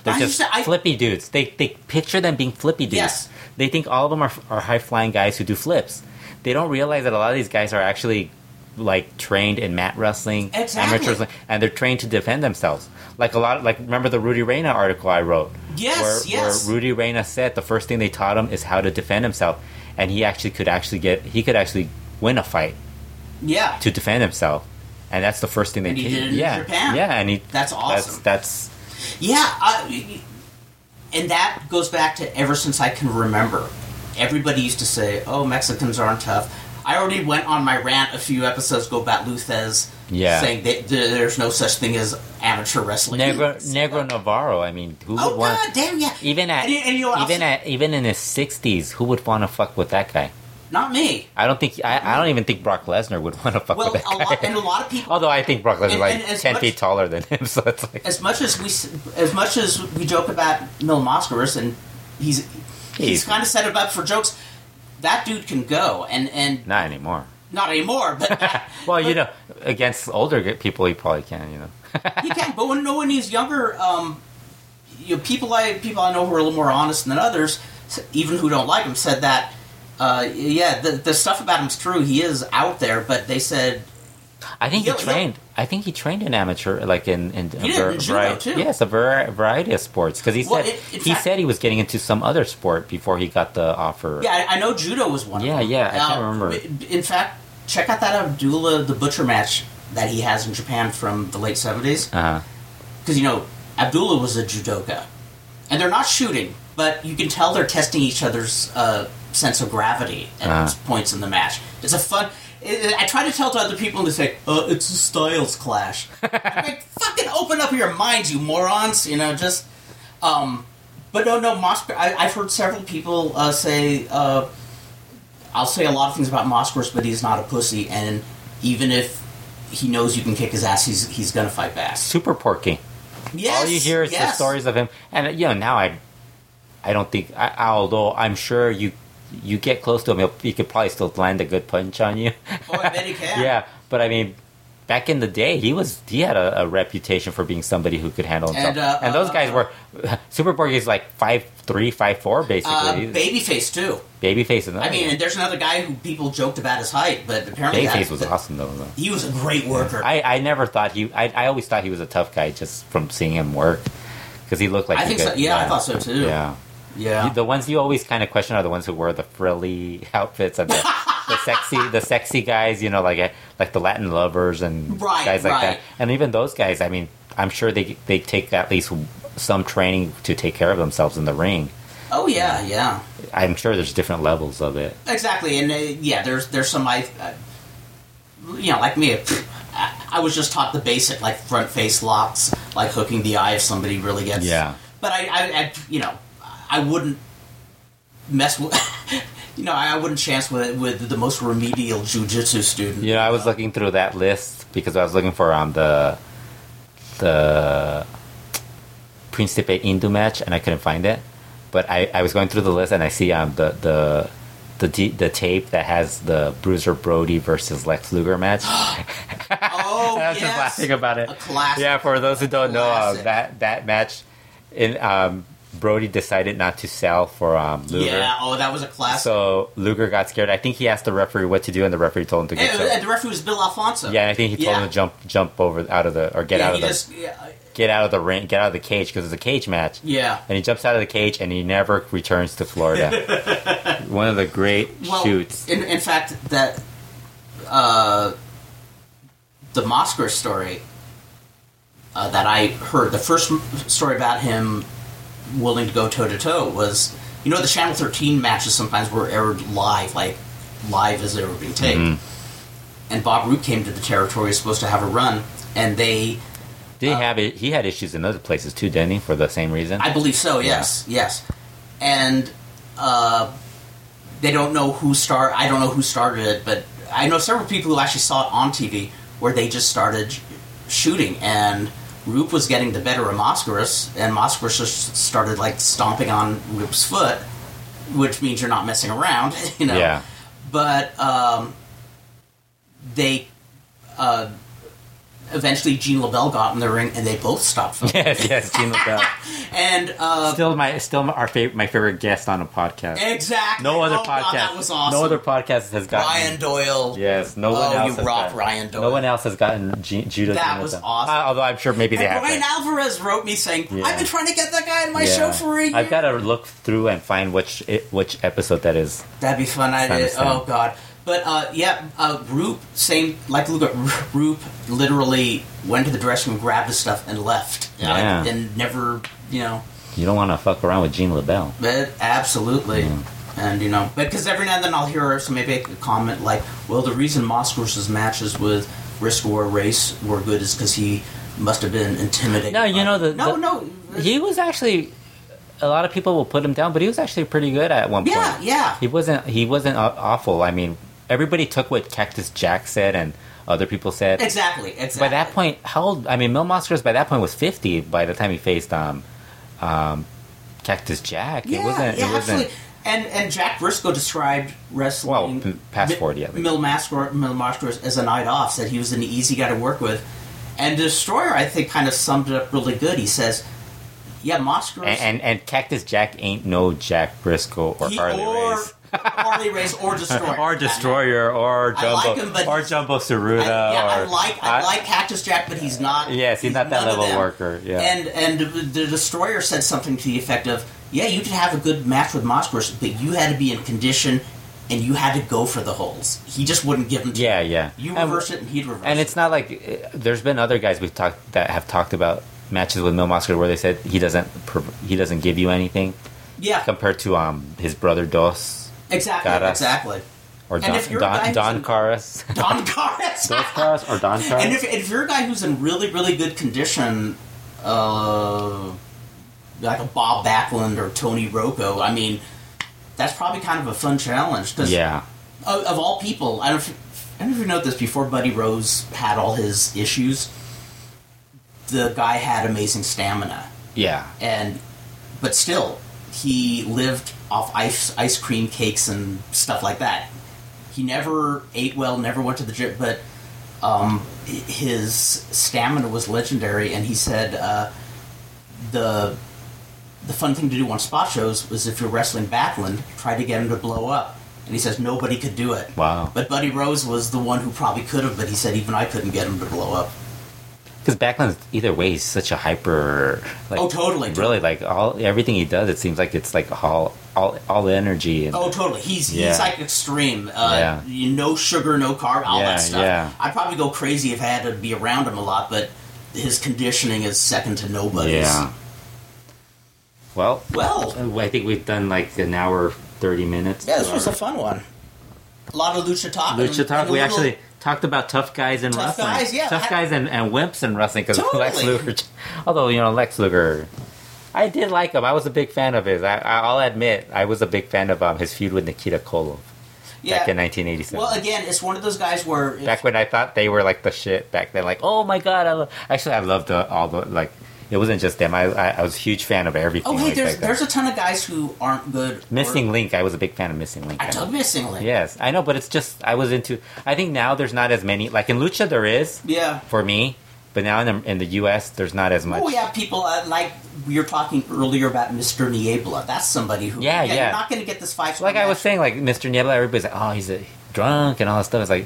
F: They're
D: I
F: just
D: used to- I-
F: flippy dudes. They they picture them being flippy dudes.
D: Yes.
F: They think all of them are, are high flying guys who do flips. They don't realize that a lot of these guys are actually like trained in mat wrestling,
D: Exactly.
F: amateur wrestling, and they're trained to defend themselves. Like a lot, like remember the Rudy Reyna article I wrote?
D: Yes,
F: where,
D: yes.
F: Where Rudy Reyna said the first thing they taught him is how to defend himself, and he actually could actually get he could actually win a fight
D: Yeah.
F: to defend himself, and that's the first thing they
D: And he
F: teach-
D: did it in
F: yeah,
D: Japan.
F: yeah, and he
D: That's awesome.
F: That's, that's
D: Yeah, I, and that goes back to ever since I can remember. Everybody used to say, "Oh, Mexicans aren't tough." I already went on my rant a few episodes ago about Luthez,
F: Yeah.
D: saying that there- there's no such thing as amateur wrestling.
F: Negro Negro Navarro. I mean, who
D: Oh
F: would want?
D: god damn yeah!
F: Even at
D: And you- and you know,
F: even
D: I'll-
F: at even in his sixties, who would want to fuck with that guy?
D: not me.
F: I don't think I, I don't even think Brock Lesnar would want to fuck
D: Well,
F: with that
D: a
F: guy.
D: lot and a lot of people.
F: Although I think Brock Lesnar's
D: And-
F: like
D: and as
F: ten
D: much-
F: feet taller than him, so it's like
D: As much as we s- as much as we joke about Mil Moskowitz, and he's he's
F: He's-
D: kind of set it up for jokes. That dude can go, and and
F: not anymore.
D: not anymore, but.
F: Well, you know, against older g- people, he probably can. You know,
D: he can. But when no one he's younger, um, you know, people I people I know who are a little more honest than others, s- even who don't like him, said that. Uh, yeah, the, the stuff about him's true. He is out there, but they said
F: I think
D: Yeah,
F: he
D: yeah.
F: trained. I think he trained in amateur, like in in, a
D: did,
F: var-
D: in judo,
F: variety.
D: too.
F: Yes, a var- variety of sports. Because he
D: Well,
F: said
D: it- in
F: he
D: fact-
F: said he was getting into some other sport before he got the offer.
D: Yeah, I, I know judo was one.
F: Yeah,
D: of them.
F: yeah, I can't remember.
D: In fact, check out that Abdullah the Butcher match that he has in Japan from the late seventies,
F: Uh-huh.
D: because you know Abdullah was a judoka, and they're not shooting, but you can tell they're testing each other's uh, sense of gravity at
F: Uh-huh.
D: points in the match. It's a fun. i I try to tell to other people, and they say, "Uh, it's a styles clash." I'm like, "Fucking open up your minds, you morons!" You know, just. Um, but no, no, Mosk. I, I've heard several people uh, say, uh, I'll say a lot of things about Moskowitz, but he's not a pussy, and even if he knows you can kick his ass, he's he's gonna fight back.
F: Super porky.
D: Yes,
F: All you hear is the
D: yes.
F: stories of him, and uh, you know now I, I don't think. I, although I'm sure you, you get close to him, he'll- he could probably still land a good punch on you.
D: Oh, I bet he can.
F: yeah, but I mean, back in the day, he was he had a, a reputation for being somebody who could handle himself,
D: And, uh,
F: those
D: uh,
F: guys
D: uh,
F: were Super Borg is like five three, five four,
D: Uh,
F: basically.
D: Babyface too.
F: baby face, and
D: I mean, and there's another guy who people joked about his height, but apparently
F: baby
D: that-
F: face was awesome though. though.
D: He was a great worker.
F: I, I never thought he. I, I always thought he was a tough guy just from seeing him work, because he looked like
D: I
F: he
D: think so.
F: could-
D: Yeah, I thought so, too.
F: Yeah.
D: yeah.
F: The ones you always kind of question are the ones who wear the frilly outfits and the, the sexy, the sexy guys. You know, like eh, like the Latin lovers and
D: Right,
F: guys like
D: right.
F: that. And even those guys, I mean, I'm sure they they take at least some training to take care of themselves in the ring.
D: oh yeah, yeah.
F: I'm sure there's different levels of it.
D: Exactly, and uh, yeah, there's there's some I, uh, you know, like me, I, I was just taught the basic like front face locks, like hooking the eye if somebody really gets.
F: Yeah.
D: But I, I, I you know, I wouldn't mess with. You know, I I wouldn't chance with with the most remedial jujitsu student.
F: You know, I was looking through that list because I was looking for um the the Principe Indu match and I couldn't find it. But I, I was going through the list and I see um the the the, d- the tape that has the Bruiser Brody versus Lex Luger match.
D: Oh,
F: I was
D: yes.
F: just laughing about it.
D: A classic.
F: Yeah, for those who don't know, uh,
D: Classic.
F: that that match in um, Brody decided not to sell for um, Luger.
D: Yeah. Oh, that was a classic.
F: So Luger got scared. I think he asked the referee what to do, and the referee told him to
D: and,
F: get choked.
D: and the referee was Bill Alfonso.
F: Yeah, and I think he told
D: Yeah.
F: him to jump, jump over out of the or get
D: Yeah,
F: out
D: he
F: of the
D: just- yeah,
F: get out of the ring, get out of the cage because it's a cage match.
D: yeah.
F: And he jumps out of the cage and he never returns to Florida. One of the great
D: well,
F: shoots.
D: In, in fact, that uh, the Mosker story uh, that I heard, the first m- story about him willing to go toe to toe was, you know, the Channel 13 matches sometimes were aired live, like live as they were being taped.
F: Mm-hmm.
D: And Bob Roop came to the territory, was supposed to have a run, and they
F: Did he have it? He had issues in other places too, didn't he? For the same reason.
D: uh, I believe so. Yes, yes. And uh, they don't know who start. I don't know who started it, but I know several people who actually saw it on TV where they just started sh- shooting, and Roop was getting the better of Moskowitz, and Moskowitz just started like stomping on Roop's foot, which means you're not messing around, you know
F: Yeah.
D: but um, they uh, eventually Gene LaBelle got in the ring, and they both stopped filming.
F: yes, yes, Gene LaBelle.
D: and uh,
F: Still my still our favorite my favorite guest on a podcast.
D: exactly,
F: No other
D: oh,
F: podcast.
D: God, that was awesome.
F: No other podcast has gotten.
H: Ryan Doyle.
F: Yes, no one
H: Oh,
F: else.
H: you
F: has
H: rock,
F: gotten-
H: Ryan
F: No
H: Doyle.
F: one else has gotten G- Judah.
D: That
F: Jim
D: was
F: Lozano.
D: awesome.
F: Uh, although I'm sure maybe they
D: And
F: have.
D: Brian
F: that.
D: Alvarez wrote me saying,
F: Yeah.
D: "I've been trying to get that guy on my
F: Yeah.
D: show for a year."
F: I've got to look through and find which which episode that is.
D: That'd be fun. I
F: Kinda
D: did.
F: thing.
D: Oh god. But uh, yeah, uh, Roop, same like look at R- Roop, literally went to the dressing room, grabbed his stuff, and left.
F: Yeah.
D: Like, and never, you know,
F: You don't want to fuck around with Gene LaBelle.
D: but absolutely. And you know, because every now and then I'll hear somebody make a comment like, "Well, the reason Moskow's matches with Risk War Race were good is because he must have been intimidated."
F: No, you
D: by
F: know, the-
D: them." no,
F: the-
D: no,
F: He was actually. A lot of people will put him down, but he was actually pretty good at one point.
D: yeah, yeah,
F: He wasn't. He wasn't aw- awful. I mean, everybody took what Cactus Jack said and other people said.
D: exactly, exactly.
F: by that point, how old? I mean, Mil Moskers by that point was fifty. By the time he faced um, um, Cactus Jack, it wasn't. it wasn't.
D: absolutely. And and Jack Briscoe described
F: Well,
D: wrestling.
F: m- past 40, I think.
D: Mil Mascor, Mil Mascor as a night off. Said he was an easy guy to work with. And Destroyer, I think, kind of summed it up really good. He says, "Yeah, Mascor
F: And, and and Cactus Jack ain't no Jack Briscoe or Harley
D: or
F: Race
D: Harley Race or Destroyer
F: or Destroyer or
D: I like
F: Jumbo
D: him, but-
F: or Jumbo
D: I,
F: Saruda
D: yeah, I
F: or
D: like I, like Cactus Jack, but he's not.
F: Yes, he's not that
D: none of
F: level
D: them.
F: worker, yeah.
D: And and the Destroyer said something to the effect of, "Yeah, you could have a good match with Moskvers, but you had to be in condition, and you had to go for the holes. He just wouldn't give them. To
F: yeah, yeah.
D: You
F: And-
D: reverse it, and he'd reverse.
F: And
D: it.
F: it's not like uh, there's been other guys we've talked that have talked about matches with Mil Mosker where they said he doesn't prov- he doesn't give you anything
D: yeah,
F: compared to um his brother Dos
D: exactly,
F: got us.
D: exactly.
F: or
D: And
F: Don
D: if you're a guy
F: Don,
D: who's
F: Don
D: in-
F: Caras.
D: Don Carnes.
F: Dos Caras or Don Caras.
D: and if, if you're a guy who's in really really good condition, uh, like a Bob Backlund or Tony Rocco, I mean. That's probably kind of a fun challenge because
F: yeah,
D: of, of all people, I don't. If, I don't know if you know this. Before Buddy Rose had all his issues, the guy had amazing stamina,
F: yeah.
D: and but still, he lived off ice ice cream cakes and stuff like that. He never ate well, never went to the gym, but um, h- his stamina was legendary. And he said uh, the the fun thing to do on spot shows was if you're wrestling Backlund, try to get him to blow up. And he says nobody could do it.
F: Wow.
D: But Buddy Rose was the one who probably could have, but he said even I couldn't get him to blow up.
F: Because Backlund, either way, is such a hyper. Like,
D: Oh, totally,
F: Really, like all everything he does, it seems like it's like all all all energy and
D: Oh, totally. He's
F: Yeah.
D: he's like extreme. Uh,
F: Yeah.
D: you- no sugar, no carb, all
F: Yeah,
D: that stuff.
F: yeah.
D: I'd probably go crazy if I had to be around him a lot, but his conditioning is second to nobody's.
F: yeah. Well,
D: Well.
F: uh, I think we've done like an hour thirty minutes.
D: Yeah, this was
F: Or-
D: a fun one. A lot of lucha talk. and-
F: Lucha Talk.
D: and a
F: We
D: little-
F: actually talked about tough guys in
D: Tough
F: wrestling.
D: guys, yeah.
F: Tough
D: I-
F: guys and, and wimps in wrestling because Lex
D: Totally.
F: Luger. Although you know Lex Luger, I did like him. I was a big fan of his. I, I'll admit, I was a big fan of um, his feud with Nikita Koloff
D: yeah.
F: back in 1987.
D: Well, again, it's one of those guys where if-
F: back when I thought they were like the shit back then. Like, oh my god! I lo-. Actually, I loved the, all the like. It wasn't just them. I, I I was a huge fan of everything.
D: Oh, hey,
F: like,
D: there's
F: back then.
D: there's a ton of guys who aren't good. or-
F: Missing Link. I was a big fan of Missing Link.
D: I took Missing Link.
F: Yes, I know, but it's just I was into. I think now there's not as many like in Lucha there is,
D: Yeah.
F: for me. But now in the, in the U.S., there's not as much.
D: Well, we have people uh, like we were talking earlier about Mr. Niebla. That's somebody who.
F: Yeah, yeah.
D: You're not going to get this five.
F: Like I was saying, like Mr. Niebla, everybody's like, oh, he's a drunk and all this stuff. It's like,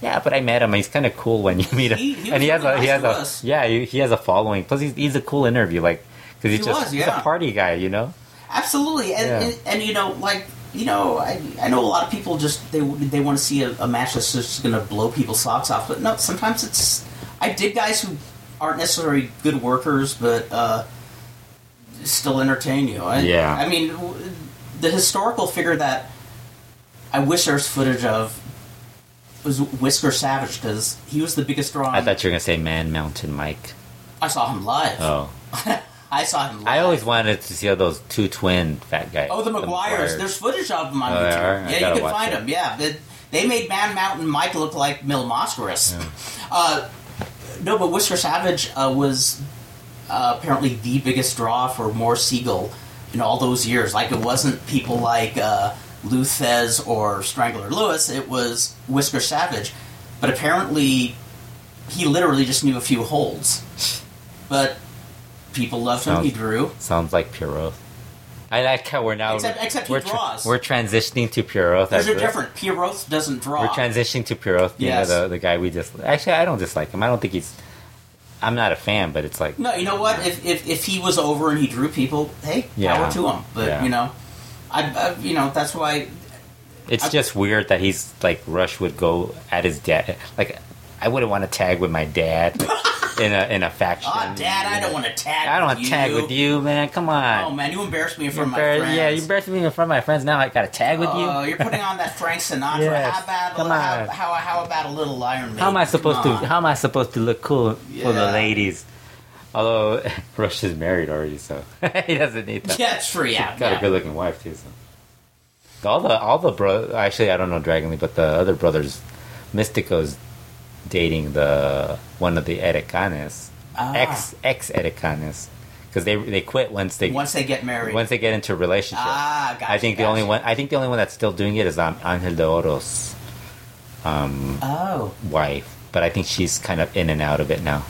F: yeah, but I met him. He's kind of cool when you meet him,
D: He- he
F: and he
D: was
F: has a
D: really
F: he
D: nice
F: has
D: to
F: a
D: us.
F: yeah he, he has a following. Plus, he's he's a cool interview, like because he's
D: He
F: just
D: was,
F: he's
D: yeah.
F: a party guy, you know.
D: Absolutely, and,
F: Yeah.
D: and, and you know, like you know, I, I know a lot of people just they they want to see a, a match that's just going to blow people's socks off, but no, sometimes it's I dig guys who aren't necessarily good workers, but uh, still entertain you. I,
F: Yeah.
D: I mean, w- the historical figure that I wish there's footage of was Whisker Savage because he was the biggest draw.
F: I thought you were gonna say Man Mountain Mike.
D: I saw him live.
F: Oh,
D: I saw him. live.
F: I always wanted to see those two twin fat guys.
D: Oh, the McGuires.
F: Maguires.
D: There's footage of them on
F: Oh, they are?
D: YouTube.
F: I
D: Yeah, you
F: gotta
D: can
F: watch
D: find
F: it.
D: them. Yeah, they, they made Man Mountain Mike look like Mil Moscaris. Uh, no, but Whisker Savage uh, was uh, apparently the biggest draw for Moore Siegel in all those years. Like it wasn't people like uh, Lou Fez or Strangler Lewis. It was Whisker Savage. But apparently, he literally just knew a few holds. But people loved him. He
F: Sounds-
D: drew.
F: Sounds like Puro. I like how we're now.
D: Except- except he
F: we're, tra-
D: draws.
F: we're transitioning to Puro.
D: Those are different. Pierrot doesn't draw.
F: We're transitioning to Puro.
D: Yes.
F: the, the guy we just. Actually, I don't dislike him. I don't think he's. I'm not a fan, but it's like.
D: No, you know what? If, if if he was over and he drew people, hey,
F: Yeah.
D: power to him. But
F: Yeah.
D: you know, I, I you know that's why.
F: It's
D: I-
F: just weird that he's like Rush would go at his dad. Like, I wouldn't want to tag with my dad in a in a faction.
D: Ah, Dad, I don't want to tag.
F: I don't
D: with
F: want to tag with you, man. Come
D: Oh
F: on.
D: man, you embarrassed me in front of my
F: Embar-
D: friends.
F: yeah, you embarrassed me in front of my friends. Now I got to tag with
D: Oh,
F: you.
D: you're putting on that Frank Sinatra.
F: Yes,
D: How about
F: come
D: how,
F: on.
D: how, how about a little Iron Maiden?
F: How am I supposed to?
D: Come on.
F: How am I supposed to look cool for the
D: Yeah.
F: ladies? Although Rush is married already, so he doesn't need that.
D: Yeah, it's true. Yeah,
F: Got a
D: yeah.
F: good looking wife too. So all the all the bro. Actually, I don't know Dragon Lee, but the other brothers, Mystico's dating the one of the Edecanes,
D: Ah.
F: ex ex Edecanes, because they they quit once they
D: Once they get married.
F: once they get into a relationship.
D: ah, gotcha,
F: I think the
D: gotcha.
F: only one I think the only one that's still doing it is um, Angel de Oro's
D: Oh,
F: wife, but I think she's kind of in and out of it now.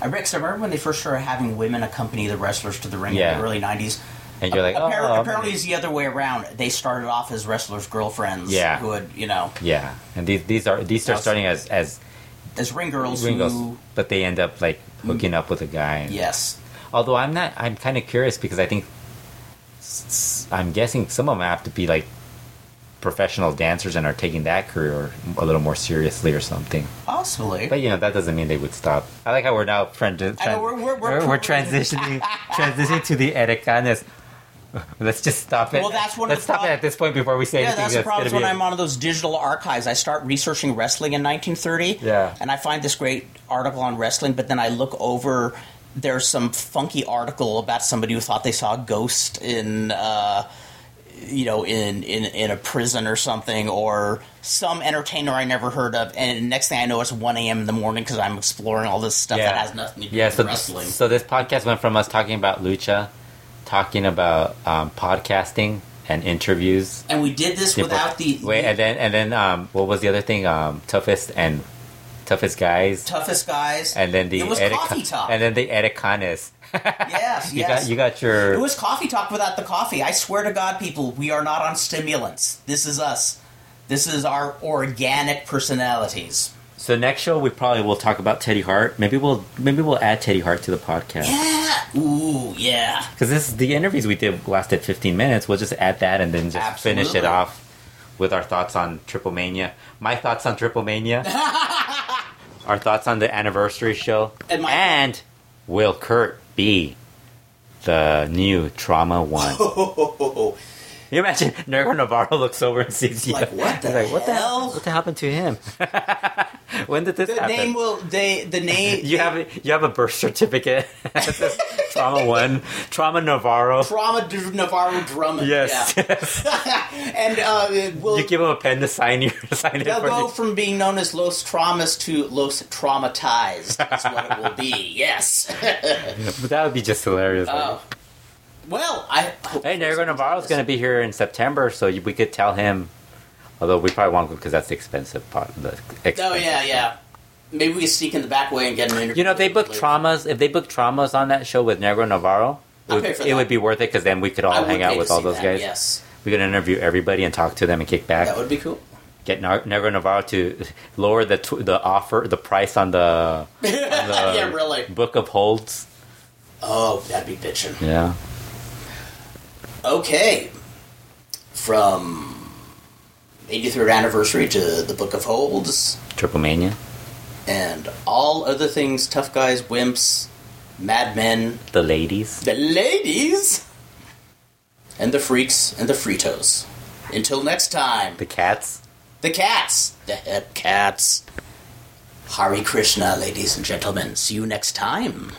D: I Rick, so remember when they first started having women accompany the wrestlers to the ring in
F: Yeah.
D: the early '90s?
F: And you're like,
D: Appar-
F: oh,
D: apparently, it's the other way around. They started off as wrestlers' girlfriends.
F: Yeah.
D: who would you know
F: yeah. And these these are these are
D: Awesome.
F: starting as as
D: as ring girls
F: gringos,
D: who.
F: but they end up like hooking up with a guy. and-
D: Yes,
F: Although I'm not, I'm kind of curious because I think s- I'm guessing some of them have to be like professional dancers and are taking that career a little more seriously or something.
D: possibly.
F: But you know that doesn't mean they would stop. I like how we're now trend- trend-
D: I know, we're- we're- we're-
F: we're transitioning transitioning to the Edecanes. Let's just stop it.
D: Well, that's one of
F: Let's
D: the
F: stop
D: prob-
F: it at this point before we say
D: yeah,
F: anything.
D: that's the problem.
F: gonna
D: Is when
F: be-
D: I'm on those digital archives, I start researching wrestling in 1930.
F: Yeah.
D: and I find this great article on wrestling, but then I look over. There's some funky article about somebody who thought they saw a ghost in. Uh, you know, in, in in a prison or something, or some entertainer I never heard of, and next thing I know, it's one a.m. in the morning because I'm exploring all this stuff that has nothing to do
F: Yeah,
D: with
F: so,
D: wrestling.
F: So this podcast went from us talking about lucha, talking about um, podcasting and interviews.
D: and we did this without the,
F: wait, and then and then um, what was the other thing? Um, toughest and toughest guys,
D: toughest guys.
F: and then the
D: it was
F: Edeca-
D: coffee talk.
F: and then the Edecanes.
D: yes, yes.
F: You got you got your
D: It was coffee talk without the coffee. I swear to God, people, we are not on stimulants. This is us. This is our organic personalities.
F: so next show we probably will talk about Teddy Hart. Maybe we'll maybe we'll add Teddy Hart to the podcast
D: Yeah. Ooh, yeah.
F: because this the interviews we did lasted 15 minutes. We'll just add that and then just finish it
D: Absolutely.
F: off with our thoughts on Triple Mania. My thoughts on Triple Mania. our thoughts on the anniversary show.
D: And my-
F: and will Kurt be the new Trauma One? You imagine Nergo Navarro looks over and sees you.
D: Like, what the
F: He's like, what the
D: hell?
F: What the happened to him? when did this
D: The
F: happen?
D: name will they the name
F: you have a- you have a birth certificate. It says trauma one, trauma Navarro.
D: Trauma D- Navarro Drummond.
F: Yes, yes.
D: Yeah. and uh, it will
F: You give him a pen to sign your sign it
D: they'll
F: for
D: go
F: you.
D: from being known as Los Traumas to Los Traumatized. That's what it will be. Yes.
F: But that would be just hilarious. like-
D: oh. Well, I
F: Hey, Nergo Navarro's going to be here in September, so you- we could tell him. Although we probably won't go because that's the expensive part. The expensive.
D: Oh yeah, yeah. Maybe we could sneak in the back way and get an interview.
F: You know, if they book
D: later.
F: traumas. If they book traumas on that show with Negro Navarro, it
D: I'll
F: would,
D: pay for
F: it
D: that.
F: would be worth it because then we could all
D: I would
F: hang out
D: pay
F: with
D: to
F: all
D: see
F: those
D: that,
F: guys.
D: Yes,
F: We could interview everybody and talk to them and kick back.
D: that would be cool.
F: Get Nar- Negro Navarro to lower the tw- the offer, the price on the
D: yeah, really.
F: book of holds.
D: Oh, that'd be bitching.
F: Yeah.
D: Okay, from 83rd anniversary to the Book of Holds
F: Triple Mania,
D: and all other things, tough guys, wimps, madmen,
F: the ladies.
D: the ladies, and the freaks and the fritos. Until next time,
F: The cats.
D: the cats, the uh, hep cats. Hari Krishna, ladies and gentlemen. See you next time.